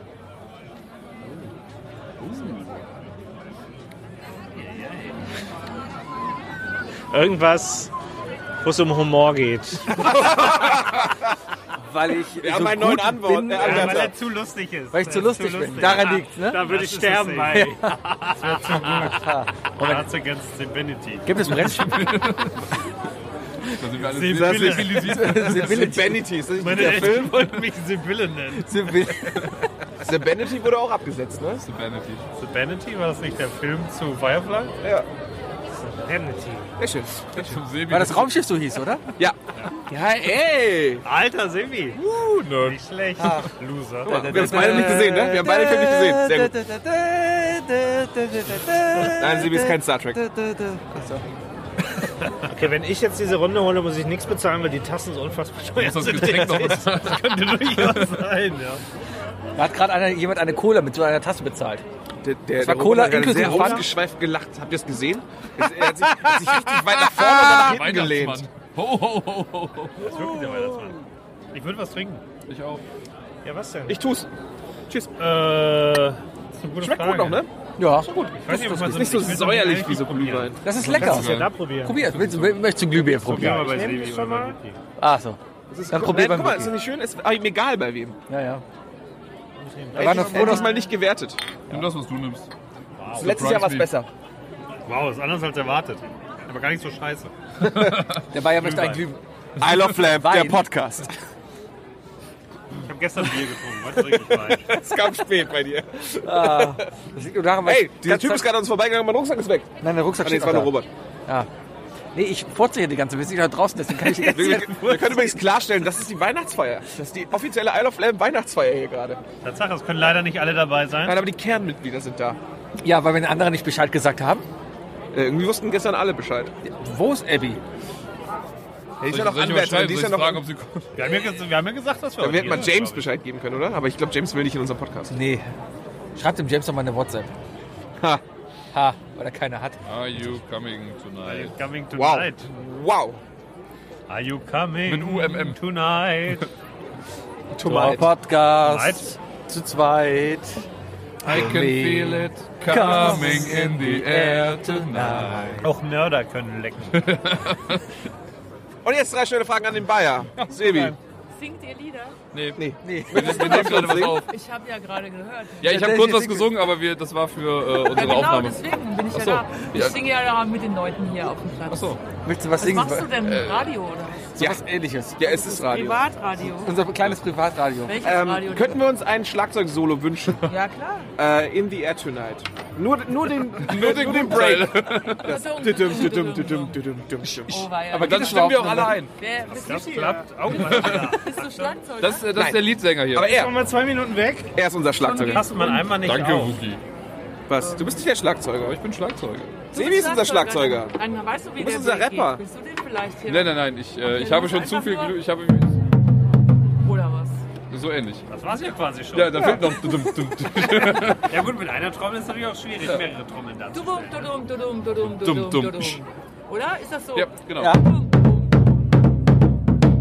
A: Irgendwas, wo es um Humor geht.
D: Weil ich
C: Wir haben einen neuen Antwort, äh,
B: Ja,
C: Ansatz.
B: weil er zu lustig ist.
D: Weil ich zu
B: Er ist
D: lustig bin. Daran
B: Ja,
D: liegt's, ne?
B: Da würde ich
A: ist
B: sterben.
A: es
B: Bei. *laughs* Das wäre zu gut. Cards Against Infinity.
D: Gibt es Brettspiele?
E: Da sind wir
B: Sibylle.
E: alle sehr
D: *laughs*
E: sensibilisiert.
C: Benity, ist das nicht
B: Meine
C: der Film?
B: Eltern wollten mich Sibylle nennen.
C: The Benity Also wurde auch abgesetzt, ne?
E: Vanity.
B: Sibanity, war das nicht der Film zu Firefly?
C: Ja.
B: Sibanity.
C: Sehr schön.
E: Zum Sebi.
D: Weil das Raumschiff so hieß, oder?
C: Ja. Ja, ey.
B: Alter Sibi.
E: Uh, nerd.
B: Nicht schlecht. Loser.
C: Wir haben es beide nicht gesehen, ne? Wir haben beide den Film nicht gesehen. Sehr gut. Nein, Sebi ist kein Star Trek.
A: Okay, wenn ich jetzt diese Runde hole, muss ich nichts bezahlen, weil die Tassen so unfassbar teuer
E: Muss das
A: sind.
E: Getränk noch
A: *laughs*
E: was sagen?
B: Das könnte durchaus sein, ja.
D: Da hat gerade einer- jemand eine Cola mit so einer Tasse bezahlt.
C: Der, der,
D: war
C: der Robert
D: Cola
C: hat gerade
D: inklusive
C: sehr
D: Fanta.
C: ausgeschweift gelacht. Habt ihr das gesehen? Er hat sich, hat sich richtig weit nach vorne und dann nach hinten gelehnt.
E: Weihnachtsmann. Ho, ho, ho, ho, ho.
B: Das ist wirklich der Weihnachtsmann. Ich würde was trinken.
E: Ich auch.
B: Ja, was denn?
C: Ich tu's.
B: äh, das ist eine gute
C: Schmeckt
B: Frage.
C: gut auch, ne?
D: Ja, gut.
B: Ich weiß nicht, ob man so
C: Nicht so
B: Also ich will
C: säuerlich
B: nicht
C: wie so
B: probieren.
C: Glühwein.
D: Das ist lecker.
A: Was wir da probieren.
D: Probier. Willst du, möchtest du ein Glühbirne
B: Probieren
D: probieren?
B: wir
A: ich
B: bei
A: nehm
B: Sebi
A: das
B: oder
A: schon
B: bei
A: mal.
B: Vicky.
D: Ach so.
C: Das ist,
D: Dann probier beim
C: guck mal,
D: Wiki.
C: ist das nicht schön? Ist ah, ihm egal bei wem.
D: Ja, ja. Da war nur
C: Froh,
D: froh,
C: das
D: dass
C: mal nicht gewertet.
E: Nimm das, was du nimmst.
D: letztes Jahr was besser.
B: Wow, ist anders als erwartet. Aber gar nicht so scheiße.
D: Der Bayer möchte ein Glühbirne.
C: *laughs* I Love Lamp, der
D: Wein.
C: Podcast.
B: Ich habe gestern Bier getrunken. Was trinke ich Wein?
C: *laughs* Es kam spät bei dir.
D: Das liegt nur daran, weil
C: Hey,
D: ich
C: dieser
D: ganze
C: Typ ist
D: Zeit-
C: gerade an uns vorbeigegangen, mein Rucksack ist weg.
D: Nein, der Rucksack
C: Ah, nee,
D: steht
C: es
D: noch
C: war
D: da.
C: nur Robert.
D: Nee, ich furze hier die ganze Zeit. Wir sind ja draußen,
C: *laughs*
D: deswegen kann ich die ganze
C: Wir,
D: Zeit...
C: wir, wir können übrigens klarstellen, das ist die Weihnachtsfeier. Das ist die offizielle I Love Lamp Weihnachtsfeier hier gerade.
B: Tatsache, es können leider nicht alle dabei sein.
C: Nein, aber die Kernmitglieder sind da.
D: Ja, weil wir den anderen nicht Bescheid gesagt haben.
C: Äh, irgendwie wussten gestern alle Bescheid.
D: Wo ist Abby?
C: Hey, die ist ja noch
E: Soll ich- soll ich mal
C: Anwärterin,
E: schreiben?
C: die ist
E: Soll
C: ja
E: ich
C: noch...
E: fragen, ob sie kommt?
B: Wir haben ja, ges- wir haben ja gesagt, dass wir
C: Ja, wir
B: heute
C: hätten mal
B: hier
C: James
B: sind, glaub
C: Bescheid geben können, oder? Aber ich glaube, James will nicht in unserem Podcast.
D: Nee. Schreibt dem James nochmal eine WhatsApp.
C: Ha.
D: Ha, weil er keine hat.
E: Are you coming
B: ich. Are
E: tonight?
B: you coming
C: Wow.
B: tonight?
C: Wow.
B: Are you coming
E: Mit UMM.
C: *laughs*
B: tonight?
D: Wow, Podcast.
B: Tonight?
D: Zu zweit.
E: I can feel it coming in the air tonight.
B: Auch Nörder
C: *laughs*
B: können lecken.
C: Und jetzt drei schnelle Fragen an den
E: *laughs*
C: Bayer. Sebi.
F: Singt ihr Lieder?
E: Nee,
C: Nee.
D: Nee.
E: wir wir nehmen gerade was auf.
F: Ich habe ja gerade gehört.
E: Ja, ich habe kurz was gesungen, aber wir, das war für äh,
F: Ja,
E: unsere
F: genau,
E: Aufnahme.
F: deswegen bin ich
E: Ach so.
F: ja da. Ich
E: Ja.
F: singe ja da mit den Leuten hier auf dem Platz.
E: Achso,
D: Willst du was
F: Was
D: singen?
F: machst du denn?
E: äh,
F: Radio oder was?
D: So was ähnliches.
C: Ja, es ist Radio.
F: Privatradio?
E: Ähm,
D: Unser kleines Privatradio.
F: Welches Radio?
C: Ähm, könnten wir uns ein Schlagzeug-Solo
E: *laughs*
C: wünschen?
F: ja, klar.
C: äh, in the Air Tonight. Nur, nur
E: *laughs*
C: den, nur den,
E: guten
C: Break. Düdüm,
F: Dudum,
C: düdüm,
F: dudum,
C: düdüm,
F: dudum.
C: düdüm, düdüm.
F: Oh, war ja.
D: Aber
E: dann
D: geht es
E: stimmen wir auch
D: überhaupt
E: alle
D: noch?
E: ein.
F: Wer, bist,
B: Das
F: du,
B: klappt
A: *laughs*
B: auch mal.
F: bist du Schlagzeuger?
E: Das, äh, das ist der Leadsänger hier.
C: Aber
B: Schon
C: er,
B: mal zwei Minuten weg.
C: er ist unser Schlagzeuger.
B: Passt man einmal nicht
E: Danke,
B: auf.
E: Wookie.
C: Was? Du bist nicht der
E: Aber
C: Schlagzeuger.
E: ich bin Schlagzeuger.
F: Du
C: Sebi
F: bist genau.
C: ist unser Schlagzeuger.
F: ne? Dann weißt du, wie
C: bist
F: der
C: unser
F: Weg
C: Rapper.
F: Geht. Bist du den vielleicht hier?
E: Nein, nein, nein, ich, äh, ich habe schon zu viel Glück. Ich habe
F: Oder was?
E: so ähnlich.
B: Das war's ja quasi schon.
E: Ja,
B: Ja,
E: da fehlt noch. dum, dum,
B: gut, mit einer Trommel ist natürlich auch schwierig, mehrere Trommeln da. zu
F: Dudum, dudum, dudum, dudum,
E: Dum,
F: dudum,
E: dum.
F: dudum. Oder? Ist das so?
E: Ja, genau.
D: Ja.
F: Dudum, dudum.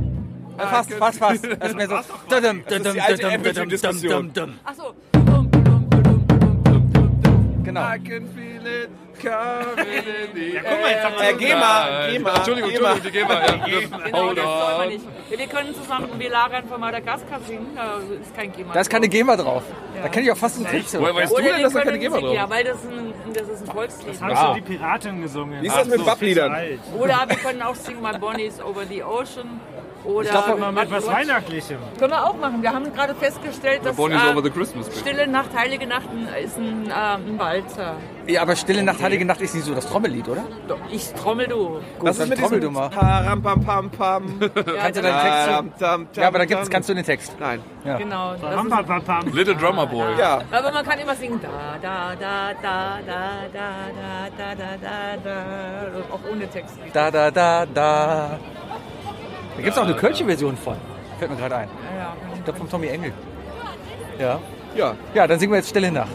D: Fast, fast, fast. Das ist mehr so. Dum, dum,
C: ist die alte Apple-Diskussion.
D: dum, dum.
F: Achso. Dudum, dudum, dudum, dudum, dudum, dudum, dudum.
D: Genau.
E: can feel it coming in the
B: Ja, guck mal, jetzt haben wir
C: Äh, geh mal, geh
E: Nein.
C: mal.
E: Entschuldigung,
C: geh mal.
E: Entschuldigung, die GEMA. Ja.
F: Genau,
E: Hold
F: das soll man
E: on.
F: nicht. Ja, Wir können zusammen, wir lagern von Madagaskar singen, da ist kein GEMA.
D: Da ist keine GEMA drauf. Da
F: Ja.
D: kenne ich auch fast einen Text.
E: Woher weißt du
F: Oder
E: denn,
F: wir
E: dass da keine
F: können
E: GEMA
F: singen,
E: drauf
F: Ja,
E: ist?
F: weil das ist ein, das ist ein Volkslied.
A: Haben schon die Piraten gesungen.
C: Wie ist das mit Pappliedern?
F: Oder wir können auch singen My Bonnie's Over the Ocean. Oder
A: Doch mal mit was
F: What-
A: Weihnachtlichem.
F: Können wir auch machen. Wir haben gerade festgestellt, dass
E: Bonnie's
C: Ah.
F: äh,
E: Over the Christmas Tree.
F: Stille Nacht, Heilige Nacht ein- ist ein, äh, ein Walzer.
D: Ja, aber Stille Nacht, Heilige Nacht ist nicht so das Trommellied, oder?
F: Doch, Ich trommel du.
D: Gut,
C: Was ist
D: dann
C: mit
D: trommel
C: diesem
D: du mal.
C: Param, pam, pam, pam.
F: Ja, genau.
D: Kannst du
F: das-
D: deinen Text
C: Tam, tam, tam,
D: Ja, aber da gibt's,
C: tam.
D: kannst du den Text.
C: Nein.
F: Genau. das
A: Pam,
F: ist-
A: pam, pam, pam.
E: Little Drummer Boy.
C: Ja.
F: Aber man kann immer singen. Da, da, da, da, da, da, da, da, da, da, da. Auch ohne Text.
D: Da, da, da, da. Da gibt's auch eine kölsche Version von. Fällt mir gerade ein.
F: Ja, ja.
D: Ich glaube vom Tommy Engel. Ja.
C: Ja,
D: Ja, dann singen wir jetzt Stille Nacht.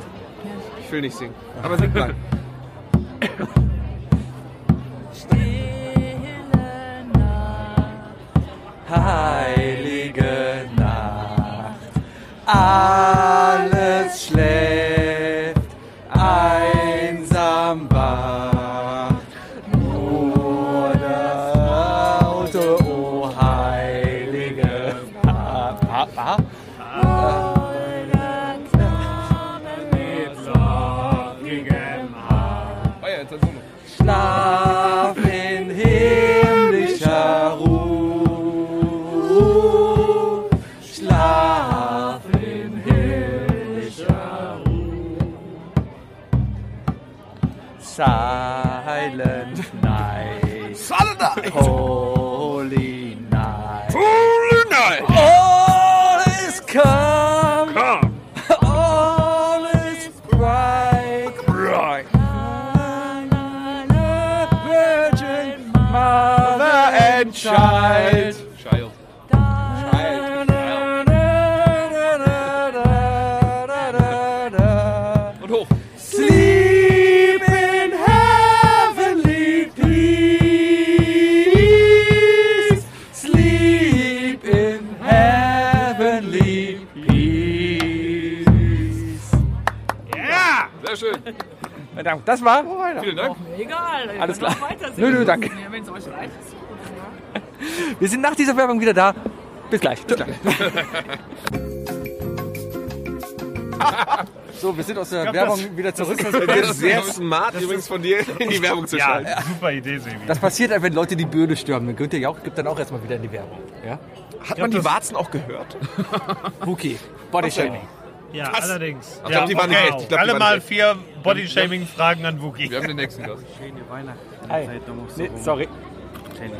C: ich will nicht singen. Aber sing mal.
F: Stille Nacht.
D: Heilige Nacht, alles schläft, einsam wacht, nur das Auto, o heilige Pa- Pa- Pa-
E: Ah ja, jetzt hat's auch noch.
D: Schlaf in himmlischer Ruhe, Schlaf in himmlischer Ruhe. Silent night. Silent night. Holy night.
E: Holy Night!
D: All is calm. All is bright. Bright. Virgin Mother and Child.
E: Child. Und hoch.
D: Sleep in heavenly peace. Sleep in heavenly peace.
E: Sehr schön.
D: Verdammt, das war.
C: Oh,
E: Vielen Dank.
F: Egal. ihr
D: Alles
F: könnt
D: klar.
F: auch weiter singen.
D: Nö, nö, danke.
F: Ja, Wenn es euch reicht. ist gut, ja.
D: Wir sind nach dieser Werbung wieder da. Bis gleich. Bis
E: *laughs*
D: gleich. so, wir sind aus der Werbung wieder zurück.
C: Das ist sehr smart übrigens von dir, in die Werbung zu
B: *laughs*
C: schalten.
B: Ja, super Idee, Sebi.
D: Das passiert halt, wenn Leute die Bühne stürmen. Und Günther Jauch gibt dann auch erstmal wieder in die Werbung. Ja?
C: Hat man die Warzen auch
D: *laughs*
C: gehört?
D: Rookie. Bodyshaming.
B: Ja, allerdings. Ich
C: glaub, die waren recht. Ich glaub, die
B: Alle
C: waren
B: mal
C: recht.
B: vier Body-Shaming-Fragen an Wookie.
E: Wir haben den nächsten Gast.
D: Nee, sorry.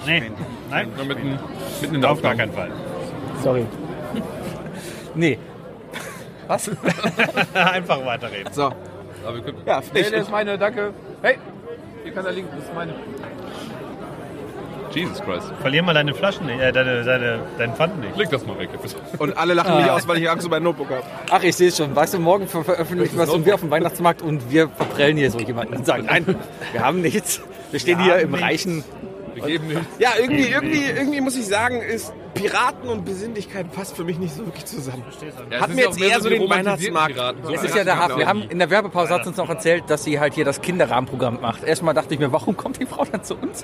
B: Nee, nein,
E: Ja, Mitten, mitten in der
B: auf gar
E: Aufgabe.
B: keinen Fall. *laughs*
D: *laughs* Sorry. Nee. *laughs* Was?
B: Einfach weiterreden.
C: So,
E: Aber wir können.
C: ja,
E: Nee,
C: ich,
E: der
C: ich,
E: ist meine, danke. Hey, hier kann er liegen, das ist meine. Jesus Christ.
B: Verlier mal deine Flaschen, nicht, äh, deine, deine, deinen Pfand nicht.
E: Leg das mal weg, bitte.
C: und alle lachen mich aus, weil ich Angst um mein Notebook habe.
D: Ach, ich sehe es schon. Weißt du, morgen ver veröffentlichen wir es und wir auf dem Weihnachtsmarkt und wir verprellen hier so jemanden und sagen, nein, wir haben nichts. Wir stehen hier im reichen...
E: Wir geben den.
C: Ja, irgendwie, irgendwie, irgendwie muss ich sagen, ist Piraten und Besinnlichkeit passt für mich nicht so wirklich zusammen.
E: Ja, es
C: Hat
E: sind
C: mir
E: ja
C: jetzt
E: auch mehr
C: eher so
E: die
C: den
E: romantisierten
C: Weihnachtsmarkt.
E: Piraten. So
D: Es ist ja der Hafen. Wir haben in der Werbepause hat sie uns noch erzählt, dass sie halt hier das Kinderrahmenprogramm macht. Erstmal dachte ich mir, warum kommt die Frau dann zu uns?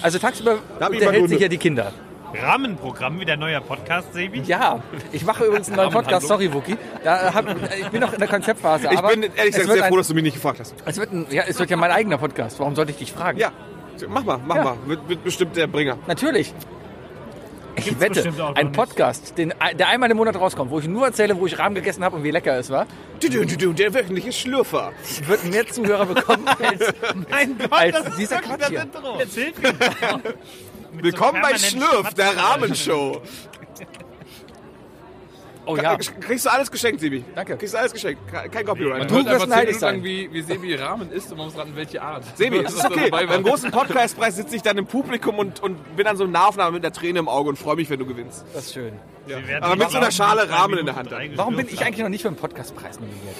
D: Also
C: *laughs*
D: tagsüber
C: Da hab ich
D: unterhält
C: Übergründe.
D: sich ja die Kinder.
B: Rahmenprogramm, wie der neue Podcast, Sebi.
D: Ja, ich mache übrigens einen neuen Podcast, sorry Wookie. Da hab, ich bin noch in der Konzeptphase.
C: Ich
D: aber
C: bin ehrlich
D: es
C: gesagt
D: wird
C: sehr froh,
D: ein,
C: dass du mich nicht gefragt hast.
D: es, wird ein, ja, es wird ja mein eigener Podcast. Warum sollte ich dich fragen?
C: Ja, mach mal, mach mal. Wird, wird bestimmt der Bringer.
D: Natürlich. Ich
A: Gibt's
D: wette,
A: bestimmt auch noch
D: ein
A: nicht.
D: Podcast, den, der einmal im Monat rauskommt, wo ich nur erzähle, wo ich Rahmen gegessen habe und wie lecker es war,
C: Du, du, du, du, der wöchentliche Schlürfer.
D: wird mehr Zuhörer bekommen als,
B: Mein Gott,
D: als
B: das ist
D: dieser
B: wirklich
D: Quatsch
B: das
D: hier.
B: Intro.
C: Willkommen bei
B: permanenten
C: Schlürf, der
B: Schmatzer.
C: Rahmenshow.
D: Oh ja,
C: Kriegst du alles geschenkt, Sibi.
D: Danke.
C: Kriegst du alles geschenkt. Ke- Kein Copyright.
E: Man
D: Du
E: hört
D: wirst
E: einfach zehn
D: neidisch
E: Minuten lang,
D: sein.
E: wie, wie Sebi Rahmen isst und man muss raten, welche Art.
C: Sebi,
E: Das
C: es ist okay.
E: dabei war.
C: Beim großen Podcastpreis sitze ich dann im Publikum und, und bin an so einer Nahaufnahme mit einer Träne im Auge und freue mich, wenn du gewinnst.
D: das ist schön.
B: Wir werden
C: Aber mit so einer
B: Rahmen
C: Schale
B: zwei
C: Rahmen in
B: Minuten
C: der Hand.
B: drei
D: Warum bin ich
B: geschlürft
D: eigentlich noch nicht für einen Podcastpreis nominiert?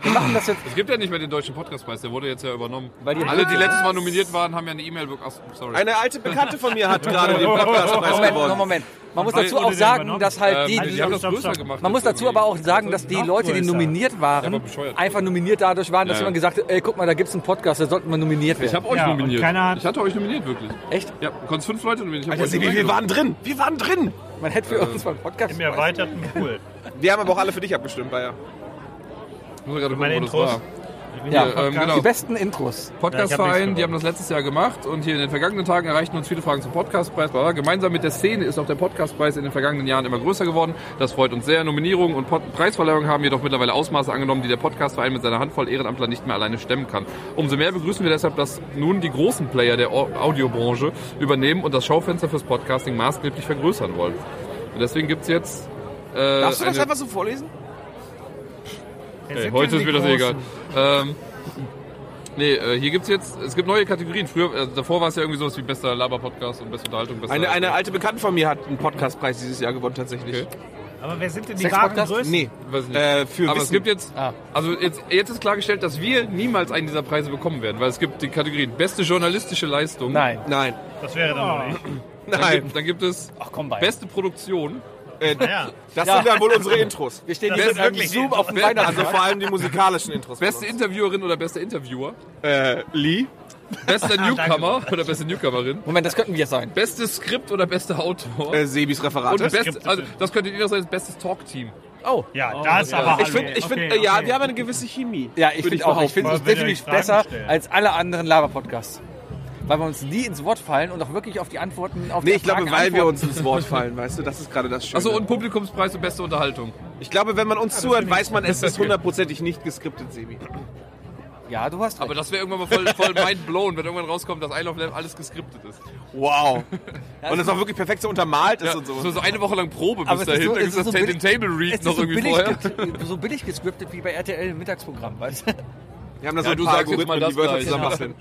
D: Wir machen das jetzt.
E: Es gibt ja nicht mehr den deutschen Podcastpreis, der wurde jetzt ja übernommen.
D: Weil die-
E: Alle, die letztes Mal nominiert waren, haben ja eine E-Mail bekommen. Ach, Sorry. Ähm,
C: Eine alte Bekannte von mir hat gerade den Podcastpreis
D: Moment,
C: gewonnen.
D: noch Moment. Man muss
E: Weil-
D: dazu auch
B: wurde der
D: sagen,
B: übernommen?
D: dass halt die,
E: ähm, die,
B: stopp,
E: haben das
B: stopp,
E: größer
B: stopp.
E: gemacht.
D: Man muss dazu aber auch sagen, dass die Leute, die
B: größer.
D: nominiert
E: Ja,
D: waren,
E: aber bescheuert.
D: einfach nominiert dadurch waren, dass
E: Ja.
D: jemand gesagt hat, ey, guck mal, da gibt's einen Podcast, da sollten wir nominiert
E: Ich
D: werden.
E: habe euch
B: Ja, und
E: nominiert.
B: keiner hat-
E: ich hatte euch nominiert, wirklich.
D: Echt?
E: Ja, du konntest fünf Leute nominieren. Ich hab
C: Alter,
E: euch
C: Sebi, wir
E: nominiert.
C: waren drin. Wir waren drin.
D: Man hätte
E: Also
D: für uns mal einen Podcast.
B: Im erweiterten Pool.
C: Wir haben aber auch alle für dich abgestimmt, Bayer.
E: Ich muss gerade
B: Meine
E: gucken, wo das
B: Intros.
E: war.
D: Ja,
E: Hier, ähm,
D: die
E: genau.
D: besten Intros.
B: Ja, ich hab
E: Podcastverein,
B: nichts
E: die haben das letztes Jahr gemacht und hier in den vergangenen Tagen erreichten uns viele Fragen zum Podcastpreis. Bla, bla. Gemeinsam mit der Szene ist auch der Podcastpreis in den vergangenen Jahren immer größer geworden. Das freut uns sehr. Nominierungen und Pod Preisverleihungen haben jedoch mittlerweile Ausmaße angenommen, die der Podcastverein mit seiner Handvoll Ehrenamtler nicht mehr alleine stemmen kann. Umso mehr begrüßen wir deshalb, dass nun die großen Player der Au- Audiobranche übernehmen und das Schaufenster fürs Podcasting maßgeblich vergrößern wollen. Und deswegen gibt's jetzt äh,
C: Darfst du das
E: eine-
C: einfach so vorlesen?
E: Ey, heute ist mir das eh egal. Ähm, nee, äh, hier gibt's jetzt, es gibt neue Kategorien. Früher, äh, davor war es ja irgendwie sowas wie bester Laber-Podcast und beste Unterhaltung. Bester äh,
C: Eine, eine alte Bekannte von mir hat einen Podcastpreis dieses Jahr gewonnen, tatsächlich.
E: Okay.
B: Aber wer sind denn die
D: Sechs
B: wahren
D: Podcasts?
B: Größen?
C: Nee,
E: Weiß ich nicht.
C: äh, für
E: Aber es
C: Wissen.
E: gibt jetzt, also jetzt, jetzt ist klargestellt, dass wir niemals einen dieser Preise bekommen werden, weil es gibt die Kategorien beste journalistische Leistung.
D: Nein.
C: Nein,
B: Das wäre dann mal echt.
E: Dann
C: nein.
E: gibt, dann gibt es
D: Ach komm bei.
E: beste Produktion.
B: Naja,
C: Das sind dann wohl unsere Intros.
D: Wir stehen
B: Das
D: hier
B: ist
D: mit einem
B: wirklich-
D: Zoom auf dem
E: Wer-
D: Weihnachten.
C: Also vor allem die musikalischen Intros.
E: Beste Interviewerin oder beste Interviewer.
C: äh, Lee?
E: Bester Newcomer oder beste Newcomerin.
D: Moment, das könnten wir sein.
E: Bestes Skript oder bester Autor.
C: Äh, Sebis
E: und
C: Referate.
E: best, also, das könntet ihr doch sein, bestes Talk-Team.
D: Oh.
B: ja, da ist aber
C: ich finde, ich find, äh, ja, wir haben eine gewisse Chemie.
D: Ja, ich
C: Würde
D: finde auch. Ich
C: behaupten.
D: finde es
B: Mal wieder
D: definitiv
B: die Fragen
D: besser
B: stellen.
D: als alle anderen Lava-Podcasts. Weil wir uns nie ins Wort fallen und auch wirklich auf die Antworten auf
C: Nee,
D: die
C: ich glaube,
D: Fragen
C: weil wir
D: antworten.
C: uns ins Wort fallen, weißt du, das ist gerade das Schöne.
E: Achso, Also, und Publikumspreis und beste Unterhaltung.
C: ich glaube, wenn man uns zuhört, weiß man, es ist hundertprozentig nicht geskriptet, Sebi.
D: Ja, du hast recht.
E: Aber das wäre irgendwann mal voll, voll mind blown, wenn irgendwann rauskommt, dass I Love Lamp alles geskriptet ist.
C: Wow. *laughs* Und das auch wirklich perfekt so untermalt ist
E: Ja,
C: und so.
E: so, so eine Woche lang Probe bis
D: Aber es ist
E: dahin,
D: so-
E: dann
D: es
E: ist
D: ist
E: das
D: so
E: den
D: billig-
E: Table Read
D: es
E: noch
D: ist so
E: irgendwie
D: billig,
E: vorher.
D: ge- so billig gescriptet wie bei RTL im Mittagsprogramm, weißt du?
C: Wir haben da so
E: Ja,
C: ein
E: du
C: paar
E: sagst jetzt
C: Algorithmen,
E: mal
C: die
E: das
C: Wörter
E: gleich.
C: zusammenbasteln.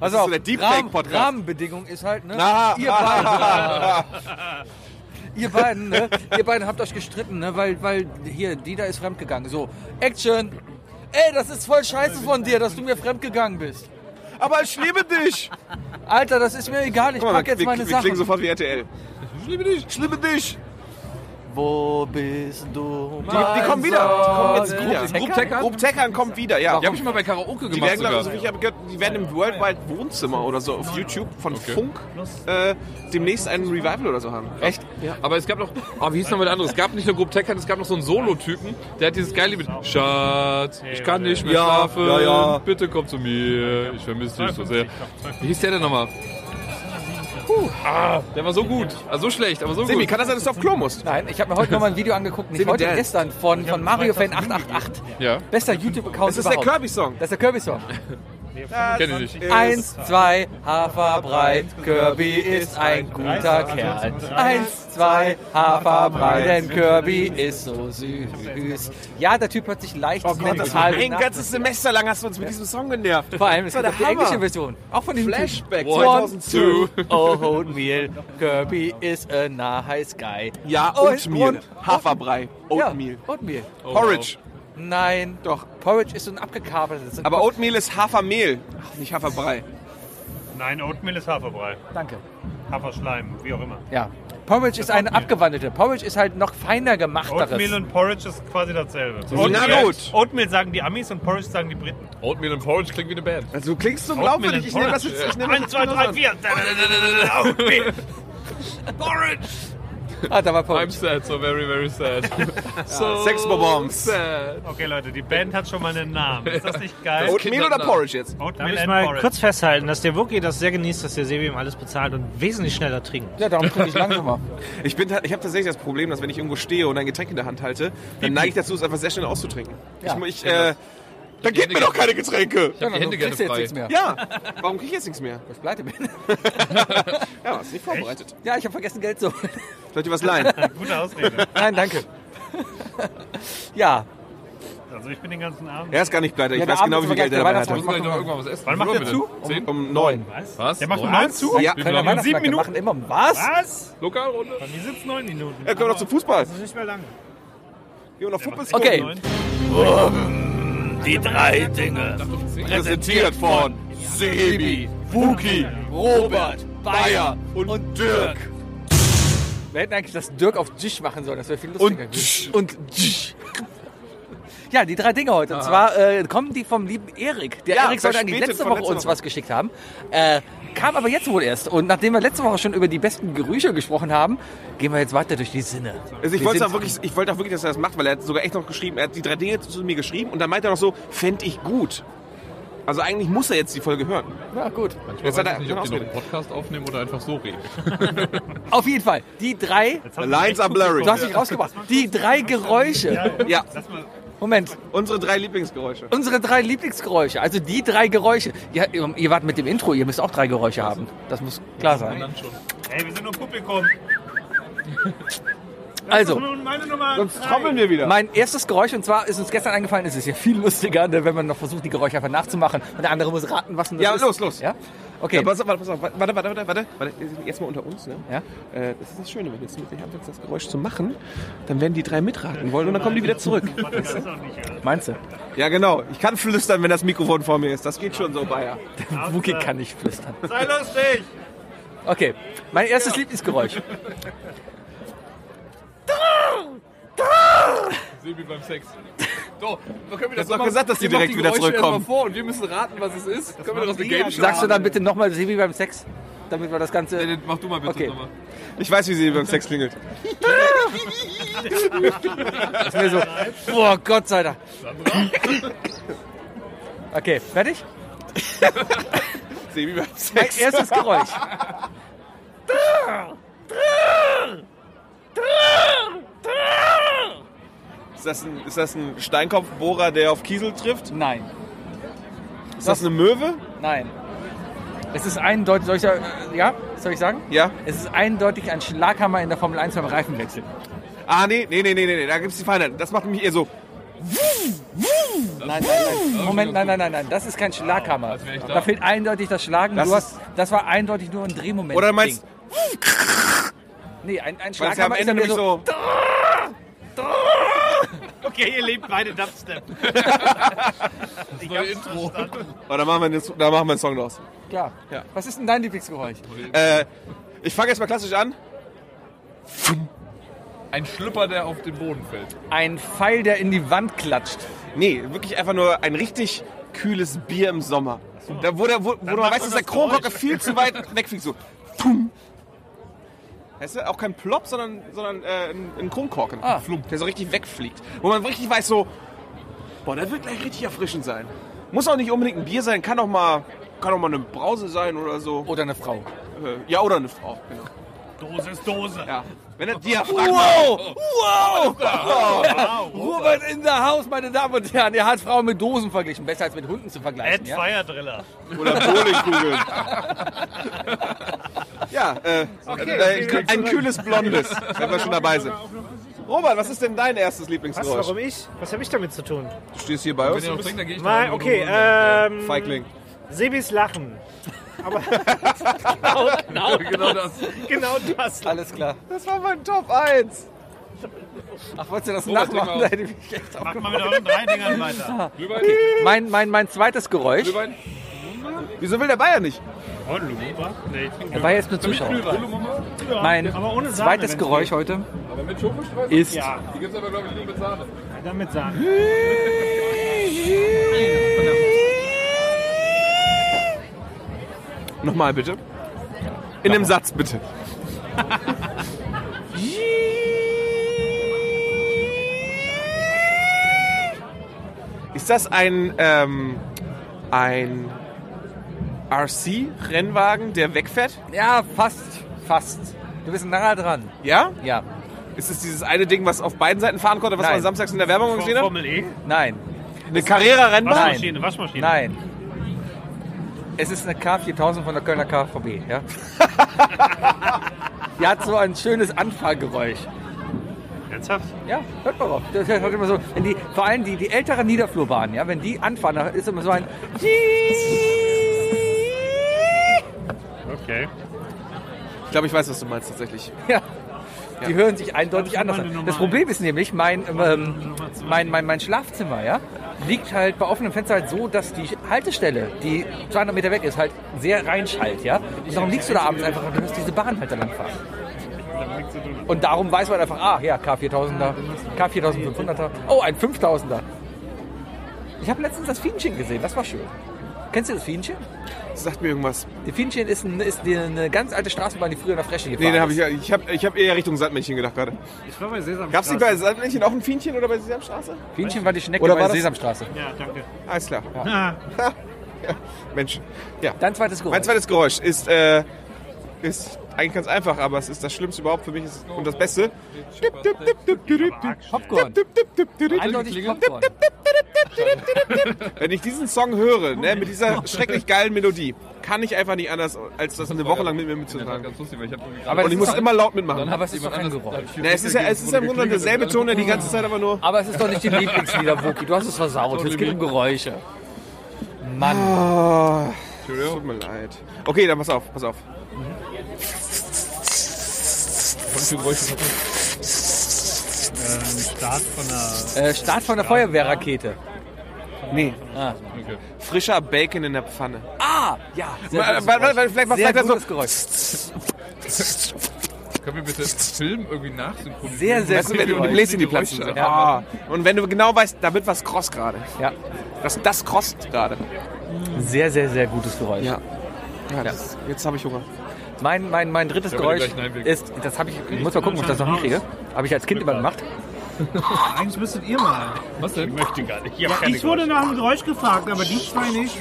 D: Pass
C: ist
D: auf,
C: so der Deepfake-Podcast.
D: Rahmen, Rahmenbedingung ist halt, ne?
C: Na,
D: ihr beiden, ihr beiden, ne? Ihr beiden habt euch gestritten, ne? Weil, weil hier, Dieter ist fremdgegangen. So, Action! Ey, das ist voll scheiße von dir, dass du mir fremdgegangen bist.
C: *laughs* Aber ich liebe dich!
D: Alter, das ist mir egal, ich
C: Guck mal,
D: pack
C: wir,
D: jetzt meine
C: wir, wir klingen
D: Sachen.
C: sofort wie RTL. Ich liebe dich! Ich liebe dich!
D: Wo bist du?
C: Die, die kommen
D: also,
C: wieder! Die kommen jetzt wieder.
E: Group Tech an?
C: Grupp Teckern kommt wieder, ja.
E: Die habe ich mal bei Karaoke
C: Die
E: gemacht
C: werden, glaube
E: sogar.
C: ich, so wie ich habe gehört, die werden im Worldwide Wohnzimmer oder so auf YouTube von
E: Okay.
C: Funk äh, demnächst einen Revival oder so haben.
E: Echt? Aber es gab noch, oh, wie hieß noch mal der andere? Es gab nicht nur Group Tech, es gab noch so einen Solo-Typen, der hat dieses geile Lied. Schatz, ich kann nicht mehr
C: Ja,
E: schlafen,
C: ja, ja.
E: bitte komm zu mir, ich vermisse dich so sehr. Wie hieß der denn nochmal? Puh, ah, der war so gut, also so schlecht, aber so
C: Simi,
E: gut.
C: kann das sein, dass du auf Klo musst?
D: Nein, ich habe mir heute noch mal ein Video angeguckt, nicht
C: Simi
D: heute,
C: Dance.
D: gestern, von, von Mario Fan 888.
E: Ja,
D: Bester YouTube-Account
C: Das ist der
D: überhaupt.
C: Kirby-Song.
D: Das ist der Kirby-Song.
E: kenne ich nicht.
D: Eins, zwei, Haferbrei, Kirby ist ein guter Kerl. Eins, zwei, Haferbrei, denn Kirby ist so süß. Ja, der Typ hört sich leicht oh
C: Gott, das war ein ganzes Semester lang hast du uns mit diesem Song genervt.
D: Vor allem, es
C: Das war
D: gibt auch die
C: der
D: englische
C: Hammer.
D: Version. Auch von dem
C: Flashback
D: Typ. One,
C: 2002.
D: two, oh, hold meal. Kirby is a nice guy.
C: Ja, Oatmeal. Haferbrei. Oatmeal.
E: Oh,
D: Ja, Oatmeal.
C: Porridge.
D: Nein.
C: Doch.
D: Porridge ist so ein abgekabeltes.
C: Aber Oatmeal ist Hafermehl, nicht Haferbrei.
B: Nein, Oatmeal ist Haferbrei.
D: Danke.
B: Haferschleim, wie auch immer.
D: Ja. Porridge ist eine abgewandelte. Porridge ist halt noch feiner gemachteres.
B: Oatmeal und Porridge ist quasi dasselbe.
C: Na gut.
B: Oatmeal sagen die Amis und Porridge sagen die Briten.
E: Oatmeal and Porridge klingt wie eine Band.
C: Also du klingst so
B: Oatmeal
C: glaubwürdig.
B: and
C: Ich nehme das
B: Porridge.
C: jetzt. Ich nehme das
B: 1, 2, 3, 4. Oatmeal.
E: Porridge!
D: Ah, da war
E: I'm
D: Porridge.
E: sad, so very, very sad. so
C: Sexbombs.
E: sad.
B: Okay, Leute, die Band hat schon mal einen Namen. Ist das nicht
A: *laughs*
B: geil?
C: Oatmeal oder Porridge jetzt?
A: Darf
B: Oatmeal
A: ich
B: and
A: mal
B: Porridge.
A: kurz festhalten, dass der Wookie das sehr genießt, dass der Sebi ihm alles bezahlt und wesentlich schneller trinkt.
D: Ja, darum trinke ich *laughs* langsamer. Also,
C: Ich, bin ta- ich habe tatsächlich das Problem, dass wenn ich irgendwo stehe und ein Getränk in der Hand halte, dann neige ich dazu, es einfach sehr schnell auszutrinken.
D: Ja.
C: Ich, ich, äh, dann gib mir doch keine Getränke.
E: Ich hab die
D: du
E: Hände gerne
D: kriegst jetzt
E: frei.
D: nichts mehr.
C: Ja, warum krieg ich jetzt nichts mehr?
D: Weil ich pleite bin.
C: Ja, ist nicht vorbereitet.
D: Ja, ich habe vergessen, Geld zu holen.
C: Soll ich dir was leihen?
B: Gute Ausrede.
D: *laughs* Nein, danke. Ja.
B: Also ich bin den ganzen Abend.
C: Er ist gar nicht pleite. Ich
D: Ja, der
C: weiß genau, wie
D: Abend
C: viel
D: ist aber
C: Geld er
D: gleich
C: dabei
E: Ich
C: hatte.
D: der
E: muss gleich noch irgendwann was essen.
B: Wann macht
E: Wie
B: der
E: viel
B: zu?
E: Uhr denn? Zehn?
C: Um neun.
B: Was?
E: Was?
B: Der macht um
E: Was?
B: 9
C: Ja.
B: zu?
E: Wie viel
D: Kölner
E: haben wir?
D: Weihnachtsmarkt, wir
B: Minuten?
D: machen immer um was?
B: Was?
E: Lokalrunde?
B: Bei mir sind es 9 Minuten.
C: Er kommt noch zum Fußball.
B: Das ist nicht mehr lang.
C: Gehen wir noch Fußball
D: Okay.
B: Neun.
G: Die drei Dinge.
E: Präsentiert von Sebi, Wuki, Robert, Bayer und Dirk.
D: Wir hätten eigentlich das Dirk auf Dzisch machen sollen, das wäre viel
E: Und
D: lustiger gewesen. Und Dzisch. Ja, die drei Dinge heute. Und zwar äh, kommen die vom lieben Erik. Der
C: Ja,
D: Erik sollte eigentlich
C: verspätet
D: letzte
C: von
D: Woche
C: letzter
D: uns
C: Woche.
D: was geschickt haben. Äh, kam aber jetzt wohl erst. Und nachdem wir letzte Woche schon über die besten Gerüche gesprochen haben, gehen wir jetzt weiter durch die Sinne.
C: Also ich
D: Wir
C: wollte
D: sind-
C: auch wirklich, ich wollte auch wirklich, dass er das macht, weil er hat sogar echt noch geschrieben, er hat die drei Dinge zu mir geschrieben und dann meint er noch so, fände ich gut. Also eigentlich muss er jetzt die Folge hören.
D: Ja, gut.
C: Jetzt
E: Jetzt
C: hat er-
E: weiß ich nicht, ob die noch
C: ausgeredet.
E: einen Podcast aufnehmen oder einfach so reden.
D: Auf jeden Fall, die drei,
C: The lines are blurry.
D: du hast dich rausgebracht, die drei Geräusche.
C: Ja,
D: Moment,
C: unsere drei Lieblingsgeräusche.
D: unsere drei Lieblingsgeräusche, also die drei Geräusche. Ja, ihr, ihr wart mit dem Intro, ihr müsst auch drei Geräusche haben. Das muss klar sein.
B: Ey, wir sind nur Publikum.
D: Also,
B: Nun, meine Nummer
C: Sonst
B: drei.
C: trommeln wir wieder.
D: Mein erstes Geräusch, und zwar ist uns gestern eingefallen, es ist ja viel lustiger, ne, wenn man noch versucht, die Geräusche einfach nachzumachen und der andere muss raten, was denn das
C: Ja,
D: ist.
C: los, los.
D: Ja? Okay.
C: Ja, pass auf, warte, pass auf, warte, warte, warte, warte, warte, jetzt mal unter uns, ne?
D: Ja.
C: Äh, das ist das Schöne, wenn du jetzt wirklich anfängst, das Geräusch zu machen, dann werden die drei mitraten wollen und dann kommen die wieder
E: *laughs*
C: zurück.
D: Meinst du?
C: Ja, genau. Ich kann flüstern, wenn das Mikrofon vor mir ist. Das geht schon so, Bayer.
D: Wookie kann nicht flüstern.
B: Sei lustig.
D: Okay, mein erstes
B: *laughs*
D: Lieblingsgeräusch.
E: Sebi beim Sex. Doch, können wir
C: hast doch gesagt, dass die direkt wieder zurückkommen.
E: vor und wir müssen raten, was es ist. können wir das eine Game
D: Sagst du dann bitte nochmal Sebi beim Sex, damit wir das Ganze...
E: Mach du mal bitte
D: Okay.
E: nochmal.
C: Ich weiß, wie sie beim Sex klingelt.
D: Das wäre so, boah, Gott sei Dank. Okay, fertig?
C: Sebi beim
D: Mein
C: Sex.
D: erstes
B: *laughs*
D: Geräusch.
C: Ist das ein, ist das ein Steinkopfbohrer, der auf Kiesel trifft?
D: Nein,
C: Ist das eine Möwe?
D: nein. Es ist eindeutig, soll ich, äh, ja, soll ich sagen?
C: Ja.
D: Es ist eindeutig ein Schlaghammer in der Formel 1 beim Reifenwechsel.
C: Ah, nee, nee, nee, nee, nee, nee. da gibt's die Feinheit. Das macht nämlich eher so.
D: Nein, nein, nein. Moment, nein, nein, nein, nein. Das ist kein Schlaghammer.
E: wär ich da.
D: Da fehlt eindeutig Also, das Schlagen.
C: Das
D: du hast, das war eindeutig nur ein Drehmoment.
C: Oder meinst
D: Ding. Nee, ein, ein
C: weil das ja am
D: Schlaghammer ist
C: Ende
D: ja
C: nämlich
D: mehr so.
C: so.
B: Okay, ihr lebt beide Dubstep.
C: Oh, da machen wir, jetzt, da machen wir einen Song draus.
D: Klar.
C: Ja.
D: Was ist denn dein Lieblingsgeräusch?
C: Äh, ich fange jetzt mal klassisch an.
E: Ein Schlüpper, der auf den Boden fällt.
D: Ein Pfeil, der in die Wand klatscht.
C: Nee, wirklich einfach nur ein richtig kühles Bier im Sommer. Da, wo der, wo, wo man weiß, dass der Kronkorken viel zu
D: *laughs*
C: weit wegfliegt. So. Tum. Weißt du, auch kein Plop, sondern, sondern äh, ein, ein Kronkorken.
D: Ah.
C: Flump, der so richtig wegfliegt. Wo man richtig weiß, so, boah, das wird gleich richtig erfrischend sein. Muss auch nicht unbedingt ein Bier sein, kann auch mal, kann auch mal eine Brause sein oder so.
D: Oder eine Frau.
C: Äh, Ja, oder eine Frau, genau.
B: Dose ist Dose.
C: Ja. Wenn er Oh, Diaphragma. Wow!
D: Robert in the House, meine Damen und Herren. Er hat Frauen mit Dosen verglichen. Besser als mit Hunden zu vergleichen.
B: Ed
D: Ja?
B: Fire Driller.
C: Oder Bowlingkugeln. ja, äh, äh, ein kühles
E: *laughs*
C: Blondes, wenn wir schon dabei sind. Robert, was ist denn dein erstes
A: Was,
C: Lieblingsgeräusch?
A: warum ich? Was habe ich damit zu tun?
C: Du stehst hier bei
E: Wenn
C: uns.
E: ihr noch trinkt, dann gehe ich
A: Mal,
E: noch
A: okay,
E: eine Runde.
A: ähm,
C: Feigling.
B: äh,
A: Sebis Lachen. *laughs*
E: Genau
B: *laughs*
E: das.
A: Genau das.
D: Alles klar.
C: Das war mein Top 1.
D: Ach, wolltest du das
E: Robert,
D: nachmachen?
E: trink
B: Macht mal mit euren drei Dingern weiter.
E: Glühwein?
D: Mein, mein, mein zweites Geräusch.
E: Glühwein?
C: Wieso will der Bayer nicht?
B: Und Lupa? Nee, ich trinke
D: Er war jetzt nur Zuschauer.
E: Glühwein?
D: Mein
A: Aber ohne Sahne,
D: zweites
A: wenn's
D: Geräusch heute
E: Aber mit Schokostreusel?
D: ist.
A: Ja,
E: Die gibt's aber, glaube ich, nur mit Sahne.
A: damit sagen.
C: Nochmal bitte. In einem Satz bitte. Ist das ein, ähm, ein RC-Rennwagen, der wegfährt?
D: Ja, fast. Fast. Du bist nahe dran.
C: Ja?
D: Ja.
C: Ist es dieses eine Ding, was auf beiden Seiten fahren konnte, was
D: Nein.
C: man samstags in der Werbung gesehen hat?
B: Formel E?
D: Nein.
C: Eine Carrera-Rennbahn?
B: Waschmaschine, Waschmaschine.
D: Nein. Es ist eine K4000 von der Kölner KVB,
A: *laughs*
D: ja? Die hat so ein schönes Anfahrgeräusch.
B: Ernsthaft?
D: Ja, hört mal drauf. Das hat immer so, wenn die, vor allem die, die älteren Niederflurbahnen, ja, wenn die anfahren, da ist immer so
A: *laughs*
D: ein.
B: Okay.
C: Ich glaube, ich weiß, was du meinst tatsächlich.
D: *laughs* Ja. Die hören sich eindeutig
H: Das ist
D: anders
H: meine
D: an.
H: Nummer
D: Das Problem ist nämlich, mein, ähm,
H: Nummer zwei.
D: mein, mein, mein Schlafzimmer ja, liegt halt bei offenem Fenster halt so, dass die Haltestelle, die 200 Meter weg ist, halt sehr reinschallt. Ja? Und darum liegst du da abends einfach und hörst diese Bahn halt dann langfahren. Und darum weiß man einfach, ah, ja, K4000er, K4500er, oh, ein 5000er. Ich habe letztens das Fienchen gesehen, das war schön. Kennst du das Fienchen?
C: Sagt mir irgendwas.
D: Die Fienchen ist, ein, ist die- eine ganz alte Straßenbahn, die früher nach Fresche gefahren
C: Nee, da
D: ist.
C: hab ich, ja- ich habe ich hab eher Richtung Sandmännchen gedacht gerade.
H: Ich war bei Sesam.
C: Gab's nicht bei Sandmännchen auch ein Fienchen oder bei Sesamstraße?
D: Fienchen war die Schnecke
C: Oder
D: bei
C: war
D: der
C: das-
D: Sesamstraße.
H: Ja, danke.
C: Alles klar.
H: Ah,
C: *laughs* Mensch. Ja.
D: Dein zweites Geräusch.
C: Mein zweites Geräusch ist, äh, ist eigentlich ganz einfach, aber es ist das Schlimmste überhaupt für mich ist, und das Beste.
D: Popcorn. Eindeutig Popcorn.
C: Wenn ich diesen Song höre, ne, mit dieser schrecklich geilen Melodie, kann ich einfach nicht anders, als das eine Woche lang mit mir
E: Das war
C: mitzutragen.
E: ganz lustig, weil ich hab irgendwie
D: Aber
E: gerade-
C: Und ich muss immer laut mitmachen.
D: Aber es ist doch kein
E: anders-
D: Geräusch.
E: hat viel
C: Ne, es ist ja, es ist ja im Grunde
E: geklingelt
C: derselbe
E: und
C: Ton, der die ganze Zeit aber nur.
D: Aber es ist doch nicht die Lieblingslieder, Woki. Du hast es versaut. Es geht um Geräusche. Mann.
C: Ah, tut mir leid. Okay, dann pass auf, pass auf.
H: ähm, Start von der.
D: Äh, Start von der Feuerwehrrakete.
C: Nee.
D: Ah.
C: Frischer Bacon in der Pfanne.
D: Ah, ja. Sehr
C: Warte,
D: gutes
C: warte,
D: Geräusch.
C: warte, vielleicht macht
D: Sehr
C: vielleicht das so.
D: gutes Geräusch.
E: Können wir bitte Film irgendwie nachsynchronisieren?
D: Sehr, sehr
C: Weißt du, wenn
D: gutes
C: du die
D: Geräusch.
C: Bläschen die platzen.
E: Geräusche.
C: Ah. Und wenn du genau weißt, da wird was kross gerade.
D: Ja.
C: Das, das krosst gerade.
D: Sehr, sehr, sehr gutes Geräusch.
C: Ja. Ja, das, jetzt habe ich Hunger.
D: Mein, mein, mein drittes
E: Ja, aber
D: Geräusch
E: gleich, nein, wir-
D: ist, das habe ich, ich muss mal gucken, ob ich das noch hinkriege. Habe ich als Kind immer gemacht.
H: Eigentlich müsstet ihr mal.
E: Was denn?
B: möchte gar nicht. Ich, hab keine
H: Ich wurde
B: Geräusche.
H: nach einem Geräusch gefragt, aber die zwei nicht.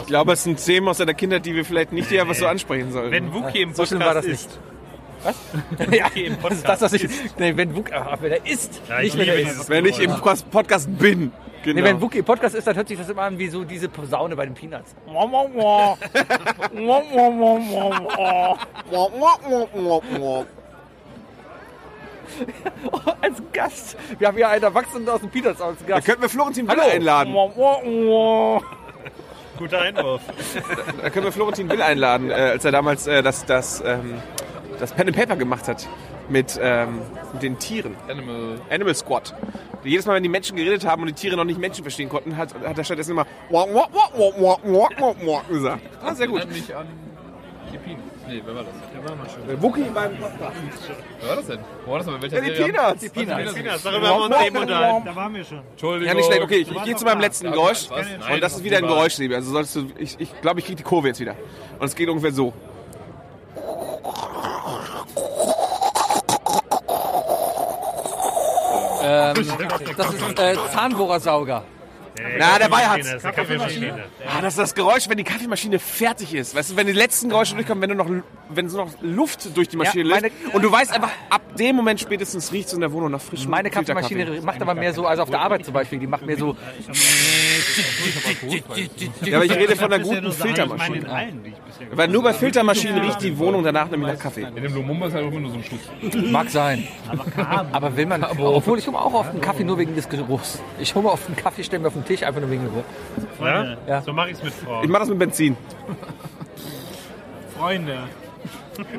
C: Ich glaube, es sind Themen aus deiner Kindheit, die wir vielleicht nicht hier was so ansprechen sollen.
B: Wenn Wookie im
D: So
B: Podcast
D: schlimm war das
B: ist,
D: nicht. Was? ja,
B: Wookie im
D: das ist
B: Podcast
D: das, was ich. Nee, wenn Wookie, ach, wenn er isst,
B: Ja,
D: nicht
B: ich
D: wenn er
B: liebe
D: isst.
B: dieses
C: wenn ich im Pos- Podcast bin. Genau.
D: Nee, wenn Wookie im Podcast ist, dann hört sich das immer an wie so diese Posaune bei den Peanuts. *laughs* Oh, als Gast. Wir haben hier einen Erwachsenen aus dem Peanuts als
C: da
D: Gast.
C: könnten wir Florentin Will einladen.
B: guter Einwurf.
C: Da können wir Florentin Will einladen, äh, als er damals äh, das, das, ähm, das Pen and Paper gemacht hat mit, ähm, mit den Tieren.
E: Animal.
C: Animal Squad. Jedes Mal, wenn die Menschen geredet haben und die Tiere noch nicht Menschen verstehen konnten, hat, hat er stattdessen immer wak, wak, wak, wak, wak, wak, wak, wak gesagt. Ah, sehr gut.
E: Erinnert mich an die Peanuts. Nee, wer war das?
C: Wookie beim Podcast.
E: Wer war das denn? Wo war das denn? Bei welcher
C: Die
E: Serie?
C: Peanuts. Die
E: Peanuts.
B: Peanuts, darüber haben wir uns eben unterhalten.
H: Da waren wir schon.
E: Entschuldigung.
C: Ja, nicht schlecht. Okay, ich, ich gehe zu meinem letzten Geräusch.
E: Was? Nein,
C: Und das ist
E: auf
C: wieder ein
E: die Bahn.
C: Geräusch, Sebi. Also solltest du, ich, ich glaube, ich kriege die Kurve jetzt wieder. Und es geht ungefähr so.
D: Das ist äh, Zahnbohrersauger.
C: Na, *laughs* der Ball hat's.
B: Das ist eine Kaffeemaschine.
C: Ah, das ist das Geräusch, wenn die Kaffeemaschine fertig ist. Weißt du, wenn die letzten Geräusche durchkommen, wenn du noch, wenn so noch Luft durch die Maschine
D: meine-
C: läuft. Und du weißt einfach, ab dem Moment spätestens riecht es in der Wohnung nach frischem
D: Meine
C: Filterkaffee.
D: Kaffeemaschine macht aber mehr so, also auf der Arbeit zum Beispiel, die macht mehr so.
C: Ja, aber ich rede von einer
H: Bisher
C: guten
H: nur sagen, Ich
C: Filtermaschine.
H: meine in allen, die ich bisher gemacht
C: Weil nur bei Filtermaschinen riecht die Wohnung danach nämlich nach Kaffee.
E: In dem Lumumba ist halt auch immer nur so ein Schluss.
D: Mag sein. Aber will man. Obwohl ich hole auch auf den Kaffee nur wegen des Geruchs. Ich hole auf den Kaffee, stelle mir auf den Tisch einfach nur wegen dem Geruch.
H: habe.
D: Ja.
H: Ja? So mache ich es mit
C: Ich
H: Frauen.
C: mache das mit Benzin.
H: Freunde.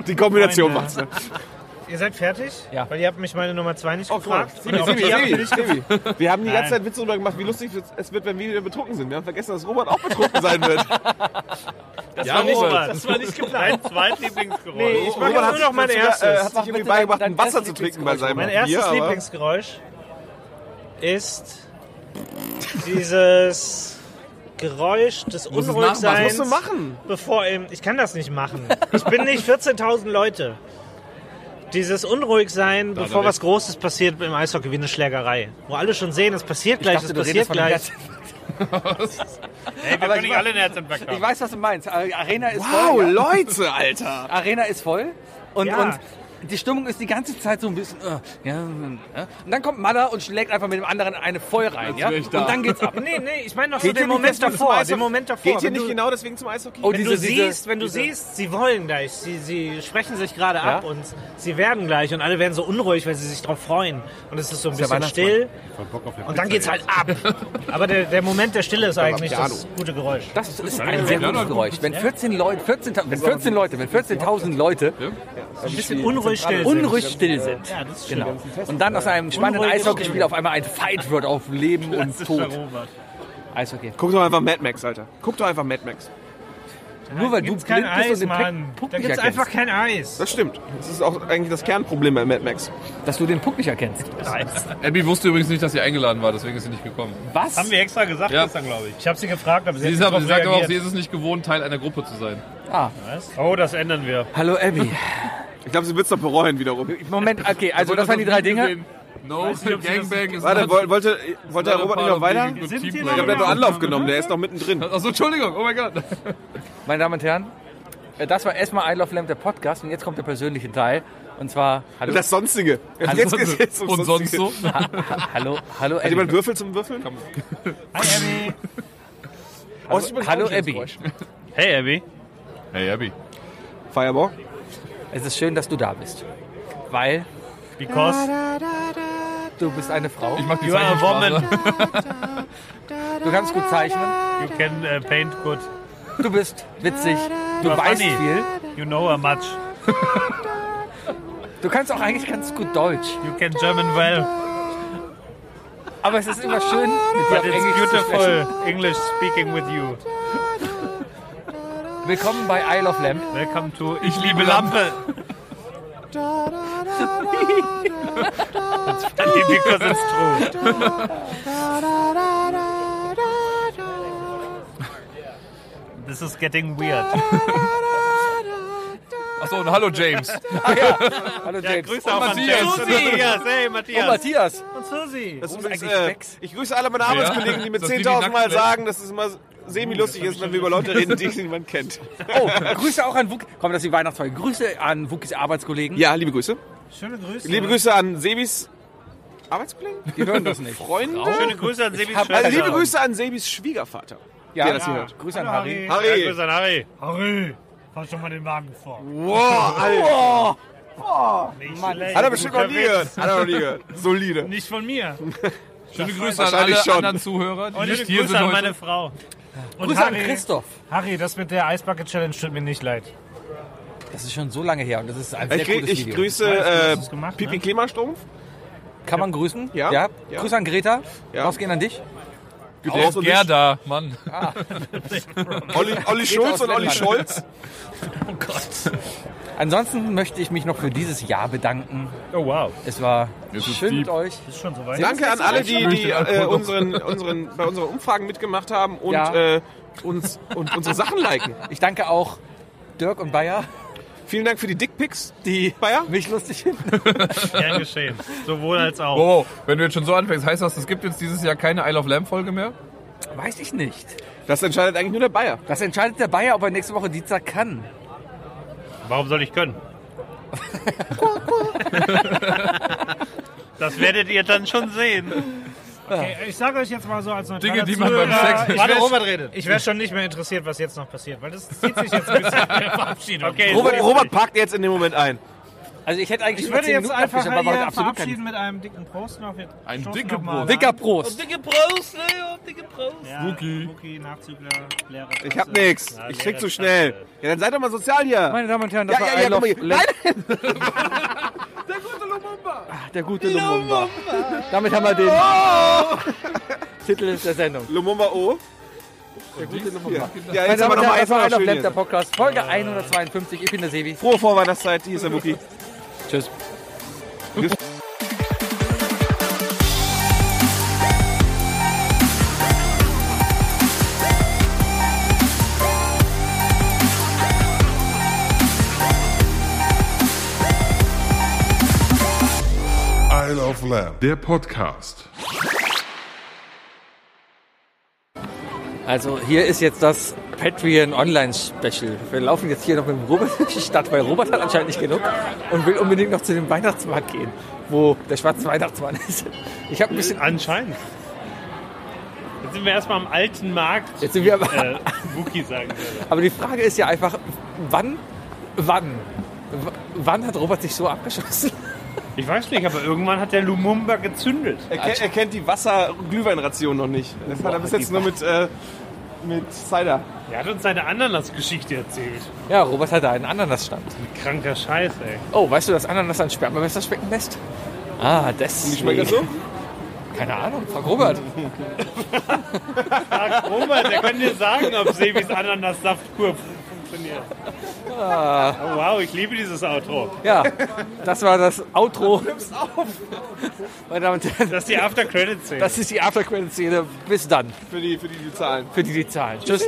C: Die Kombination
H: Freunde.
C: macht's. Ne?
A: Ihr seid fertig?
D: Ja.
A: Weil ihr habt mich meine Nummer 2
C: Oh,
A: nicht gefragt.
C: Sebi, Sebi, Sebi, Sebi. Wir haben die ganze
H: Nein.
C: Zeit Witze darüber gemacht, wie lustig es wird, wenn wir wieder betrunken sind. Wir haben vergessen, dass Robert auch betrunken sein wird.
B: Das war nicht,
E: Jawohl.
B: das war nicht geplant. Dein Zweitlieblingsgeräusch.
A: Nee, ich mache jetzt nur noch mein
C: Robert hat sich sogar, äh,
A: erstes.
C: hat sich irgendwie
D: bitte
C: beigebracht,
D: dein
C: ein Wasser
D: erstes
C: zu trinken bei seinem
A: Mein erstes
C: Bier, aber-
A: Lieblingsgeräusch ist dieses Geräusch des
E: es nachmachen. Was
A: Unruhigseins.
C: musst du machen?
A: Bevor ähm, ich kann das nicht machen. Ich
D: *laughs*
A: bin nicht 14.000 Leute. Dieses Unruhigsein, bevor
E: da
A: was Großes passiert im Eishockey wie eine Schlägerei, wo alle schon sehen, es passiert gleich,
D: dachte,
A: es
D: du
A: passiert
D: redest von dem
A: gleich.
B: Ey, wir können nicht alle einen Herzinfarkt
D: Ich
B: haben.
D: weiß, was du meinst. Äh, Arena ist
C: Wow,
D: voll.
E: *laughs*
C: Leute, Alter.
D: Arena ist voll. Und,
A: Ja.
D: und die Stimmung ist die ganze Zeit so ein bisschen. Äh, ja, ja. Und dann kommt Mada und schlägt einfach mit dem anderen eine voll rein. Ja?
E: wär ich
D: Und
E: da.
D: dann geht's ab.
A: *laughs* Nee, nee, ich meine doch so
C: Geht ihr
A: den
C: nicht
A: Moment
C: deswegen zum
A: davor.
C: Eishockey?
A: Den Moment davor.
C: Geht ihr
A: Wenn
C: nicht
A: du-
C: genau deswegen zum Eishockey?
D: Oh,
A: Wenn
D: diese-
A: du
D: diese-
A: siehst, wenn du siehst, sie wollen gleich, sie, sie sprechen sich gerade ab und sie werden gleich und alle werden so unruhig, weil sie sich drauf freuen und es ist so ein bisschen still und dann geht's halt
D: *laughs*
A: ab. Aber der, der Moment der Stille ist eigentlich das gute Geräusch.
D: Das ist ein sehr gutes Geräusch. Wenn 14 Leute, 14, wenn 14 Leute, wenn 14.000 Leute
A: Ein bisschen unruhig still. sind.
D: unruhig still sind
A: Ja, das ist schön.
D: genau. und dann aus einem spannenden
A: Unruhige
D: Eishockeyspiel auf einmal ein Fight wird auf Leben und Tod. Eishockey.
C: Guck doch einfach Mad Max, Alter. Guck doch einfach Mad Max.
D: Nur weil du
A: gibt's
D: blind
A: kein
D: bist und
A: Eis,
D: den Pe-
A: Mann.
D: Puck
A: Da
D: nicht
A: gibt's
D: erkennst.
A: einfach kein Eis.
C: Das stimmt. Das ist auch eigentlich das Kernproblem bei Mad Max.
D: Dass du den Puck nicht erkennst.
E: Abby wusste übrigens nicht, dass sie eingeladen war, deswegen ist sie nicht gekommen.
D: Was?
B: Haben wir extra gesagt
E: Ja.
B: gestern, glaube ich. Ich habe sie gefragt, aber sie,
E: Sie, ist
B: hat
E: aber,
B: nicht
E: sie sagt aber auch,
B: drauf
E: sie ist es nicht gewohnt, Teil einer Gruppe zu sein.
B: reagiert. Oh, das ändern wir.
D: Ah.
B: *laughs*
D: Hallo Abby.
C: Ich glaube, sie wird es doch bereuen wiederum.
D: Moment, okay, also das waren die drei Dinge.
E: No, Gangbang ist
C: Warte, woll- wollte, wollte der Robert nicht noch weiter? Ich
E: Sind
B: die
C: habe da nur Anlauf genommen, der ist noch mittendrin.
E: Achso, Entschuldigung, oh mein Gott.
D: Meine Damen und Herren, äh, das war erstmal I Love Lamp, der Podcast und jetzt kommt der persönliche Teil. Und zwar, hallo,
C: Das Sonstige. Jetzt geht's jetzt ums
E: Und sonst
C: Sonstige.
E: so?
D: ha, hallo, hallo
C: Hat jemand
D: Abby.
C: Würfel zum Würfeln?
B: Hi, Abby.
C: Oh, ist übrigens auch
D: Hallo
C: ein schönes
D: Abby.
C: Geräusch.
B: Hey, Abby.
E: Hey, Abby.
C: Fireball.
D: Es ist schön, dass du da bist. Weil
B: Because
D: du bist eine Frau.
E: Ich mach die
B: you are a
E: Zeichensprache.
B: woman.
D: Du kannst gut zeichnen.
B: You can äh, paint good.
D: Du bist witzig. Du
B: are
D: weißt
B: funny.
D: viel.
B: You know a much.
D: Du kannst auch eigentlich ganz gut Deutsch.
B: You can German well.
D: Aber es ist immer schön, mit dir auf
B: But it's
D: Englisch zu sprechen.
B: beautiful English speaking with you.
D: Willkommen bei I Love Lamp.
B: Welcome to Ich liebe Lampe. It's funny because it's true. This is getting weird.
E: Achso, und hallo James.
D: Hallo James.
B: Grüße auch an
E: Matthias.
B: James. Matthias. Hey,
D: Und
B: Matthias.
D: Matthias.
B: Und Susi.
C: Das ist übrigens,
D: eigentlich
C: äh,
D: Specs?
C: ich grüße alle meine Arbeitskollegen, die mir
E: Dass die die
C: 10.000 Mal
E: nackt werden.
C: sagen, dass es immer semi-lustig ist, wenn wir über Leute reden, die niemand kennt.
D: Oh, Grüße auch an Wookie. Komm, das ist die Weihnachtsfolge. Grüße an Wookies Arbeitskollegen.
C: Ja, liebe Grüße.
B: Schöne Grüße.
C: Liebe Grüße an Sebis Arbeitskollegen?
D: Die hören das nicht.
C: Freunde?
B: Schöne Grüße an Sebis
D: hab-
B: Schwester.
C: Also liebe Grüße an Sebis Schwiegervater.
D: Ja,
C: der das hier hört.
D: Grüße an Harry.
C: Harry.
B: Ja, Grüße an Harry. Harry. Fahr schon mal den Wagen vor.
C: Boah, Alter.
B: Nicht schlecht.
C: Hat er bestimmt noch nie
B: Guter
C: gehört.
B: Witz.
C: Hat er noch nie gehört. Solide.
B: Nicht von mir.
E: Schöne Grüße an alle
C: Wahrscheinlich schon.
E: anderen Zuhörer, die
B: Und
E: nicht
B: schöne
E: hier
B: Grüße
E: sind
B: an
E: heute.
B: meine Frau. Und
D: Grüße an
B: Harry.
D: Christoph.
B: Harry, das mit der Eisbucket Challenge tut mir nicht leid.
D: Das ist schon so lange her und das ist ein sehr
C: Ich, grü
D: gutes
C: ich
D: Video.
C: grüße
B: Ich weiß, du
C: äh,
B: hast es gemacht,
C: Pipi
B: ne?
C: Klimastrumpf.
D: Kann man grüßen?
C: Ja.
D: ja.
C: Ja.
D: Grüße an Greta.
C: Ja.
D: Rausgehen an dich.
E: Auch Gerda, Mann.
C: Olli, Olli Schulz
D: aus
C: und Olli
D: Lettland.
C: Scholz.
D: Ansonsten möchte ich mich noch für dieses Jahr bedanken.
B: Oh wow.
D: Es war
E: Jetzt ist
D: schön
E: deep.
D: mit euch.
B: Ist schon soweit.
C: Danke an alle, die, die
E: Alkohol
C: äh,
E: noch.
C: unseren, unseren, bei unseren Umfragen mitgemacht haben und,
D: Ja.
C: äh, uns, und unsere Sachen liken.
D: Ich danke auch Dirk und Bayer,
C: Vielen Dank für die Dickpics.
D: die
C: Bayer?
D: mich lustig finden. *laughs*
B: Gern geschehen. Sowohl als auch.
E: Oh, wenn du jetzt schon so anfängst, heißt das, es gibt jetzt dieses Jahr keine Isle of Lamb Folge mehr?
D: Weiß ich nicht.
C: Das entscheidet eigentlich nur der Bayer.
D: Das entscheidet der Bayer, ob er nächste Woche Dienstag kann.
B: Warum soll ich können? Das werdet ihr dann schon sehen.
I: Okay, ich sage euch jetzt mal so als neutraler
E: Dinge, die man beim
I: Zuhörer-
E: Sex nicht
B: Warte,
E: weiß.
B: Robert redet.
A: Ich wäre schon nicht mehr interessiert, was jetzt noch passiert, weil das zieht sich jetzt ein
E: *laughs*
A: bisschen mit der Verabschiedung.
B: Okay,
C: Robert, Robert packt jetzt in dem Moment ein.
D: Also ich hätte eigentlich
I: Ich
D: über
I: würde
D: 10
I: jetzt
D: Minuten
I: einfach
D: abgeschrieben, aber war
I: hier
D: absolut kein
I: verabschieden mit einem dicken Prost noch. Wir
E: Ein
I: stoßen
E: dicker
I: noch mal
E: Prost.
I: an.
D: Dicker Prost.
A: Dicke Prost, Leo, dicke Prost.
I: Ja,
E: Wookie.
I: Wookie, Nachzügler, leere
C: Ich
I: Tasse.
C: hab nix. Ich krieg zu schnell. Ja, dann seid doch mal sozial hier.
D: Meine Damen und Herren, das
C: Ja,
D: war
C: ja, ja,
D: I
C: guck mal
D: Love
C: hier.
D: Lamp,
C: Nein, nein.
D: *laughs* Ah, der gute Lumumba. Damit haben wir den
C: Oh.
D: Titel der Sendung.
C: Lumumba O. Ja, ja jetzt
D: Meine
C: haben
D: Damen
C: wir nochmal
D: und Herren,
C: eins
D: das war I
C: noch
D: Love
C: schön
D: Lamp, der
C: hier.
D: Podcast, Folge 152. Ich bin der Sebi.
C: Frohe Vorweihnachtszeit. Hier ist der Wookie.
D: Tschüss.
J: Isle of Lamb, der Podcast.
D: Also hier ist jetzt das Patreon Online Special. Wir laufen jetzt hier noch mit dem Robert durch die Stadt, weil Robert hat anscheinend nicht genug und will unbedingt noch zu dem Weihnachtsmarkt gehen, wo der schwarze Weihnachtsmann ist. Ich habe ein bisschen
A: Anscheinend. Jetzt sind wir erstmal am alten Markt.
D: Jetzt sind wir aber,
A: Äh, Wookie sagen würde.
D: aber die Frage ist ja einfach, wann, wann, w- wann hat Robert sich so abgeschossen? *laughs*
A: Ich weiß nicht, aber irgendwann hat der Lumumba gezündet.
C: Er, kennt- er kennt die Wasser-Glühweinration noch nicht. Das hat er bis jetzt nur mit, äh, mit Cider.
A: Er hat uns seine Ananas-Geschichte erzählt.
D: Ja, Robert hatte einen Ananasstand.
A: Kranker Scheiß, ey.
D: Oh, weißt du, dass Ananas an Sperma besser schmecken lässt? Ah, das. Wie
C: Schmeckt das so?
D: Keine Ahnung, frag Robert.
A: Frag Robert, der kann dir sagen, ob Sebis Ananas-Saftkur funktioniert. Oh, wow, ich liebe dieses Outro.
D: Ja, das war das Outro. Meine Damen und Herren,
A: Das ist die After-Credit-Szene.
D: das ist die Aftercredit-Szene. Bis dann,
C: Für die, für die, die Zahlen.
D: für die, die zahlen. Tschüss.